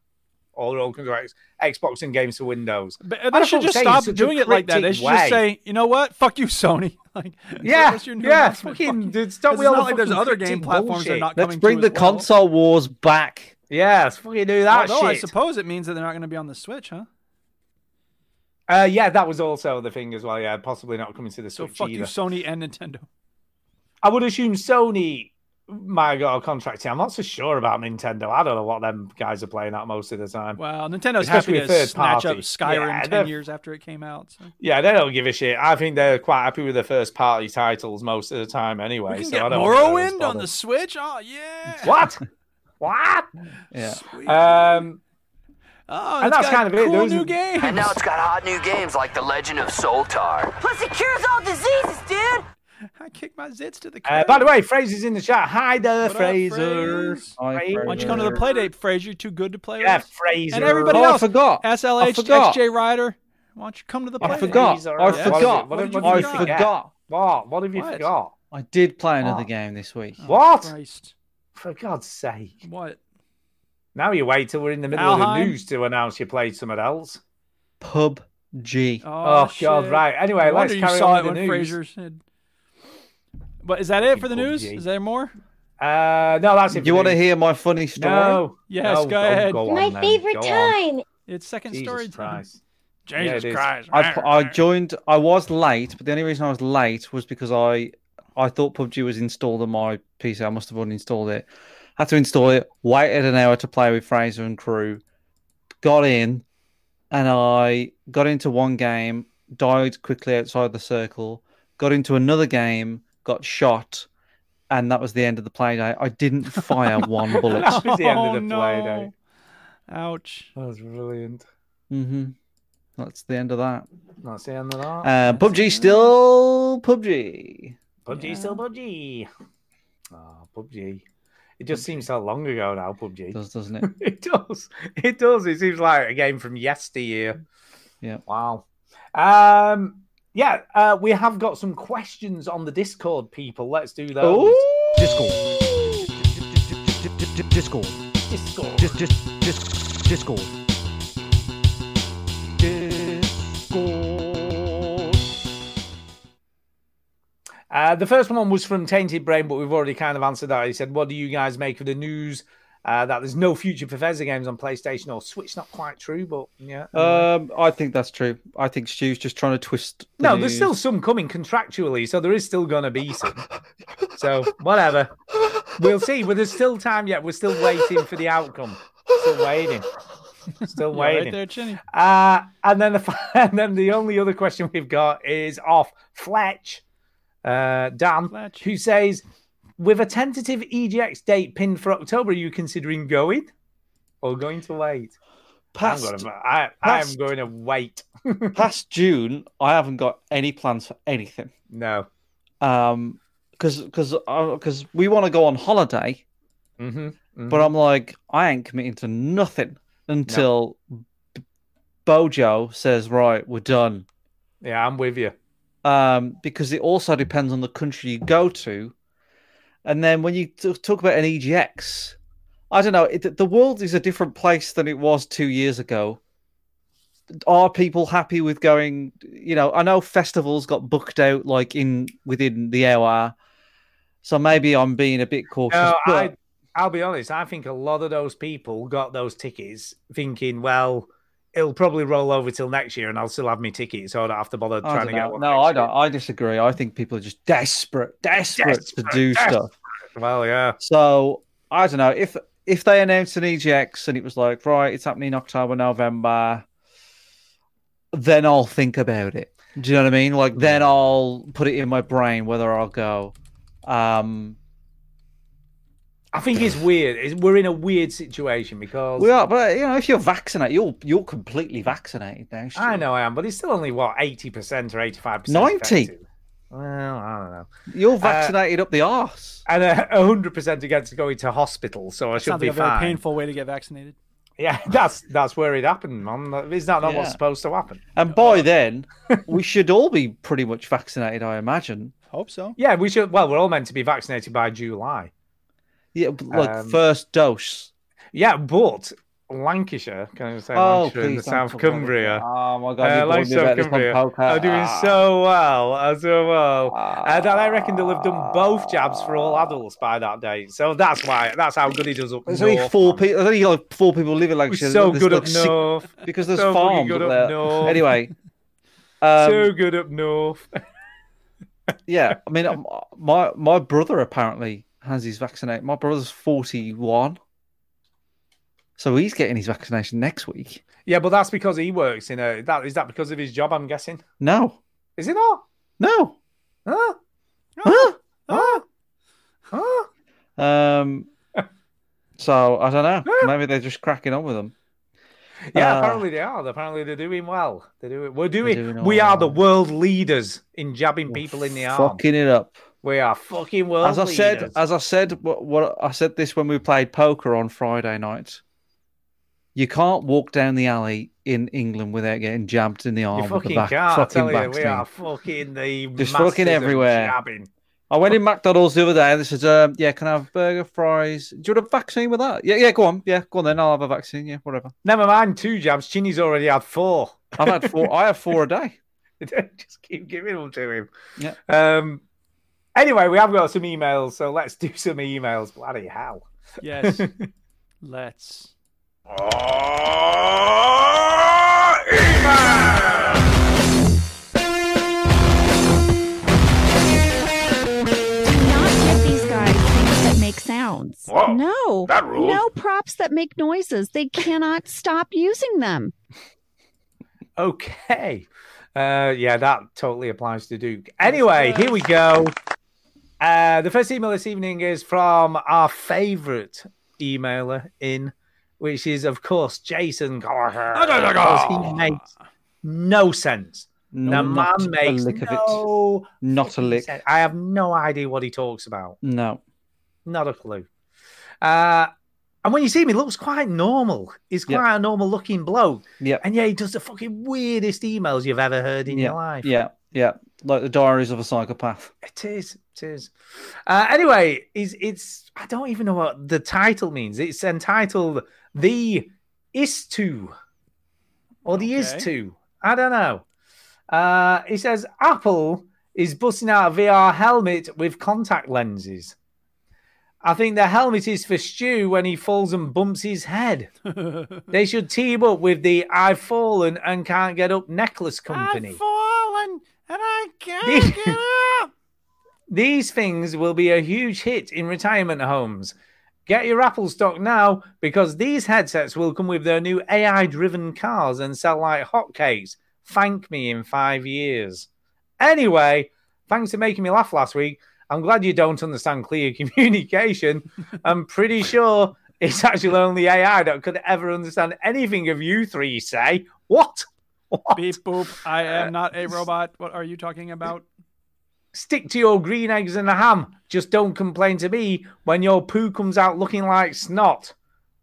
or they're all coming to X- Xbox and games to Windows.
But
I
they should
thought
just
saying
stop
such a
doing it like that. They
cryptic
should just
way.
say, you know what? Fuck you, Sony. <laughs> Like,
Yeah,
that's your new
yeah,
announcement. Fuck
fucking
you.
dude, stop
It's
with all
not
the
like there's
fucking
other game
cryptic
platforms that are
bullshit.
not
Let's
coming
bring
to
the
as well.
console wars back.
Yeah, let's fucking do that
Although "Oh, I
shit.
suppose it means that they're not going to be on the Switch, huh?
Uh, yeah, that was also the thing as well. Yeah, possibly not coming to the
So
Switch
fuck you,
either.
Sony and Nintendo.
I would assume Sony might got a contract. here. I'm not so sure about Nintendo. I don't know what them guys are playing at most of the time.
Well, Nintendo's happy
Especially a
to
third
snatch up
party.
Skyrim
Yeah,
10
they're-
years after it came out. So.
yeah, they don't give a shit. I think they're quite happy with the first party titles most of the time anyway.
We can
so
get
I don't think they're as
Morrowind on
bothered.
the Switch? Oh, yeah. <laughs>
What? what?
Yeah.
Sweet.
Um,
oh,
and
it's
that's
got
kind of it. There
cool new
isn't-
games.
And now it's got hot new games like The Legend of Soltar.
Plus, it cures all diseases, dude.
I kicked my zits to the
uh,
curb.
by the way, Fraser's in the chat. Hi there,
What up,
Fraser.
Fraze?
I-
Why don't you come to the playdate, Fraser? You're too good to play
Yeah,
with.
Fraser.
And everybody
Oh, I
else,
forgot. I
SLH,
forgot.
XJ Rider, why don't you come to the
I
playdate?
forgot.
Fraser.
I
What have you-
forgot.
what have you
I
forgot?
forgot.
What? What have you
What?
forgot?
I did play another
Oh.
game this week.
What?
Christ.
For God's sake.
What?
Now you wait till we're in the middle of the
Valheim?
news to announce you played something else.
PUBG.
Oh, God,
shit.
right. Anyway,
No
let's
wonder you
carry
saw
on
it
with
when
the news.
Fraser said. But is that it for the news?
PUBG.
Is there more?
Uh, no, that's it.
You
for
want to
news.
hear my funny story?
No.
Yes,
No,
go
don't
ahead.
go
My
on then.
favorite
Go on.
time.
It's second
Jesus
story time.
Christ. Yeah,
Jesus
it is.
Christ.
I, I joined. I was late, but the only reason I was late was because I I thought PUBG was installed on my PC. I must have uninstalled it. Had to install it. Waited an hour to play with Fraser and crew. Got in, and I got into one game. Died quickly outside the circle. Got into another game. Got shot, and that was the end of the play day. I didn't fire one bullet.
<laughs>
<laughs>
That was the end of
Oh,
the
no.
play day.
Ouch.
That was brilliant.
hmm That's the end of that.
That's the end of that.
Uh, PUBG still PUBG.
PUBG still PUBG.
Ah,
Oh, PUBG. It just seems so long ago now, PUBG.
does, doesn't it?
<laughs> it does. It does. It seems like a game from yesteryear.
Yeah.
Wow. Um, yeah, uh, we have got some questions on the Discord, people. Let's do those.
Discord. Discord.
Discord.
Dis- dis- dis- Discord. Discord.
Uh, the first one was from Tainted Brain, but we've already kind of answered that. He said, What do you guys make of the news uh, that there's no future Bethesda games on PlayStation or Switch? Not quite true, but yeah.
Uh,
Um, I think that's true. I think Stu's just trying to twist. the
No, there's
news.
still some coming contractually, so there is still going to be some. so whatever, we'll see. But there's still time yet. We're still waiting for the outcome. Still waiting. Still
You all right
waiting.
there, Chinny?
Uh, and then the <laughs> fi- and then the only other question we've got is off Fletch, uh, Dan, who says, with a tentative EGX date pinned for October, are you considering going or going to wait?
Past-
I'm gonna, I, I am
past-
going to wait.
Past June, I haven't got any plans for anything.
No.
Um, because because because we want to go on holiday,
Mm-hmm.
but I'm like I ain't committing to nothing until B- Bojo says right, we're done.
Yeah, I'm with you.
um, because it also depends on the country you go to. And then when you t- talk about an EGX, I don't know, it, the world is a different place than it was two years ago. Are people happy with going? You know, I know festivals got booked out like in within the hour, so maybe I'm being a bit cautious.
No,
but
I, I'll be honest. I think a lot of those people got those tickets thinking, well, it'll probably roll over till next year and I'll still have my ticket, so I don't have to bother
I
trying
don't
to get
know.
one.
no, I don't. I disagree. I think people are just desperate, desperate, to do stuff.
Well, yeah.
So I don't know if if they announced an EGX and it was like right, it's happening in October, November, then I'll think about it. Do you know what I mean?
Hmm.
Like then I'll put it in my brain whether I'll go. Um,
I think it's weird. It's, we're in a weird situation because
we are, but you know, if you're vaccinated, you're you're completely vaccinated now.
I know I am, but it's still only what eighty percent or eighty-five percent.
Ninety.
Well, I don't know.
You're vaccinated up the arse.
And uh, a hundred percent against going to hospital, so I should
Sounds
be
like a very
fine.
painful way to get vaccinated.
Yeah, that's that's where it happened, man. Is that not
Yeah.
what's supposed to happen?
And by
<laughs>
then, we should all be pretty much vaccinated, I imagine.
Hope so.
Yeah, we should. Well, we're all meant to be vaccinated by July.
Yeah, but, like
Um,
first dose.
Yeah, but Lancashire, can I say
Oh,
Lancashire and the
please don't
South
talk about
Cumbria?
Oh my
Uh,
god, you told me
Lancashire,
about this on Ah.
Cumbria
podcast.
are doing so well, are so well. Uh, that I reckon they'll have done both jabs for all adults by that date. So that's why that's how good he does up
There's only
north.
four people. There's only like four people live in Lancashire.
We're so
There's
good
like
up
six-
north.
because there's
So bloody
farms
good
up
up
there.
north. <laughs>
Anyway,
so
um,
good up north. <laughs>
yeah, I mean, um, my my brother apparently has his vaccinate. My brother's forty one, so he's getting his vaccination next week.
Yeah, but that's because he works in a. That is that because of his job? I'm guessing.
No,
Is it not?
no,
Huh?
huh?
Huh? Huh? <laughs>
Um, so I don't know. Maybe they're just cracking on with them.
Yeah,
Uh,
apparently they are. Apparently they're doing well. They're doing. We're doing.
doing
we
all
are the world leaders in jabbing people in the arm.
fucking it up.
We are fucking world
As I
leaders.
said, as I said, what, what I said this when we played poker on Friday night. You can't walk down the alley in England without getting jabbed in the arm.
you
with a
fucking
back-
can't. I
fucking
tell you, we
vaccine.
are fucking the
Just
masters
fucking
of
everywhere.
Jabbing.
I went in McDonald's the other day and they said, um, "Yeah, can I have burger, fries? Do you want a vaccine with that? Yeah, yeah, go on, yeah, go on then. I'll have a vaccine. Yeah, whatever.
Never mind two jabs. Chinny's already had four. <laughs>
I've had four. I have four a day.
Just keep giving them to him.
Yeah.
Um. Anyway, we have got some emails, so let's do some emails. Bloody hell. <laughs>
Yes. Let's.
Get these guys things that make sounds.
Whoa,
no,
that rules.
no props that make noises. They cannot stop using them.
Okay. Uh, yeah, that totally applies to Duke. Anyway, here we go. Uh, the first email this evening is from our favorite emailer in, which is, of course, Jason Gallagher. because he makes no sense.
No,
<laughs> the man
not a
makes
lick of it.
no
Not a lick.
sense. I have no idea what he talks about.
No.
Not a clue. Uh, and when you see him, he looks quite normal. He's
Yeah.
quite a normal looking bloke.
Yeah.
And yeah, he does the fucking weirdest emails you've ever heard in
yeah.
your life.
Yeah. Yeah. Like the diaries of a psychopath.
It is. It is. Uh, anyway, is it's I don't even know what the title means. It's entitled "The Istu" or "The Istu." I don't know. Uh, it says Apple is busting out a VR helmet with contact lenses. I think the helmet is for Stu when he falls and bumps his head. they should team up with the "I've fallen and can't get up" necklace company.
fallen and I can't
<laughs> These-
get up.
These things will be a huge hit in retirement homes. Get your Apple stock now because these headsets will come with their new AI driven cars and sell like hotcakes. Thank me in five years. Anyway, thanks for making me laugh last week. I'm glad you don't understand clear <laughs> communication. I'm pretty sure it's actually only AI that could ever understand anything of you three say. What?
Beep boop. I am not a robot. What are you talking about?
Stick to your green eggs and a ham. Just don't complain to me when your poo comes out looking like snot.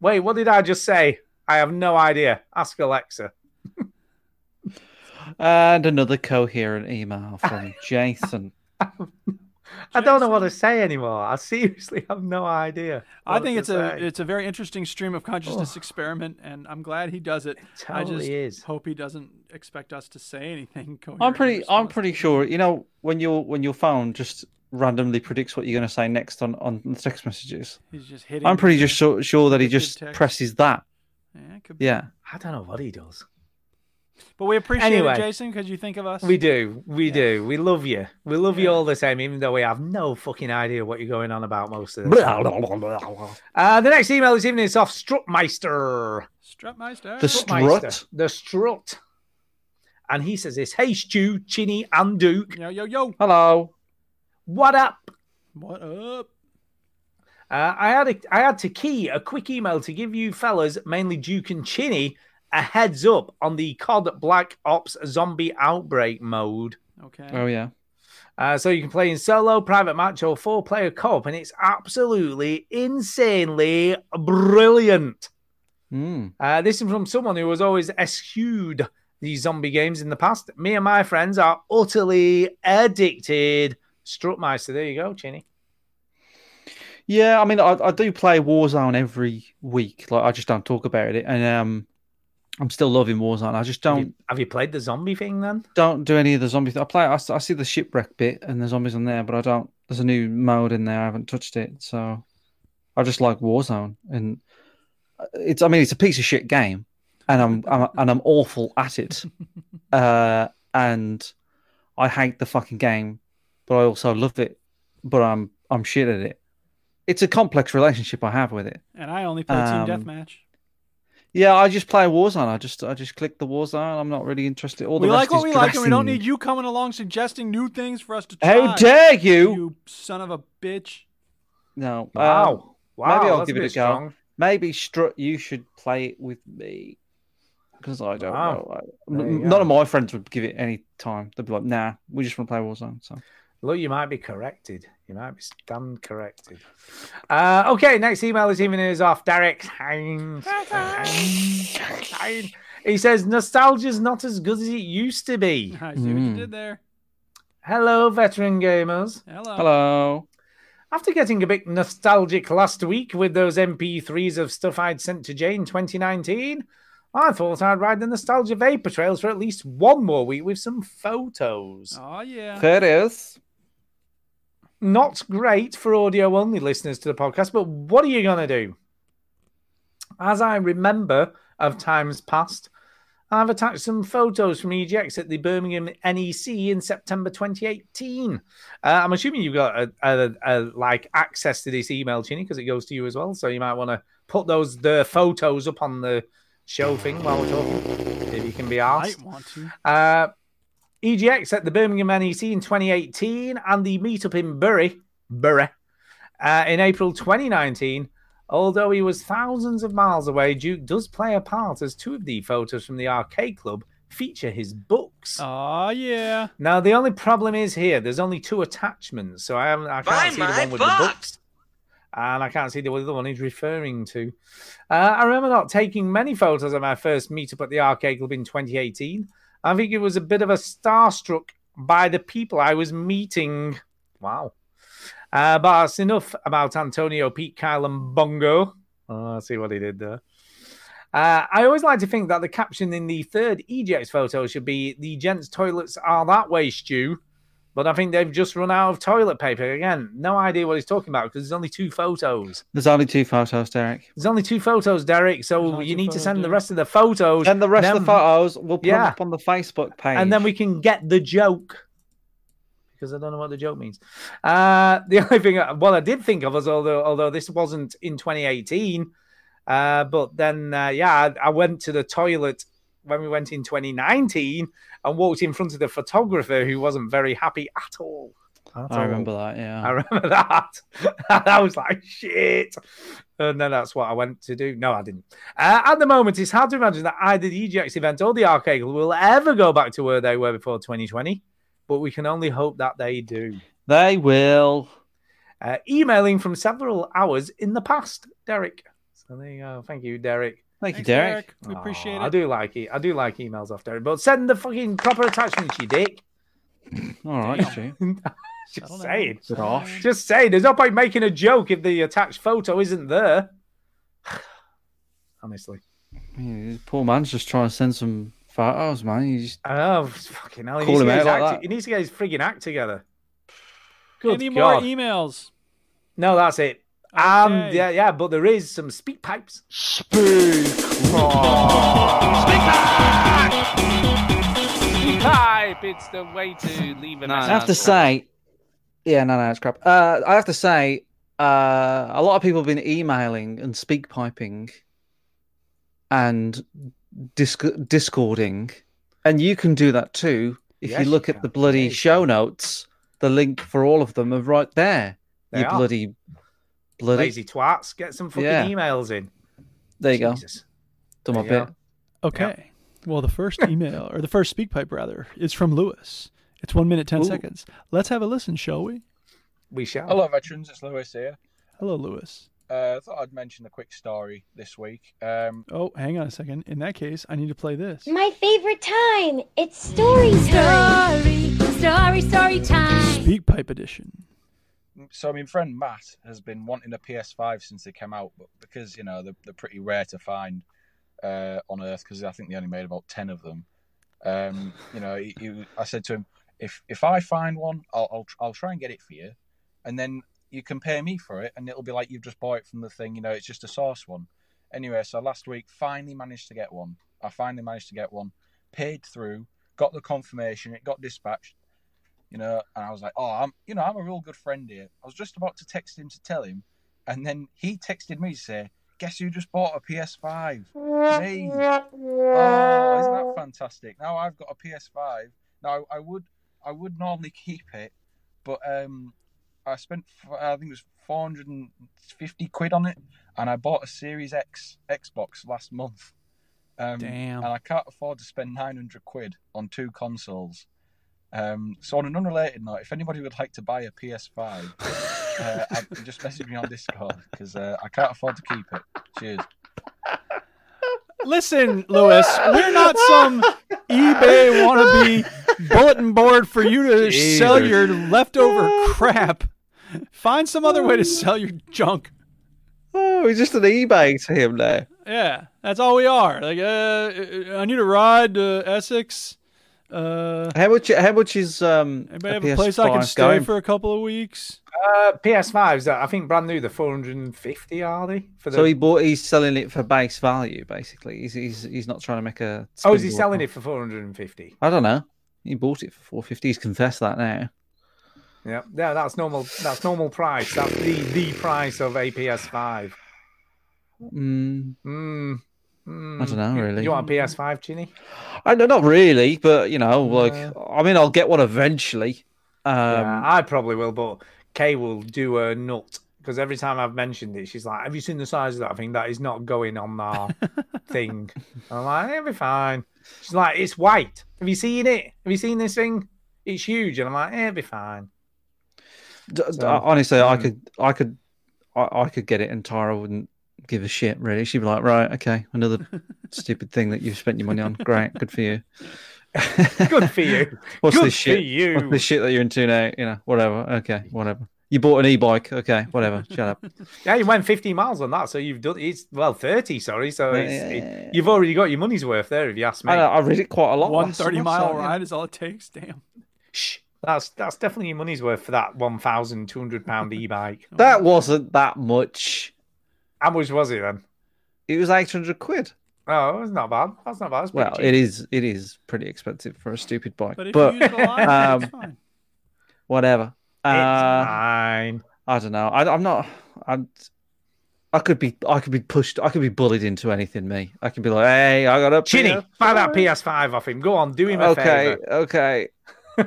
Wait, what did I just say? I have no idea. Ask Alexa.
And another coherent email
<laughs>
from Jason.
I don't know what to say anymore. I seriously <laughs> have no idea.
I
what
think
to
it's a
say.
it's a very interesting stream of consciousness experiment, and I'm glad he does it. I just
totally is.
hope he doesn't expect us to say anything. <laughs>
I'm
coherent.
pretty I'm pretty sure, you know, when your when your phone just randomly predicts what you're gonna say next on, on the text messages.
He's just hitting.
I'm pretty just sure, sure that he just
text.
presses that.
Yeah, it could be.
Yeah.
I don't know what he does.
But we appreciate
Anyway.
it, Jason, because you think of us.
We do. We do. We love you. We love you all the same, even though we have no fucking idea what you're going on about
<laughs>
most of the time. Uh, the next email this evening is off Strutmeister.
Strutmeister.
The
Strutmeister.
strut?
The strut. And he says this Hey, Stu, Chinny, and Duke.
Yo yo yo.
Hello.
What up?
What up?
Uh, I had a, I had to key a quick email to give you fellas, mainly Duke and Chinny, a heads up on the COD Black Ops zombie outbreak mode.
Okay.
Oh yeah.
Uh, so you can play in solo, private match, or four player co op, and it's absolutely insanely brilliant.
Mm.
Uh, this is from someone who has always eschewed the zombie games in the past. Me and my friends are utterly addicted. Strutmeister, there you go, Chinny.
Yeah, I mean, I, I do play Warzone every week. Like, I just don't talk about it, and um, I'm still loving Warzone. I just
Have you,
don't
have you played the zombie thing then?
don't do any of the zombie. Th- I play. I, s- I see the shipwreck bit and the zombies on there, but I don't. There's a new mode in there. I haven't touched it, so I just like Warzone, and uh, it's. I mean, it's a piece of shit game, and I'm, I'm and I'm awful
<laughs>
at it, uh, and I hate the fucking game, but I also love it, but I'm I'm shit at it. It's a complex relationship I have with it.
And I only play
Um,
Team Deathmatch.
Yeah, I just play Warzone. I just I just click the Warzone. I'm not really interested. All the
we like
rest
what we
is
like, and we don't
dressing.
need you coming along suggesting new things for us to try.
How dare you?
You son of a bitch. <laughs>
No. um,
Wow. Wow,
maybe I'll
that's a
give it a go.
bit strong.
Maybe Strut, you should play it with me because I don't
Wow.
know. I-
There
n-
you
none
go.
of my friends would give it any time. They'd be like, "Nah, we just want to play Warzone." So
Look, you might be corrected. You might be damn corrected. Uh, okay, next email this evening is off Derek Hines. Hines. He says, Nostalgia's not as good as it used to be.
I see what
Hmm.
you did there.
Hello, veteran gamers.
Oh.
Hello.
hello.
After getting a bit nostalgic last week with those MP3s of stuff I'd sent to Jane 2019, I thought I'd ride the nostalgia vapor trails for at least one more week with some photos.
Oh yeah.
There it is.
Not great for audio only listeners to the podcast, but what are you going to do? As I remember of times past, I've attached some photos from EGX at the Birmingham NEC in September 2018. Uh, I'm assuming you've got a, a, a, like access to this email, Chinny, because it goes to you as well. So you might want to put those the photos up on the show thing while we're talking, if you can be asked.
Might want to.
Uh, EGX at the Birmingham NEC in 2018 and the meetup in Bury, Bury uh, in April 2019. Although he was thousands of miles away, Duke does play a part as two of the photos from the arcade club feature his books.
Oh yeah.
Now the only problem is here. There's only two attachments, so I haven't. I
Buy
can't see the
my
one with the
book.
books, and I can't see the other one he's referring to. Uh, I remember not taking many photos of my first meetup at the arcade club in 2018. I think it was a bit of a starstruck by the people I was meeting. Wow. Uh, but that's enough about Antonio, Pete, Kyle, and Bongo. Oh, I see what he did there. Uh, I always like to think that the caption in the third EJX photo should be "The gents' toilets are that way, Stew," but I think they've just run out of toilet paper again. No idea what he's talking about because there's only two photos.
There's only two photos, Derek.
There's only two photos, Derek. So you need to send the rest of the photos.
Send the rest of the
then-
photos. We'll put
Yeah.
them up on the Facebook page.
and then we can get the joke because I don't know what the joke means. Uh, the <laughs> only thing, what I did think of was although although this wasn't in 2018, uh, but then uh, yeah, I, I went to the toilet when we went in 2019 and walked in front of the photographer who wasn't very happy at all. At all.
I remember that. Yeah.
I remember that. <laughs> And I was like, shit. And then that's what I went to do. No, I didn't. Uh, at the moment, it's hard to imagine that either the EGX event or the arcade Club will ever go back to where they were before 2020, but we can only hope that they do.
They will.
Uh, emailing from several hours in the past, Derek. So there you go. Thank you, Derek.
Thank you, Thanks, Derek. Derek.
We appreciate
I
it.
do like it. I do like emails off Derek, but send the fucking proper attachments, you dick.
All right, Stu.
Just saying.
Get off.
Just saying, there's no point making a joke if the attached photo isn't there. <sighs> Honestly.
Yeah, Poor man's just trying to send some photos, man. He's just...
Oh, fucking hell. He,
Call
needs to,
him out
get his
like that.
act, he needs to get his frigging act together. Good
Any more
God.
emails?
no, that's it. Um,
Okay.
yeah, yeah, but there is some speak pipes.
Speak.
Speak pipe. It's the way to leave a
I have to say, yeah, no, no, it's crap. Uh, I have to say, uh, a lot of people have been emailing and speak piping and disc- discording, and you can do that too. If
Yes,
you
you
look at the bloody show notes, the link for all of them are right there.
They
you
are.
bloody, bloody.
Lazy twats. Get some fucking
Yeah.
emails in.
There you
Jesus.
go. Done my
There you
bit.
Okay. Well, the
<laughs>
first email or the first speak pipe rather is from Lewis. It's one minute ten
Ooh.
seconds. Let's have a listen, shall we?
We shall.
Hello, veterans. It's Lewis here.
Hello, Lewis.
Uh, I thought I'd mention a quick story this week. Um,
Oh, hang on a second. In that case, I need to play this.
My favorite time. It's story time. Story, story, story time.
Speak pipe edition.
so my friend Matt has been wanting a PS5 since they came out, but because you know they're, they're pretty rare to find uh, on Earth, because I think they only made about ten of them. Um, you know, he, he- I said to him, if if I find one, I'll, I'll tr- I'll try and get it for you, and then you can pay me for it, and it'll be like you've just bought it from the thing. You know, it's just a source one. Anyway, so last week finally managed to get one. I finally managed to get one, paid through, got the confirmation, it got dispatched you know. And I was like, oh, I'm, you know, I'm a real good friend here. I was just about to text him to tell him, and then he texted me to say, guess who just bought a PS5? Me. Oh, isn't that fantastic? Now I've got a PS5. Now I, I would, I would normally keep it, but um, I spent, f- I think it was 450 quid on it, and I bought a Series X Xbox last month. Um,
Damn.
And I can't afford to spend 900 quid on two consoles. Um, so on an unrelated note, if anybody would like to buy a PS5, uh, I- just message me on Discord because uh, I can't afford to keep it. Cheers.
Listen, Lewis, we're not some eBay wannabe bulletin board for you to sell
Jesus.
your leftover crap. Find some other way to sell your junk.
Oh, he's just an eBay to him now.
Yeah, that's all we are. Like, uh, I need a ride to Essex. Uh,
How much? How much is um?
anybody have
PS5
a place I can stay
going?
for a couple of weeks?
Uh, PS5s, I think brand new, the 450 are they? For the...
So he bought. He's selling it for base value, basically. He's he's, he's not trying to make a.
Oh, is he
spindle.
selling it for 450?
I don't know. He bought it for four fifty. He's confessed that now.
Yeah, yeah, that's normal. That's normal price. That's the the price of a PS5.
Mm,
Mm,
I don't know really.
You want a PS5, Ginny?
I no, not really, but you know, like I mean, I'll get one eventually. Um,
yeah, I probably will, but Kay will do a nut because every time I've mentioned it, she's
<laughs>
like, "Have you seen the size of that thing? That is not going on our thing." And I'm like, "It'll be fine." She's like, it's white. Have you seen it? Have you seen this thing? It's huge. And I'm like, eh, it'll be fine.
D- d- Honestly,
mm.
I could, I could, I, I could get it, and Tara wouldn't give a shit. Really, she'd be like, "Right, okay,
<laughs>
another stupid thing that you've spent your money on. Great, good for you.
Good for you.
<laughs> What's
Good
this
for
shit?
you.
What's this shit that you're into now? You know, whatever. Okay, whatever. You bought an e-bike. Okay,
<laughs>
whatever. Shut up.
Yeah, you went 50 miles on that, so you've done it's well 30, sorry. So it's, it- you've already got your money's worth there, if you ask me.
I, know, I read it quite a lot.
One
One
thirty
thirty
mile
ride.
That is all it takes. Damn.
That's that's definitely your money's worth for that one thousand two hundred pound e-bike.
That wasn't that much.
How much was it then?
It was eight hundred quid.
Oh, it's not bad. That's not bad. That's pretty
Well,
cheap.
it is. It is pretty expensive for a stupid bike.
But
But,
if you use it a lot, it's
um, whatever. uh,
fine.
I don't know. I, I'm not. I'm. I could be. I could be pushed. I could be bullied into anything. Me. I could be like, hey, I got up.
Chinny,
here."
buy that PS5 off him. Go on, do him a
Okay.
favor.
Okay.
<laughs>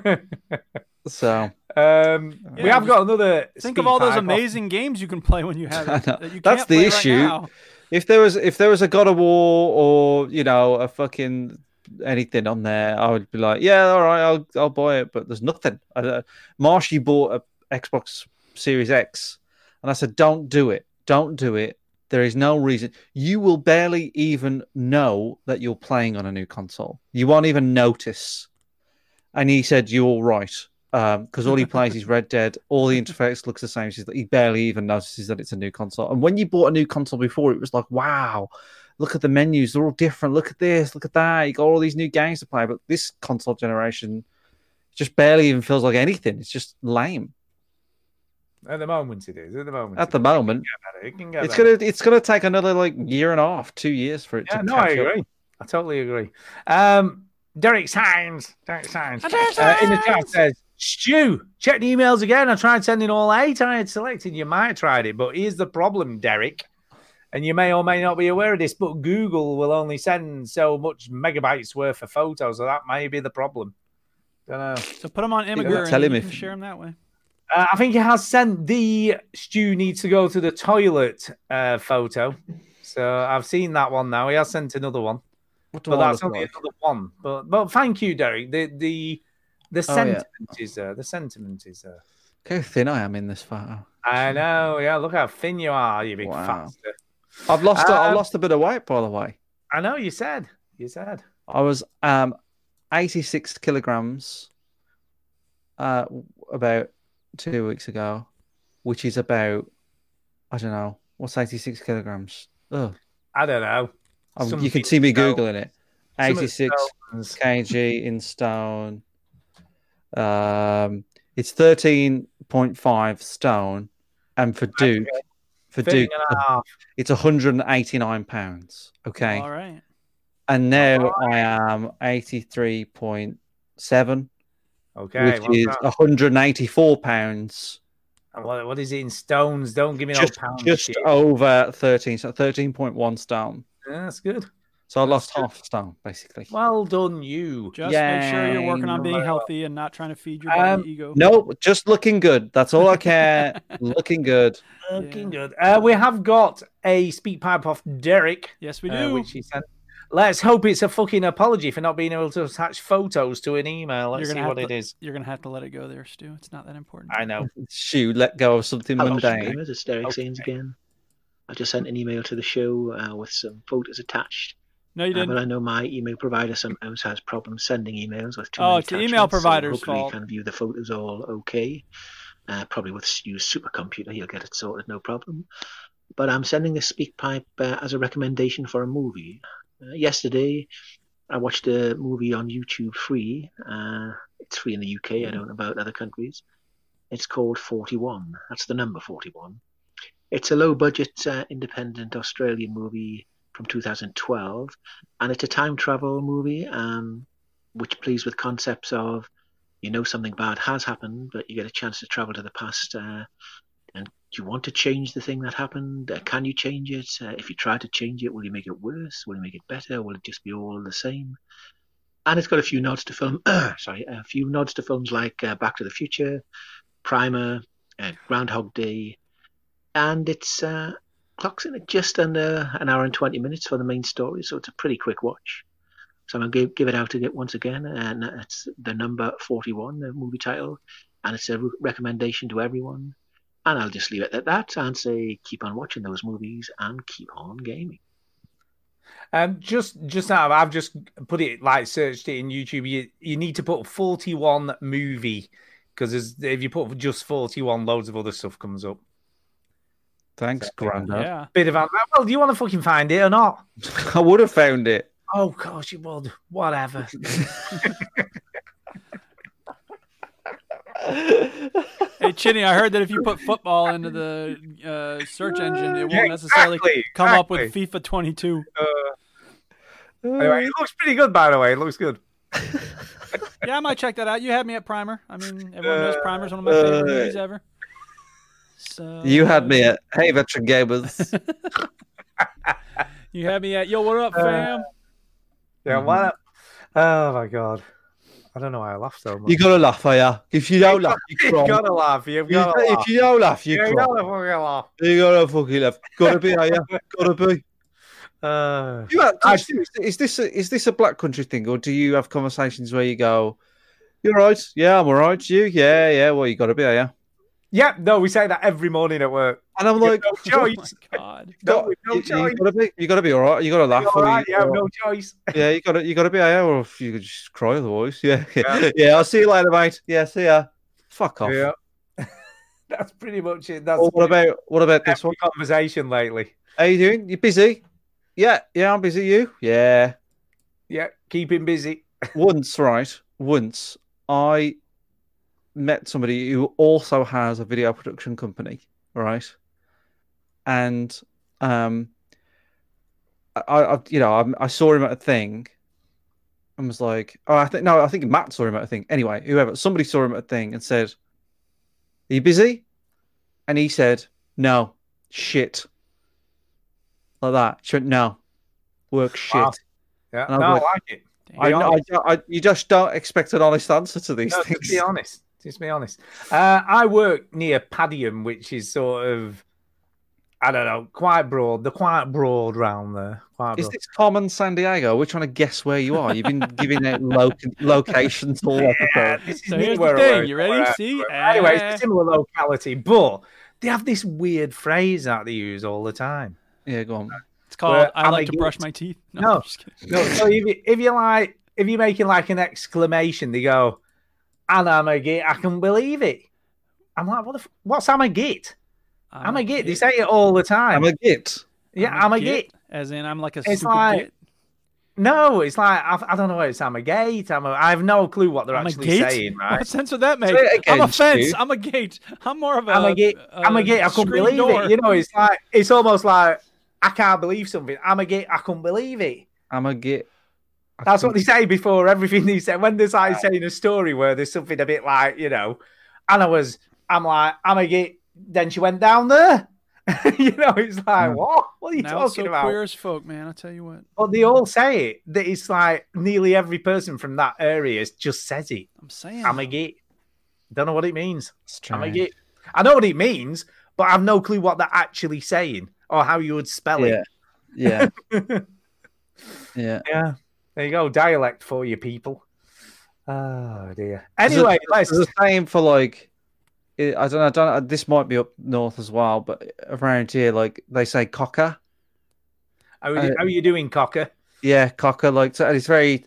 so
Um, we
Yeah,
have got another.
Think
speed
of all those
pipe off-
amazing games you can play when you
<laughs>
have
I
it.
know.
That you can't
that's the
play right
issue.
now.
if there was, if there was a God of War or you know a fucking anything on there, I would be like, yeah, all right, I'll I'll buy it. But there's nothing. I, uh, Marshy bought a Xbox Series X, and I said, don't do it. Don't do it. There is no reason. You will barely even know that you're playing on a new console. You won't even notice. And he said, "You're all right," because Um,
<laughs>
all he plays is Red Dead. All the interface looks the same. She's he barely even notices that it's a new console. And when you bought a new console before, it was like, "Wow, look at the menus. They're all different. Look at this. Look at that. You got all these new games to play." But this console generation just barely even feels like anything. It's just lame
At the moment, it is. At the moment.
at the moment.
it can get
It's
better.
gonna it's gonna take another like year and a half, two years for it
Yeah,
to
no, I
catch
agree.
up.
I totally agree. Um, Derek Signs, Derek Signs uh, in the chat says, Stu, check the emails again. I tried sending all eight I had selected. You might have tried it, but here's the problem, Derek. And you may or may not be aware of this, but Google will only send so much megabytes worth of photos. So that may be the problem. Don't know.
So put them on
Think
Imgur
about-
and
tell
then
him
you
if-
can share them that way.
Uh, I think it has sent the Stu needs to go to the toilet uh, photo. So I've seen that one now. He has sent another one.
What do
But
I
that's
look
only
like?
another one. But but thank you, Derek. The the the
Oh, yeah.
sentiment is there. The sentiment is there.
Look how thin I am in this photo.
I know. Yeah, look how thin you are, you big
Wow.
faster.
I've lost I
Um,
lost a bit of weight by the way.
I know. You said. You said.
I was um 86 kilograms uh w- about two weeks ago, which is about I don't know what's 86 kilograms. Ugh.
I don't know.
Um,
Some
you can
people
see me
know.
googling it.
Some of
86
stones.
kg in stone. Um, it's 13.5 stone, and for Duke, for
13
Duke,
and a half.
it's 189 pounds. Okay,
All right.
and now I am 83.7,
Okay.
which is
well done.
184 pounds.
And what, what is it in stones? Don't give me
Just,
no pounds.
just
shit.
over 13, so 13.1 stone.
Yeah, that's good.
So I lost half stone basically.
Well done, you.
Just make sure you're working on being
Yay.
healthy and not trying to feed your body
Um,
ego.
No, just looking good. That's all
<laughs>
I care. looking good.
Looking good. Uh, we have got a speak pipe off Derek.
<laughs> Yes, we
uh,
do.
which he sent. Let's hope it's a fucking apology for not being able to attach photos to an email. Let's
you're
see
gonna have
what
to,
it is.
You're gonna have to let it go there, Stu. It's not that important. <laughs>
I know.
Shoot, let go of something
Hello,
mundane.
streamers. It's Derek Sains again. I just sent an email to the show uh, with some photos attached.
No, you
Uh,
didn't.
but I know my email provider sometimes has problems sending emails with too
Oh,
many
it's the email
attachments, so
provider's
hopefully
fault.
you can view the photos all okay. Uh, probably with Stu's supercomputer, you'll get it sorted, no problem. But I'm sending this speak pipe uh, as a recommendation for a movie. Uh, yesterday, I watched a movie on YouTube free. Uh, it's free in the UK. I don't know about other countries. It's called 41. That's the number 41. It's a low budget uh, independent Australian movie from 2012, and it's a time travel movie um, which plays with concepts of you know something bad has happened, but you get a chance to travel to the past. Uh, and do you want to change the thing that happened? Uh, can you change it? Uh, if you try to change it, will you make it worse? Will you make it better? Will it just be all the same? and it's got a few nods to film. <clears throat> sorry, a few nods to films like uh, Back to the Future, Primer, uh, Groundhog Day, and it's uh, clocks in at just under an hour and twenty minutes for the main story, so it's a pretty quick watch. So I'm going to give, give it out again once again, and it's the number 41, the movie title, and it's a re- recommendation to everyone. And I'll just leave it at that and say keep on watching those movies and keep on gaming.
Um, just just now, I've just put it like searched it in YouTube. You you need to put forty one movie because if you put just forty one, loads of other stuff comes up.
Thanks, Grandad.
Bit of a- well, do you want to fucking find it or not?
I would have found it.
Oh gosh, you would. <laughs> Whatever.
hey, Chinny, I heard that if you put football into the uh, search engine, it won't
Yeah,
necessarily
exactly,
come up with FIFA 22.
anyway, it looks pretty good, by the way. It looks good.
yeah, I might check that out. You had me at Primer. I mean, everyone
Uh,
knows Primer's one of my favorite movies ever. So
You
Oh,
had me at hey, veteran
<laughs>
gamers.
you had me at yo, what up,
Uh,
fam? <laughs>
Yeah,
Mm-hmm.
why not? Oh my god, I don't know why I laughed so much.
you gotta laugh, are ya? If you don't laugh, you
You've
cry.
gotta <laughs> laugh. You've
You-
gotta
if
laugh.
you don't laugh, you
You've
cry.
gotta fucking laugh.
You gotta fucking laugh. Gotta be,
<laughs>
are ya? Gotta be.
Uh,
You have- is this a, is this a black country thing, or do you have conversations where you go, "You're right, yeah, I'm all right, you, yeah, yeah, well, you gotta be, are ya?"
yeah, no, we say that every morning at work.
And I'm like,
no
<laughs>
choice.
Oh God.
No, we've no
you,
choice.
you gotta be, you gotta be all right. You gotta laugh.
All
or you-
right, you have
or-
no choice.
yeah, you gotta, you gotta be, yeah, or if you could just cry otherwise, <laughs> yeah, yeah. I'll see you later, mate. Yeah, see ya. Fuck off.
Yeah. <laughs> That's pretty much it. That's
Or what about what about this one?
conversation lately?
How you doing? You busy? Yeah, yeah, I'm busy. You? Yeah.
Yeah, keep him busy.
Once, right? Once I met somebody who also has a video production company, right? And um, I, I you know, I, I saw him at a thing, and was like, oh, I think no, I think Matt saw him at a thing. Anyway, whoever, somebody saw him at a thing and said, "Are you busy?" And he said, "No, shit." Like that. She went, "No, work shit."
Wow. Yeah,
And I was
no, I
like,
like it.
I,
Be
know-
honest.
I, I, you just don't expect an honest answer to these
No,
things.
just be honest. Just be honest. Uh, I work near Padiham, which is sort of, I don't know, quite broad. They're quite broad round there. Quite
Is
broad.
this common San Diego? We're trying to guess where you are. You've been giving out lo- locations all over the
Yeah,
place.
Ah, this is
So
near
here's the
where I
thing,
work,
you ready?
where I
See?
work. Anyway, it's
Eh.
a similar locality, but they have this weird phrase that they use all the time.
Yeah, go on.
It's called
Where
I
am I
like to brush
good?
my teeth. No,
No,
I'm just kidding.
no. So if you, if you like, if you're making like an exclamation, they go, "And I'm a git." I can believe it. I'm like, what? The f- what's I'm a git? I'm, a git. They say it all the
I'm
time.
a git.
yeah, I'm, a git.
As in, I'm like a
It's
super
like
git. <laughs>
no, it's like I, I don't know. It's I'm a gate. I'm a. I have no clue what they're
I'm a
actually
gate.
saying. Right?
What sense would that make?
it
I'm a
again,
fence.
Stu.
I'm a gate. I'm more of a.
I'm a gate. I'm a gate. I couldn't
screen
believe
door.
it. You know, it's like it's almost like I can't believe something. I'm a gate. I couldn't believe it.
I'm a git. I
That's what they
couldn't-
say before everything they say. When there's like saying a story where there's something a bit like, you know, and I was, I'm like, I'm a gate. Then she went down there. <laughs> you know, it's like, what? What are you
Hmm. now it's
talking
so
about?
queer as folk, man. I tell you what.
But they all say it. That it's like nearly every person from that area is- just says it.
I'm saying.
I'm a gate. Don't know what it means. I'm a
strange.
gate. I know what it means, but I've no clue what they're actually saying or how you would spell
Yeah.
it. <laughs>
Yeah. yeah.
Yeah. There you go. Dialect for you people. Oh dear. Anyway,
it's
let's
the same for like. I I don't know. I don't know. This might be up north as well, but around here, like they say cocker.
How are, you,
Uh,
how are you doing, Cocker?
Yeah, Cocker. Like, so- and it's very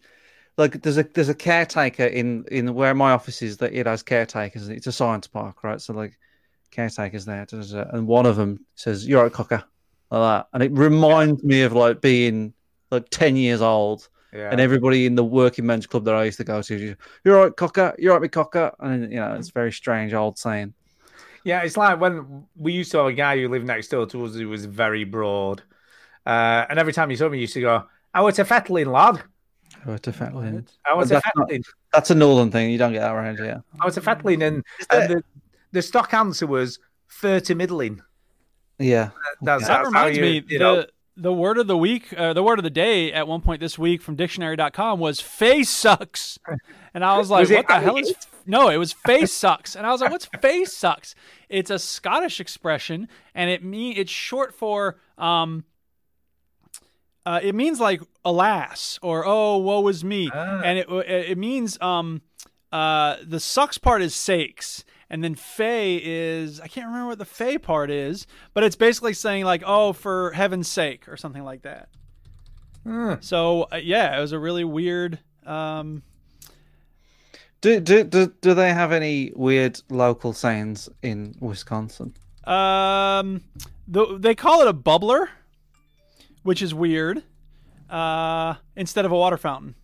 like there's a there's a caretaker in in where my office is that it has caretakers. and It's a science park, right? So like caretakers there, da, da, da, and one of them says, "You're right, Cocker," like that, and it reminds me of like being like ten years old.
Yeah.
And everybody in the working men's club that I used to go to, you're all right, cocker, you're all right, me cocker. And, you know, it's a very strange old saying.
Yeah, it's like when we used to have a guy who lived next door to us who was very broad. Uh, and every time he saw me, he used to go, I was a fettling, lad.
Oh, it's a fat lin.
I was a
That's, not-
fettling.
that's a northern thing. You don't get that around here.
I was a fettling. And, and the, the stock answer was fair to middling.
Yeah.
That's,
that
that's how
reminds
you,
me the,
you know.
the word of the week uh, the word of the day at one point this week from dictionary.com was face sucks and i was like
Was it
what the hell is
alligator?
no it was face sucks and i was like what's face sucks it's a scottish expression and it mean it's short for um uh, it means like alas or oh woe is me, and it uh, it means um uh the sucks part is sakes. And then fey is I can't remember what the fey part is, but it's basically saying like oh for heaven's sake or something like that.
Hmm.
So uh, yeah, it was a really weird. Um,
Do, do do do they have any weird local sayings in Wisconsin?
um, the, they call it a bubbler, which is weird. Uh, instead of a water fountain,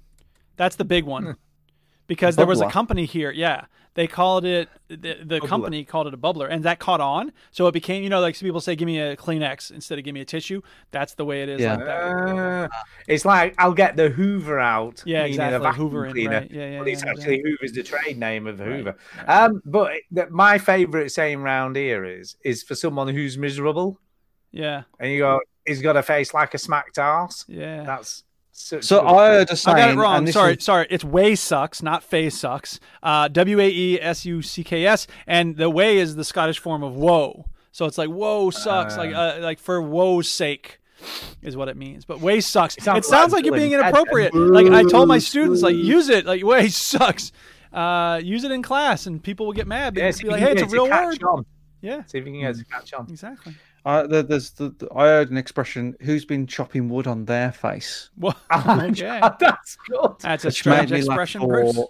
that's the big one, because there was a
Bubbler.
company here. Yeah, they called it the, the company called it a bubbler, and that caught on. So it became you know like people say, give me a Kleenex instead of give me a tissue. That's the way it is. Like that.
Ah, it's like I'll get the Hoover out.
Uh, Yeah,
meaning
exactly,
A vacuum
Hoover in,
cleaner.
right, yeah, yeah,
but it's
yeah,
actually
yeah.
Hoover's the trade name of Hoover. Um, but it- that- my favourite saying round here is is for someone who's miserable,
Yeah.
and you go, he's got a face like a smacked ass.
Yeah,
that's such
So
good-
I heard
I got
a
it
saying,
wrong.
and this
Sorry,
is-
sorry. It's way sucks, not face sucks. Uh, w a e s u c k s, and the way is the Scottish form of woe. So it's like woe sucks, like uh, like for woe's sake, is what it means. But way sucks. It sounds,
sounds
like you're being
Latin.
inappropriate. Like I told my students, like use it. Like way <laughs> sucks. Uh, use it in class, and people will get mad
Yeah,
because
see
be
if
like,
you
hey,
can
it's a
get it to
real
catch
word. Mm.
on.
Yeah,
See if you can get it to catch
<laughs>
on. <laughs>
exactly.
I, there- there's the, I heard an expression: "Who's been chopping wood on their face?"
Well, okay.
Oh that's good.
That's a
Which
strange
made me laugh
expression,
for
Bruce.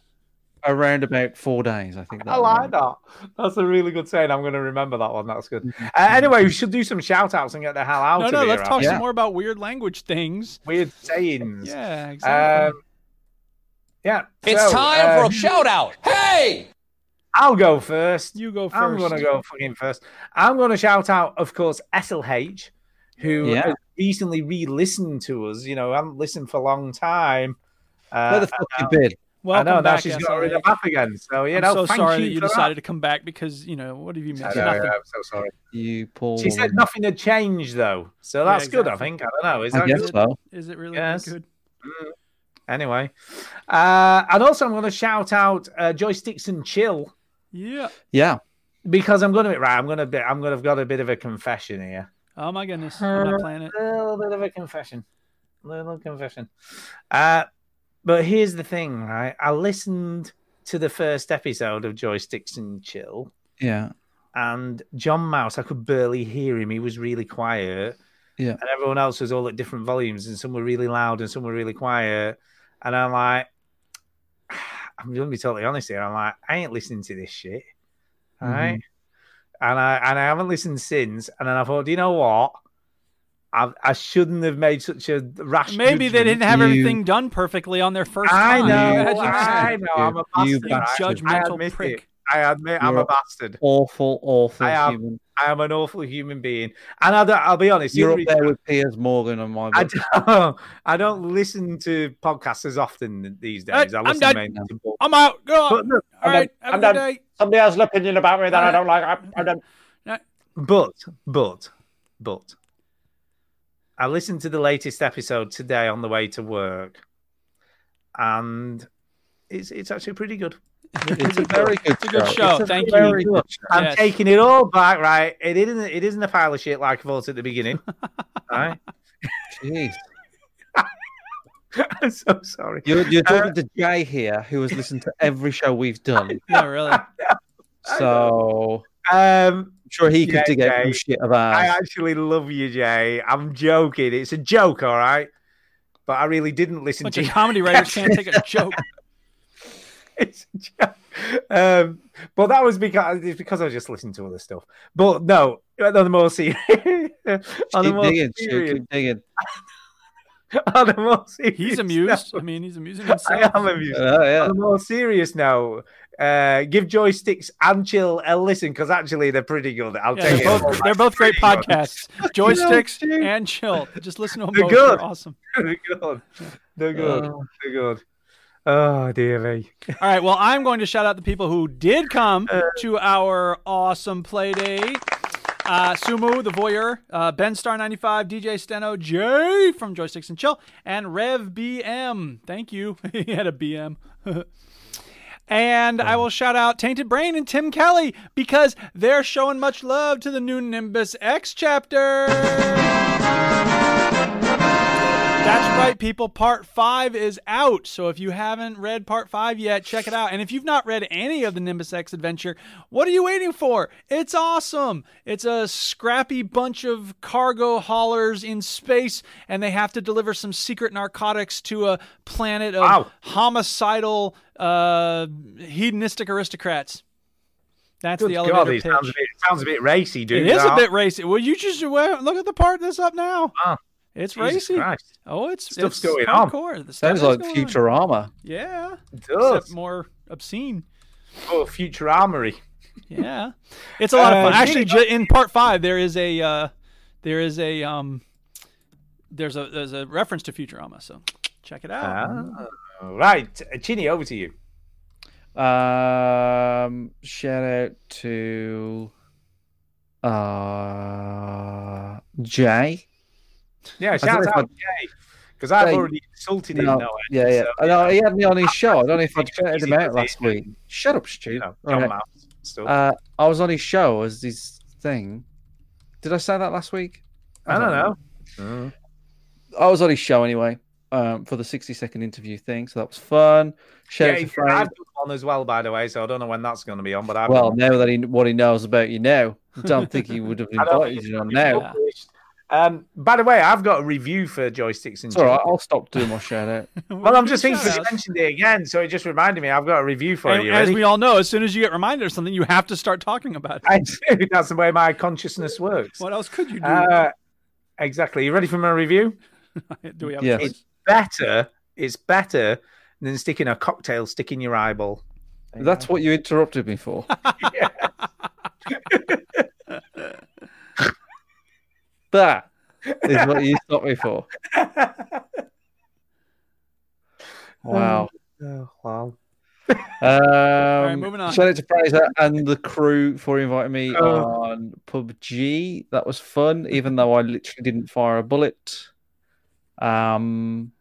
around about four days. I think.
I
that
like that. That's a really good saying. I'm going to remember that one. That's good. Uh, anyway, we should do some shout outs and get the hell
Mm.
out
No,
of
no.
here.
Let's talk
Adam.
some more about weird language things.
Weird sayings.
Yeah, exactly.
Um, yeah.
It's
time for a
shout out. Hey! I'll go first.
You go
I'm going to
first.
go fucking first. I'm going to shout out, of course, SLH, who
Yeah.
has recently re listened to us. You know, I haven't listened for a long time. Uh,
Where the fuck you been?
I know,
Welcome
now
back,
she's got rid
SLH.
of Math again. So, you
I'm
know,
so
thank
sorry
you
that you
for that.
decided to come back because you know what have you missed?
I know,
Nothing. Oh.
yeah, I'm so sorry.
You Paul.
She said nothing had changed though, so
Yeah,
that's good. I
exactly.
think. I don't know. Is
I
that
guess
good?
so.
Is it really
Yes.
good?
Anyway, uh, and also I'm going to shout out uh, joysticks and chill
Yeah.
Yeah.
because I'm going to right. I'm going to be. I'm going to have got a bit of a confession here.
Oh my goodness, I'm not playing it.
A little bit of a confession. A little confession. Uh, but here's the thing, right? I listened to the first episode of joysticks and chill.
Yeah.
and John Mouse, I could barely hear him. He was really quiet.
Yeah.
And everyone else was all at different volumes, and some were really loud and some were really quiet. And I'm like, <sighs> I'm gonna be totally honest here. I'm like, I ain't listening to this shit. All
Mhm.
right. And I and I haven't listened since. And then I thought, do you know what? I I shouldn't have made such a rash.
Maybe they didn't
judgment.
have
You-
everything done perfectly on their first
I
time.
know.
Imagine that.
I know. I'm a
You
bastard. <laughs>
bastard.
I
Judgmental
admit
prick.
it. I admit I'm
You're-
a bastard.
Awful, awful
I am.
human.
I am an awful human being, and I don't, I'll be honest. the
You're up
only
there
reason
with Piers Morgan on my.
I
book.
don't, <laughs> I don't listen to podcasts as often these days. I
I'm
listen
done.
mainly to books.
I'm out. Go on.
But, look,
All right. Have a good
<laughs>
day.
Somebody has an opinion about me that I don't like. I'm, I'm done.
but, but, but, I listened to the latest episode today on the way to work, and it's it's actually pretty good.
<laughs>
It's a very good. It's
a good show.
It's a
Thank
very
you.
good
I'm
Yes.
taking it all back, right? It isn't it isn't a pile of shit like I thought at the beginning, right? <laughs>
show. Jeez.
I'm so sorry.
You're, you're talking to Jay here, who has listened to every show we've done.
Yeah, really.
So
Um,
I'm sure he could
Yeah,
dig out
Jay.
some shit of ours.
I actually love you, Jay. I'm joking. It's a joke, all right. But I really didn't listen
Bunch
to
of
you.
comedy writers can't take
<laughs>
a joke.
It's a joke. Um, but that was because it's because I just listened to other stuff. But no, on the more serious, <laughs> on the
keep
more
digging, Stu,
serious,
keep digging.
on the more serious,
He's amused. I mean, he's amusing
I
himself.
am amused.
Oh, yeah.
On a more serious note, uh, give Joysticks and Chill a listen because actually they're pretty good. I'll
Yeah,
take
they're,
it.
both, they're both
<laughs>
great
Pretty good.
podcasts.
<laughs>
Joysticks
dude.
and chill. Just listen to them
They're
both.
good.
They're awesome.
They're good. They're good.
Oh.
They're good. Oh dear me.
All right. Well, I'm going to shout out the people who did come to our awesome play day. Uh, Sumu, the voyeur, uh, Ben Star 95, DJ Steno, Jay from Joysticks and Chill, and Rev BM. Thank you. <laughs> he had a BM. <laughs> and I will shout out Tainted Brain and Tim Kelly because they're showing much love to the new Nimbus X chapter. That's right, people. Part five is out. So if you haven't read part five yet, check it out. And if you've not read any of the Nimbus X adventure, what are you waiting for? It's awesome. It's a scrappy bunch of cargo haulers in space, and they have to deliver some secret narcotics to a planet of
Wow.
homicidal, uh, hedonistic aristocrats. That's
Good
the
God,
elevator
it
pitch.
sounds a bit, sounds a bit racy, dude. Oh,
It is a
that.
bit racy. Well, you just well, look at the part that's up now. It's
Jesus
racy.
Christ.
Oh, it's
Stuff's
it's
going on.
hardcore. The stuff
Sounds
is
like
going on.
Futurama.
Yeah,
It does.
except more obscene.
Oh, future armory.
Yeah, it's a lot of
Uh,
fun. Actually,
Jimmy-
ju- in part five, there is a uh, there is a um, there's a there's a reference to Futurama. So check it <laughs> out.
Ah, right, Chini, over to you.
Um, shout out to uh Jay.
Yeah,
I don't
shout
know if I-
out, Jay, because I've
Jay-
already insulted him.
No,
now,
yeah, yeah.
so-
I know, he had me on his show. I don't know if I
think
shouted
he's
him out
easy
last
to-
week. Shut up, Stu.
John
Right.
Mouse, still.
Uh, I was on his show as this thing. Did I say that last week?
I don't know.
Mm. I was on his show anyway um, for the 60 second interview thing. So that was fun. Shout
Yeah,
out to
he's-
Frank.
I've done one as well, by the way, so I don't know when that's going to be on, but I've
Well,
done
now that he what he knows about you now, I don't think he would have
<laughs> I don't
invited
think
you on
it's
now.
published. Um, by the way, I've got a review for joysticks and.
It's all right.
joy-
I'll stop doing my shout
<laughs>
out.
Well, I'm just thinking because you
shout-outs.
mentioned it again, so it just reminded me I've got a review for
And
you.
as
ready?
we all know, as soon as you get reminded of something, you have to start talking about it.
<laughs> I do. That's the way my consciousness works.
What else could you do?
Uh, exactly. You ready for my review?
<laughs> do we have
yeah.
a choice?
It's better. It's better than sticking a cocktail stick in your eyeball.
That's what you interrupted me
<laughs>
for. <laughs> that is what you stopped me
<laughs>
for. Wow.
Oh, wow.
Um,
moving on.
Shout out to Fraser and the crew for inviting me
Oh.
on PUBG. That was fun, even though I literally didn't fire a bullet. Um,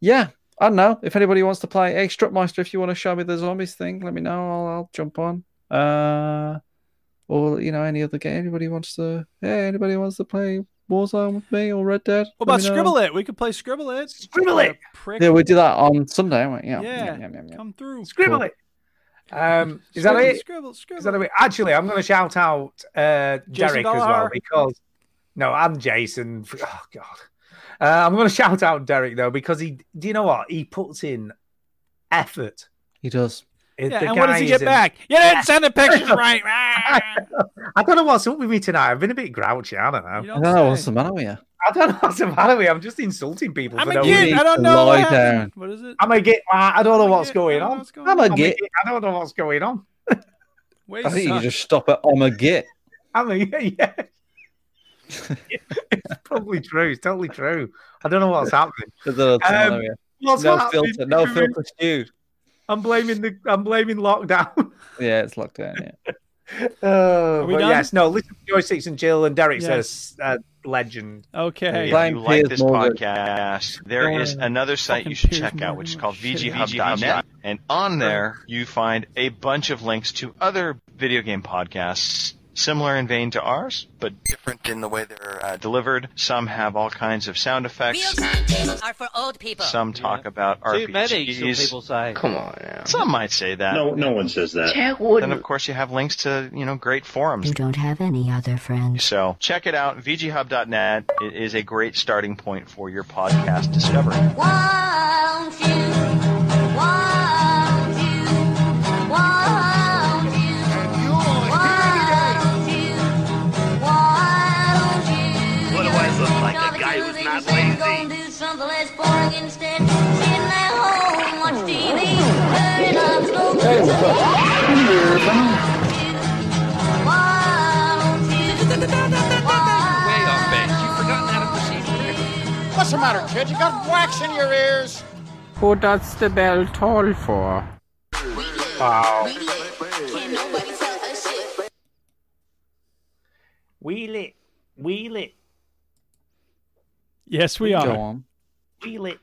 yeah, I don't know. If anybody wants to play, hey, Strutmeister, if you want to show me the zombies thing, let me know. I'll, I'll jump on. Uh, or you know, any other game. Anybody wants to? Hey, anybody wants to play Warzone with me or Red Dead?
What
Let
about
me know.
Scribble It? We could play Scribble It.
Scribble It!
Prick.
Yeah, we do that on Sunday. Right? Yeah,
Yeah,
Yum, yum, yum.
come through.
Scribble
Cool.
it. <laughs> Um, is that it?
Scribble, scribble.
Is that it? Actually, I'm going to shout out uh,
Jason
Derek as well
Dollar.
because no, and Jason. Oh God, uh, I'm going to shout out Derek though because he. Do you know what he puts in effort?
He does.
It-
Yeah,
the
and what does
guy
he
is
get
an-
back? You didn't send the
<laughs>
pictures right. Ah,
I don't know what's up with me tonight. I've been a bit grouchy. I don't
You
know.
I
don't
don't know
say.
what's the matter with you.
I don't know what's the matter with me. I'm just insulting people
I'm
for
a
no
kid.
reason.
I don't
to
know.
lie
What happened.
down.
What is it?
I'm a git. I don't know
I'm a
what's
git.
going
I don't know
on.
what's going
I'm a
I'm a
git.
git. I don't know what's going on.
Way
I think you
suck.
just stop at I'm a git.
I'm a <laughs> yeah. yeah. it's probably true. It's totally true. I don't know what's happening.
There's no time
Um,
over here.
What's
no
happening
filter, no
to me?
filter, Stu.
I'm blaming the I'm
<laughs>
blaming lockdown.
Yeah, it's locked down. Yeah.
Oh,
Are we
but
done?
yes, no. Listen, to Joysticks and Jill and Derek's
Yes.
a, s- a legend.
Okay.
Yeah.
If you
Blind
like
Piers
this
Morgan.
podcast, there is another site you should check out, which is called VGHub.net. And on there, you find a bunch of links to other video game podcasts similar in vein to ours, but different in the way they're uh, delivered. Some have all kinds of sound effects.
games are for old people.
Some talk about
Too many, some
RPGs.
people say.
Come on Some might say that.
No, no one says that.
Then, of course, you have links to, you know, great forums.
You don't have any other friends.
So check it out, VGHub.net. It is a great starting point for your podcast discovery.
Won't you? Won't you? Won't you? Won't you? Won't you?
What do I look like,
Drive
a guy
to
who's
the
not
same,
lazy?
gonna do something less boring instead. Sitting at home, watch TV, hurry up, smoke some
Way off base. You've forgotten how to proceed. What's the matter, kid? You got wax in your ears.
Who does the bell toll for?
Wow.
Why
Wheel it, wheel it,
Yes, we are.
Go on.
wheel it,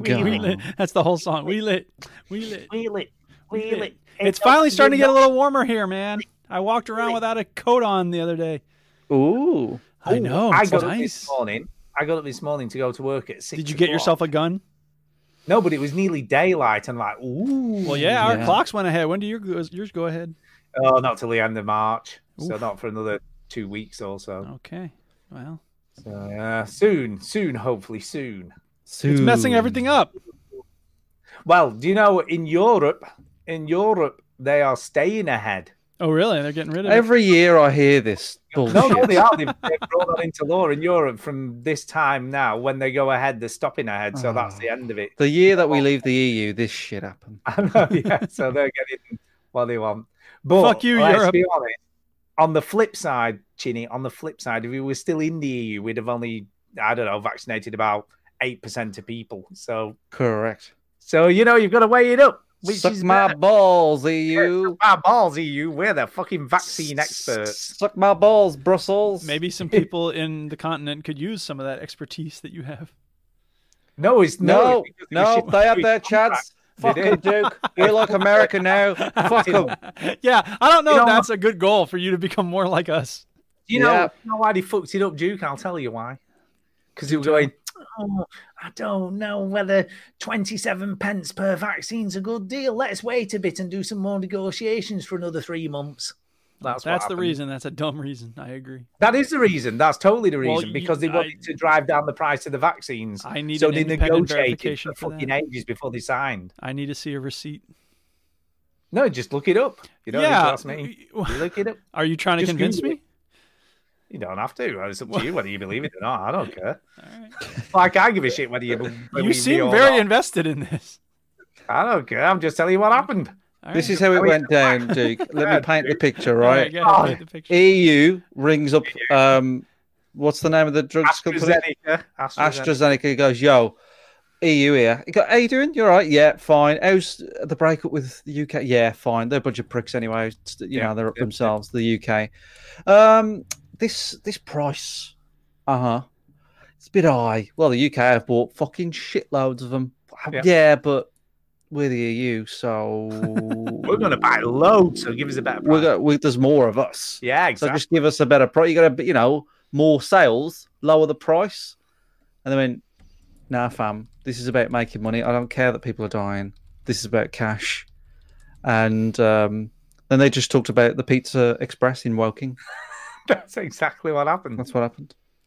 Go
We lit.
on.
<laughs> That's the whole song. We lit. We lit.
wheel it,
We
wheel
lit.
it.
It's finally starting to get a little warmer here, man. I walked around without a coat on the other day.
Ooh.
I know.
I
It's
got up
nice.
this morning I got up this morning to go to work at six.
Did you get
o'clock.
yourself a gun?
No, but it was nearly daylight, and like, ooh.
Well, yeah, our clocks went ahead. When do your, yours go ahead?
Oh, not till the end of March. So not for another two weeks or so.
Okay. Well,
So yeah, soon, soon, hopefully soon.
Soon. It's messing everything up.
Well, do you know in Europe, in Europe they are staying ahead.
Oh, really? They're getting rid of it.
Every year I hear this bullshit.
No, no, they are. They've, they've brought that into law in Europe from this time now. When they go ahead, they're stopping ahead. So that's the end of it.
The year that we leave the EU, this shit happened.
<laughs> I know, yeah. So they're getting what they want. But
Fuck you,
let's
Europe.
be honest. On the flip side, Chinny, on the flip side, if we were still in the EU, we'd have only, I don't know, vaccinated about 8% of people. So,
Correct.
so you know, you've got to weigh it up. Which
Suck
is
my
better.
balls, E EU.
Suck my balls, EU. We're the fucking vaccine experts.
Suck my balls, Brussels.
<laughs> Maybe some people in the continent could use some of that expertise that you have. <laughs>
No, it's
No,
no, it's because of
no,
shit
they had
we
their chance.
contract.
Fuck
They
'em,
did.
Duke. We're like America
<laughs>
now. Fuck 'em.
Yeah, I don't know
You
if
know,
that's a good goal for you to become more like us.
Do you know,
Yeah.
you know why they fucked it up, Duke? I'll tell you why. Because he was going, oh, I don't know whether 27 pence per vaccine's a good deal. Let's wait a bit and do some more negotiations for another three months. That's,
That's,
what
the
happened.
reason. That's a dumb reason. I agree.
That is the reason. That's totally the
Well,
reason
you-
because they
I-
wanted to drive down the price of the vaccines.
I need
so
an
they
independent
negotiated
verification
for
for
fucking
that.
ages before they signed.
I need to see a receipt.
No, just look it up. You don't
Yeah.
need to ask me. You look it up.
<laughs> Are you trying to
Just
convince
Google
me?
it. You don't have to. It's up to you whether you believe it or not. I don't care.
<laughs>
Like I give a shit whether you. be- Believe
You
me
seem
or
very
not.
invested in this.
I don't care. I'm just telling you what happened.
This is how it went down, Duke. Let me paint the picture, right?
go ahead, paint
Oh,
the picture.
EU E rings up. Um, what's the name of the drugs company?
E AstraZeneca.
AstraZeneca goes, yo, EU here. He go, how you doing? You're right. Yeah, fine. How's the breakup with the UK? Yeah, fine. They're a bunch of pricks anyway. It's- You know, they're up themselves. The UK. Um, this this price, uh huh. It's a bit high. Well, the UK have bought fucking shitloads of them.
Yeah.
yeah but we're the EU, so
<laughs> We're going to buy loads, so give us a better
we
price.
got we, there's more of us.
Yeah,
So
exactly.
just
<laughs>
give us a better price. You got to, you know, more sales, lower the price. And they went, nah, fam, this is about making money. I don't care that people are dying. This is about cash. And um, then they just talked about the Pizza Express in Woking.
That's exactly what happened.
That's what happened.